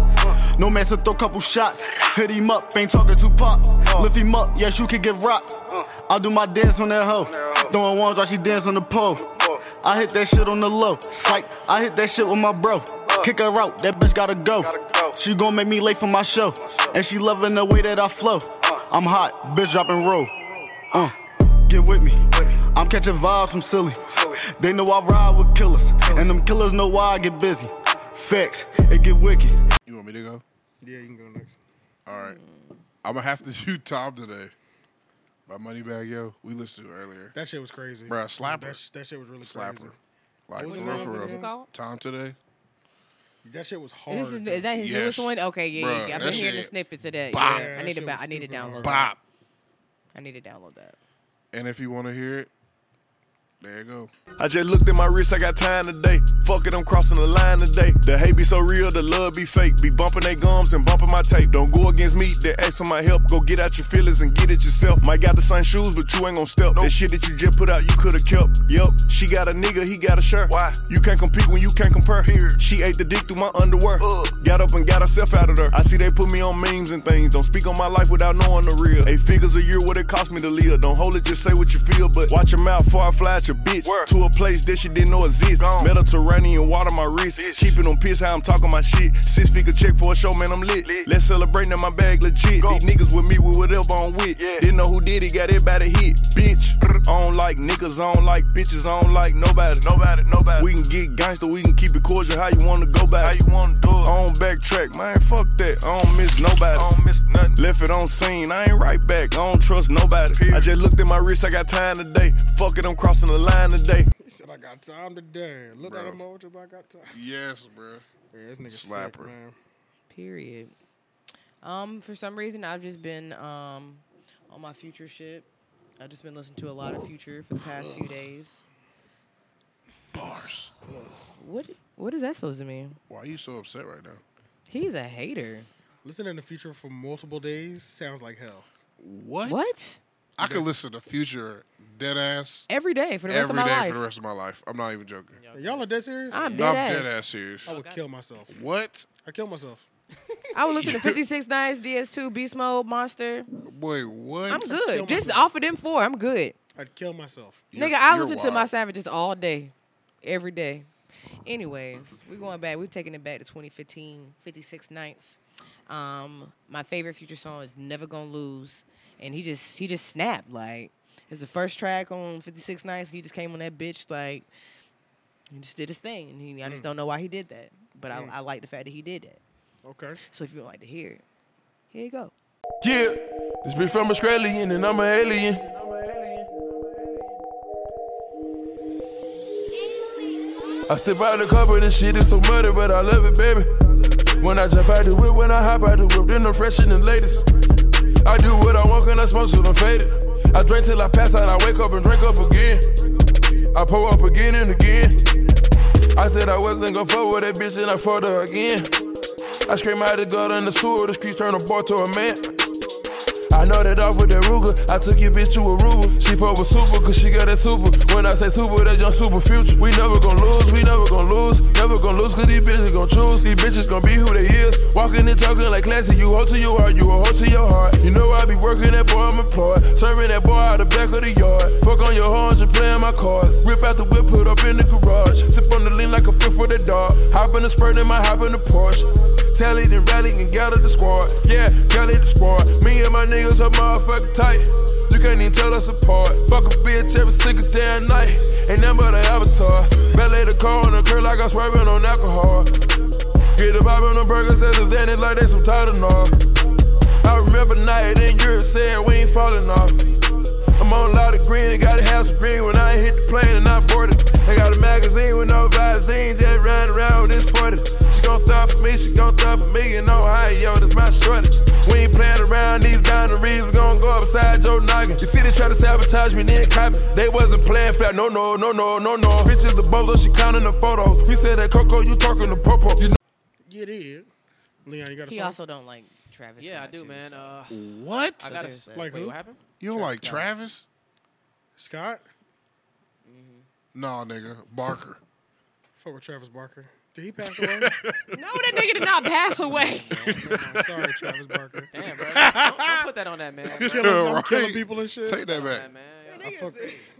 I: No man to throw couple shots. Hit him up, ain't talking too pop. Lift him up, yes, you can get rocked. I do my dance on that hoe. Throwing ones while she dance on the pole. I hit that shit on the low. Psych, I hit that shit with my bro. Kick her out, that bitch gotta go. She gon' make me late for my show. And she loving the way that I flow. I'm hot, bitch drop and roll. Uh, get with me. I'm catching vibes from silly. They know I ride with killers. And them killers know why I get busy. Facts, it get wicked.
A: You want me to go?
B: Yeah, you can go next.
A: All right. I'm gonna have to <laughs> shoot Tom today. My money bag, yo. We listened to it earlier.
B: That shit was crazy.
A: Bruh, slapper.
B: That, sh- that shit was really
A: Slapper.
B: crazy.
A: Like
B: What
A: for
B: was
A: real,
B: it called?
A: for
B: What was it
A: real.
D: called?
A: Tom today.
B: That shit was hard.
D: Is, this,
B: though.
D: is that his
A: Yes.
D: newest one? Okay, yeah,
A: Bruh,
D: yeah, yeah. I've
A: that
D: been hearing the
A: shit-
D: snippets of that.
A: Bop.
D: Yeah,
B: Yeah,
D: I
B: that
D: need to
B: shit
D: ba-
B: was
D: I need to
B: stupid
D: download.
B: hard.
D: that.
A: Bop.
D: I need to download that.
A: And if you want to hear it, there you go.
I: I just looked at my wrist, I got time today. Fuck it, I'm crossing the line today. The hate be so real, the love be fake. Be bumping they gums and bumping my tape. Don't go against me, they ask for my help. Go get out your feelings and get it yourself. Might got the same shoes, but you ain't gon' step. That shit that you just put out, you could've kept. Yup, she got a nigga, he got a shirt. Why? You can't compete when you can't compare. She ate the dick through my underwear. Got up and got herself out of there. I see they put me on memes and things. Don't speak on my life without knowing the real. Eight figures a year, what it cost me to live. Don't hold it, just say what you feel. But watch your mouth before I fly at your bitch. To a place that she didn't know exists. Mediterranean water, my wrist. Keeping on piss, how I'm talking my shit. Six figure check for a show, man, I'm lit. Let's celebrate now, my bag legit. These niggas with me, with whatever I'm with. Didn't know who did it, got everybody hit. Bitch, I don't like niggas, I don't like bitches, I don't like nobody. Nobody, nobody. We can get gangster, we can keep it cordial. How you wanna go back? How you wanna do it? I don't backtrack, man, fuck that. I don't miss nobody. I don't miss nothing. Left it on scene, I ain't right back. I don't trust nobody. I just looked at my wrist, I got time today. Fuck it, I'm crossing the line today.
B: He said, I got time today. Look at
A: Bro.
B: him, Ultra, but I got time.
A: Yes, bro.
B: Yeah, this nigga
A: Slapper.
B: Sick, man.
D: Period. Um, for some reason, I've just been um on my future shit. I've just been listening to a lot of future for the past few days.
A: Bars.
D: What What is that supposed to mean?
A: Why are you so upset right now?
D: He's a hater.
B: Listen in the future for multiple days sounds like hell.
A: What?
D: What?
A: I could listen to Future dead ass
D: Every day for the rest
A: every
D: of
A: day
D: my life.
A: for the rest of my life. I'm not even joking.
B: Y'all are dead serious?
D: I'm
A: I'm
D: dead ass.
A: dead ass serious.
B: I would kill myself.
A: What?
B: I kill myself.
D: I would listen to 56 Nines, DS2, Beast Mode, Monster.
A: Boy, what?
D: I'm
B: kill
D: good. Just
B: myself.
D: off of them four, I'm good.
B: I'd kill myself.
A: You're-
D: Nigga, I
A: you're
D: listen to my
A: wild.
D: Savages all day, every day. Anyways, we going back. We're taking it back to 2015, 56 nights. Um, my favorite Future song is "Never Gonna Lose," and he just he just snapped. Like it's the first track on 56 nights. He just came on that bitch like he just did his thing, and he, I
A: Mm.
D: just don't know why he did that. But I, I like the fact that he did that.
B: Okay.
D: So if you would like to hear it, here you go.
E: Yeah, this bitch from Australian and I'm an alien. I sit by the cupboard and shit is so muddy, but I love it, baby. When I jump out the whip, when I hop out the whip, then I'm fresh and the latest. I do what I want, and I smoke till I'm faded. I drink till I pass out, I wake up and drink up again. I pour up again and again. I said I wasn't gonna fuck with that bitch, and I fucked her again. I scream out the gutter in the sewer, the streets turn a boy to a man. I know that off with that Ruger. I took your bitch to Aruba. She fuck with super, cause she got that super. When I say super, that's young super future. We never gonna lose, we never gonna lose. Never gonna lose, cause these bitches gonna choose. These bitches gonna be who they is. Walking and talking like classy. You hold to your heart, you a hoe to your heart. You know I be working that boy, I'm employed. Serving that boy out the back of the yard. Fuck on your horns and playing my cards. Rip out the whip, put up in the garage. Sip on the lean like a fifth for the dog. Hop in the spurt, then my hop in the Porsche. Tally then rally and gather the squad. Yeah, gather the squad. Me and my niggas are motherfucking tight. You You can't even tell us apart. Fuck a bitch every single damn night. Ain't nothing but an avatar. Ballet the car on the curb like I'm swerving on alcohol. Get a vibe on the burgers as a Xanax like they some Tylenol. I remember night in Europe saying we ain't falling off. I'm on a lot of green, and gotta have some green when I hit the plane and I board it. I got a magazine with no visine, just riding around with this 40. She gon' thug for me, she gon' thug for me, and Ohio, yo, that's my shorty. We ain't playing around these boundaries, we gon' go upside Joe Noggin. You see, they try to sabotage me, then cop me. They wasn't playing flat, no, no, no, no, no, no. Bitches a bozo, she counting the photos. We said that Coco, you talking to Popo. You know
B: Yeah, it is. Leon, you got a
D: He
B: song?
D: also don't like Travis.
C: Yeah, I
D: Scott,
C: do,
D: too,
C: man.
D: so-
C: Uh,
B: what?
C: I got
D: there's
C: to
D: that.
B: Like
C: wait.
B: who?
C: What
D: <laughs>
C: happened?
A: You don't like Travis?
B: Scott?
A: Nah, nigga. Barker.
B: Fuck with Travis Barker. Did he
A: <laughs>
B: pass away?
D: No, that nigga did not pass away.
B: I'm sorry, Travis Barker.
C: <laughs> Damn, bro. don't, don't put that
B: <laughs>
C: on that man. bro. Put
B: Killing, I'm
A: Right.
B: killing people and shit.
A: Take that
C: that on
A: back.
C: that man. Yeah,
B: I fuck,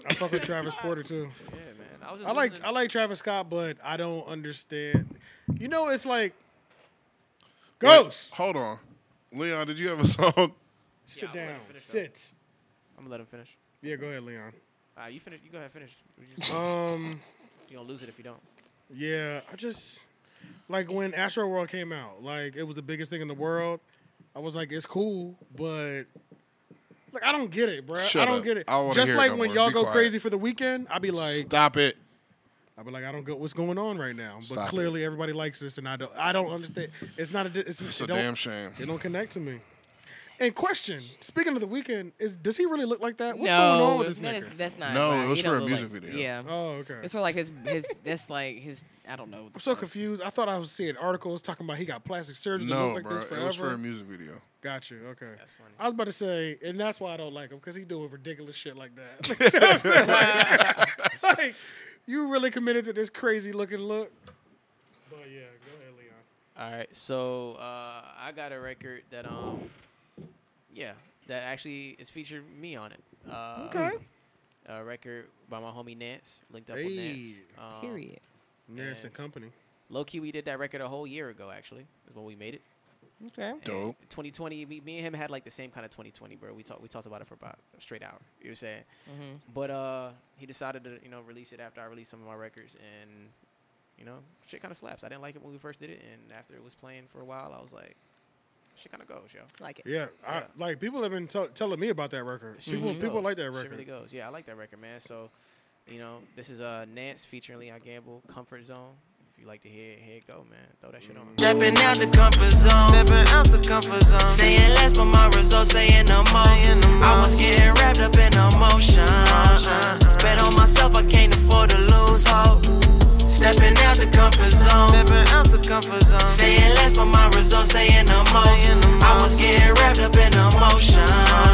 B: I fuck with Travis Porter too.
C: yeah, man. I was just
B: I like
C: listening-
B: I like Travis Scott, but I don't understand. You know, it's like Ghost.
A: Wait, hold on. Leon, did you have a <laughs> song?
B: Sit
C: Yeah, I'll let
B: down.
C: him finish
B: Sit.
C: I'm gonna let him finish.
B: Yeah, go ahead, Leon.
C: Uh, you finish. You go ahead. Finish. You just-
B: Um,
C: you gonna lose it if you don't.
B: yeah, I just like when Astro World came out, like it was the biggest thing in the world. I was like, it's cool, but like I don't get it, bro.
A: Shut
B: I don't
A: up.
B: get it.
A: I don't wanna
B: just
A: hear it
B: like
A: no
B: when
A: more.
B: y'all
A: Be
B: go
A: quiet.
B: crazy for the weekend, I'll be like,
A: Stop it.
B: I'll be like, I don't get what's going on right now. But
A: Stop it.
B: clearly, everybody likes this, and I don't. I don't understand. It's not a. di- It's,
A: It's
B: it
A: a
B: don't,
A: damn shame.
B: It don't connect to me. And question: Speaking of the weekend, is does he really look like that? What's going on
D: No,
B: with this
D: that is,
B: nigga?
D: that's not.
A: No, it
D: right.
A: was
D: He
A: for
D: don't
A: a
D: look
A: music
D: like-
A: video.
D: Yeah,
B: Oh, okay.
D: it's for like his <laughs> his. That's like his. I don't know.
B: I'm so confused. I thought I was seeing articles talking about he got plastic surgery. to
A: No,
B: look like
A: bro.
B: This
A: It was for
B: forever.
A: a music video.
B: Got you. Okay.
C: funny.
B: I was about to say, and that's why I don't like him because he doing ridiculous shit like that. You know what I'm saying? like, <laughs> like, you really committed to this crazy looking look. But yeah, go ahead, Leon.
C: All right. So uh, I got a record that um, yeah, that actually is featured me on it. Uh,
B: Okay.
C: A record by my homie Nance, linked up with Nance.
B: Hey.
C: Um,
D: Period.
B: Nance
C: Yeah.
B: and Company.
C: Low key, we did that record a whole year ago. Actually, is when we made it.
D: Okay.
C: And
A: Dope.
C: 2020, me, me and him had like the same kind of 2020, bro. We talked we talked about it for about a straight hour. You know what I'm saying? But uh, he decided to you know release it after I released some of my records, and you know shit kind of slaps. I didn't like it when we first did it, and after it was playing for a while, I was like, shit kind of goes, yo.
D: Like it.
B: Yeah, I,
C: Yeah.
B: like people have been tell telling me about that record.
C: Shit
B: People,
C: really
B: people
C: goes.
B: like that
C: Mm-hmm. Shit
B: record.
C: really goes. Yeah, I like that record, man. So, you know, this is uh Nance featuring Leon Gamble, Comfort Zone. If you like to hear it, here it go, man. Throw that shit on.
E: Mm.
J: Stepping out the comfort zone. Stepping out the comfort zone. Saying less, but my results saying the most. I was getting wrapped up in emotion. Spent on myself, I can't afford to lose hope. Stepping out the comfort zone. Stepping out the comfort zone. Saying less, but my results saying the most. I was getting wrapped up in emotion.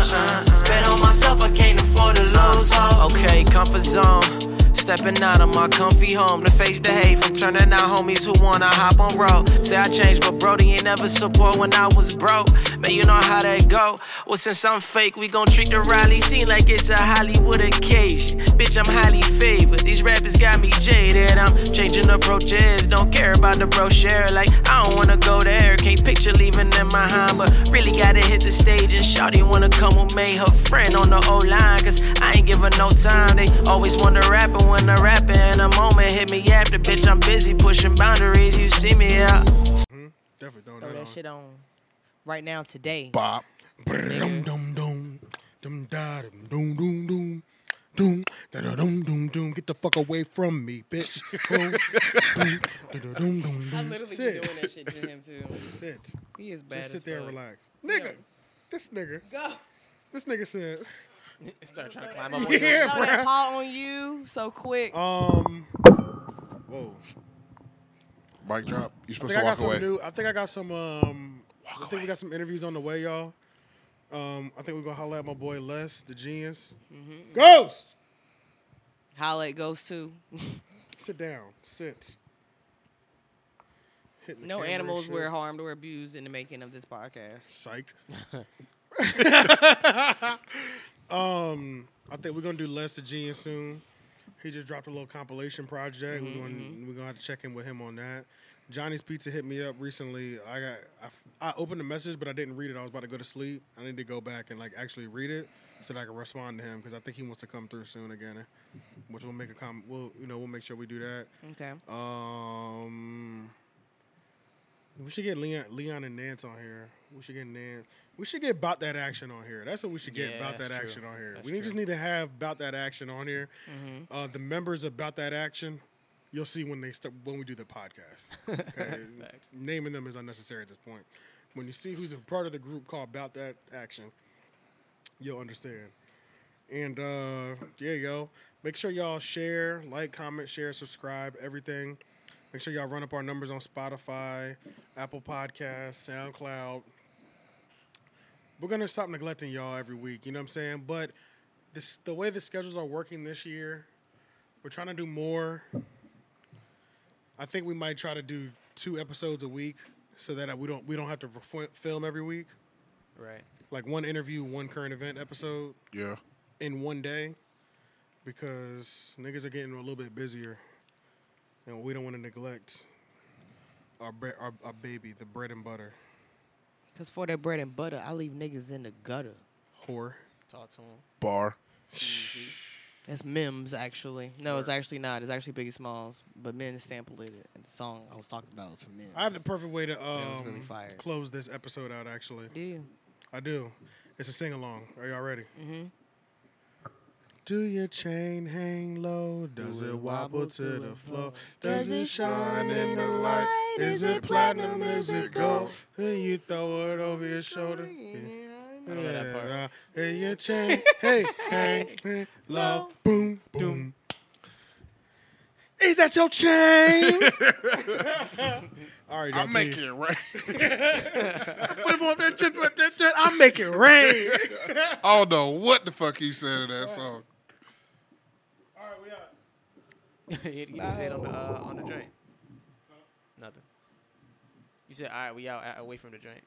J: Spent on myself, I can't afford to lose hope. Okay, comfort zone. Stepping out of my comfy home to face the hate from turning out homies who wanna hop on road. Say I changed, but Brody ain't never support when I was broke. Man, you know how that go. Well, since I'm fake, we gon' treat the Raleigh scene like it's a Hollywood occasion. Bitch, I'm highly favored. These rappers got me jaded. I'm changing approaches, don't care about the brochure. Like, I don't wanna go there. Can't picture leaving them behind, but really gotta hit the stage. And Shawty wanna come with me, her friend on the O line. Cause I ain't giving no time. They always wanna rap, and when I rap in a moment, hit me after. Bitch, I'm busy pushing boundaries. You see me out.
B: Definitely throw
D: Throw
B: that
D: that
B: on.
D: shit on right now today.
A: Bop.
B: Dum dum dum dum da dum dum dum dum. Doom, da da dum dum dum. Get the fuck away from me,
D: <laughs>
B: bitch. Boom, boom, da da dum dum
D: I
B: dum.
D: literally
B: Sit,
D: be doing that shit to him too.
B: sit.
D: <laughs> He is bad.
B: Just sit
D: as
B: there and
D: fuck.
B: relax, nigga. This nigga,
D: Go.
A: <laughs>
B: this nigga said,
C: Start trying to climb up. on you.
B: yeah,
D: Throw
B: bruh.
D: that paw on you so quick.
B: Um, whoa.
A: Mic drop.
B: I
A: You're supposed
B: think I
A: to
B: got
A: walk
B: some
A: away.
B: new. I think I got some. Um, I think we got some interviews on the way, y'all. Um, I think we're gonna holler at my boy Les, the genius. Ghost,
D: Holla at Ghost too.
B: sit down, sit. Hitting the
D: No
B: camera and
D: animals
B: shit.
D: were harmed or abused in the making of this podcast.
B: Psych. um, I think we're gonna do Les, the genius soon. He just dropped a little compilation project. We're gonna we're gonna have to check in with him on that. Johnny's Pizza hit me up recently. I got I f- I, opened the message, but I didn't read it. I was about to go to sleep. I need to go back and like actually read it so that I can respond to him because I think he wants to come through soon again, eh? which we'll make a com. We'll you know we'll make sure we do that.
D: Okay.
B: Um, we should get Leon, Leon and Nance on here. We should get Nance. We should get about that action on here. That's what we should get
C: Yeah,
B: about
C: that's
B: that
C: true.
B: action on here.
C: That's
B: we need-
C: true.
B: just need to have about that action on here. Uh, the members about that action, you'll see when they start when we do the podcast. Okay?
C: Facts.
B: Naming them is unnecessary at this point. When you see who's a part of the group called about that action, you'll understand. And uh yeah, yo. Make sure y'all share, like, comment, share, subscribe, everything. Make sure y'all run up our numbers on Spotify, Apple Podcasts, SoundCloud. We're gonna stop neglecting y'all every week, you know what I'm saying? But this the way the schedules are working this year, we're trying to do more. I think we might try to do two episodes a week so that we don't we don't have to refo- film every week.
C: Right.
B: Like one interview, one current event episode
A: Yeah.
B: in one day because niggas are getting a little bit busier and we don't want to neglect our, bre- our our baby, the bread and butter
D: Cause for that bread and butter, I leave niggas in the gutter.
B: whore.
C: Talk to him. <laughs>
A: Bar.
C: Easy.
D: That's Mims actually. No, it's actually not. It's actually Biggie Smalls, but Mims sampled it. And the song I was talking about was from Mims.
B: I have the perfect way to
D: was
B: um,
D: really fire.
B: close this episode out, actually.
D: Do you?
B: I do. It's a sing along. Are y'all ready? Mm-hmm. Do your chain hang low? Does it wobble to the floor? Does it shine in the light? Is it platinum? Is it gold? Then you throw it over your shoulder.
C: don't know that part.
B: Yeah, And your chain hey, <laughs> hang low. Boom, boom. Is that your chain? All right,
A: I'm
B: y'all,
A: making
B: please.
A: it right.
B: <laughs> I make it rain.
A: <laughs> I don't know what the fuck he said in that song.
B: All right, we out.
C: you you said on the uh, on the joint. Nothing. You said, "All right, we out a- away from the joint."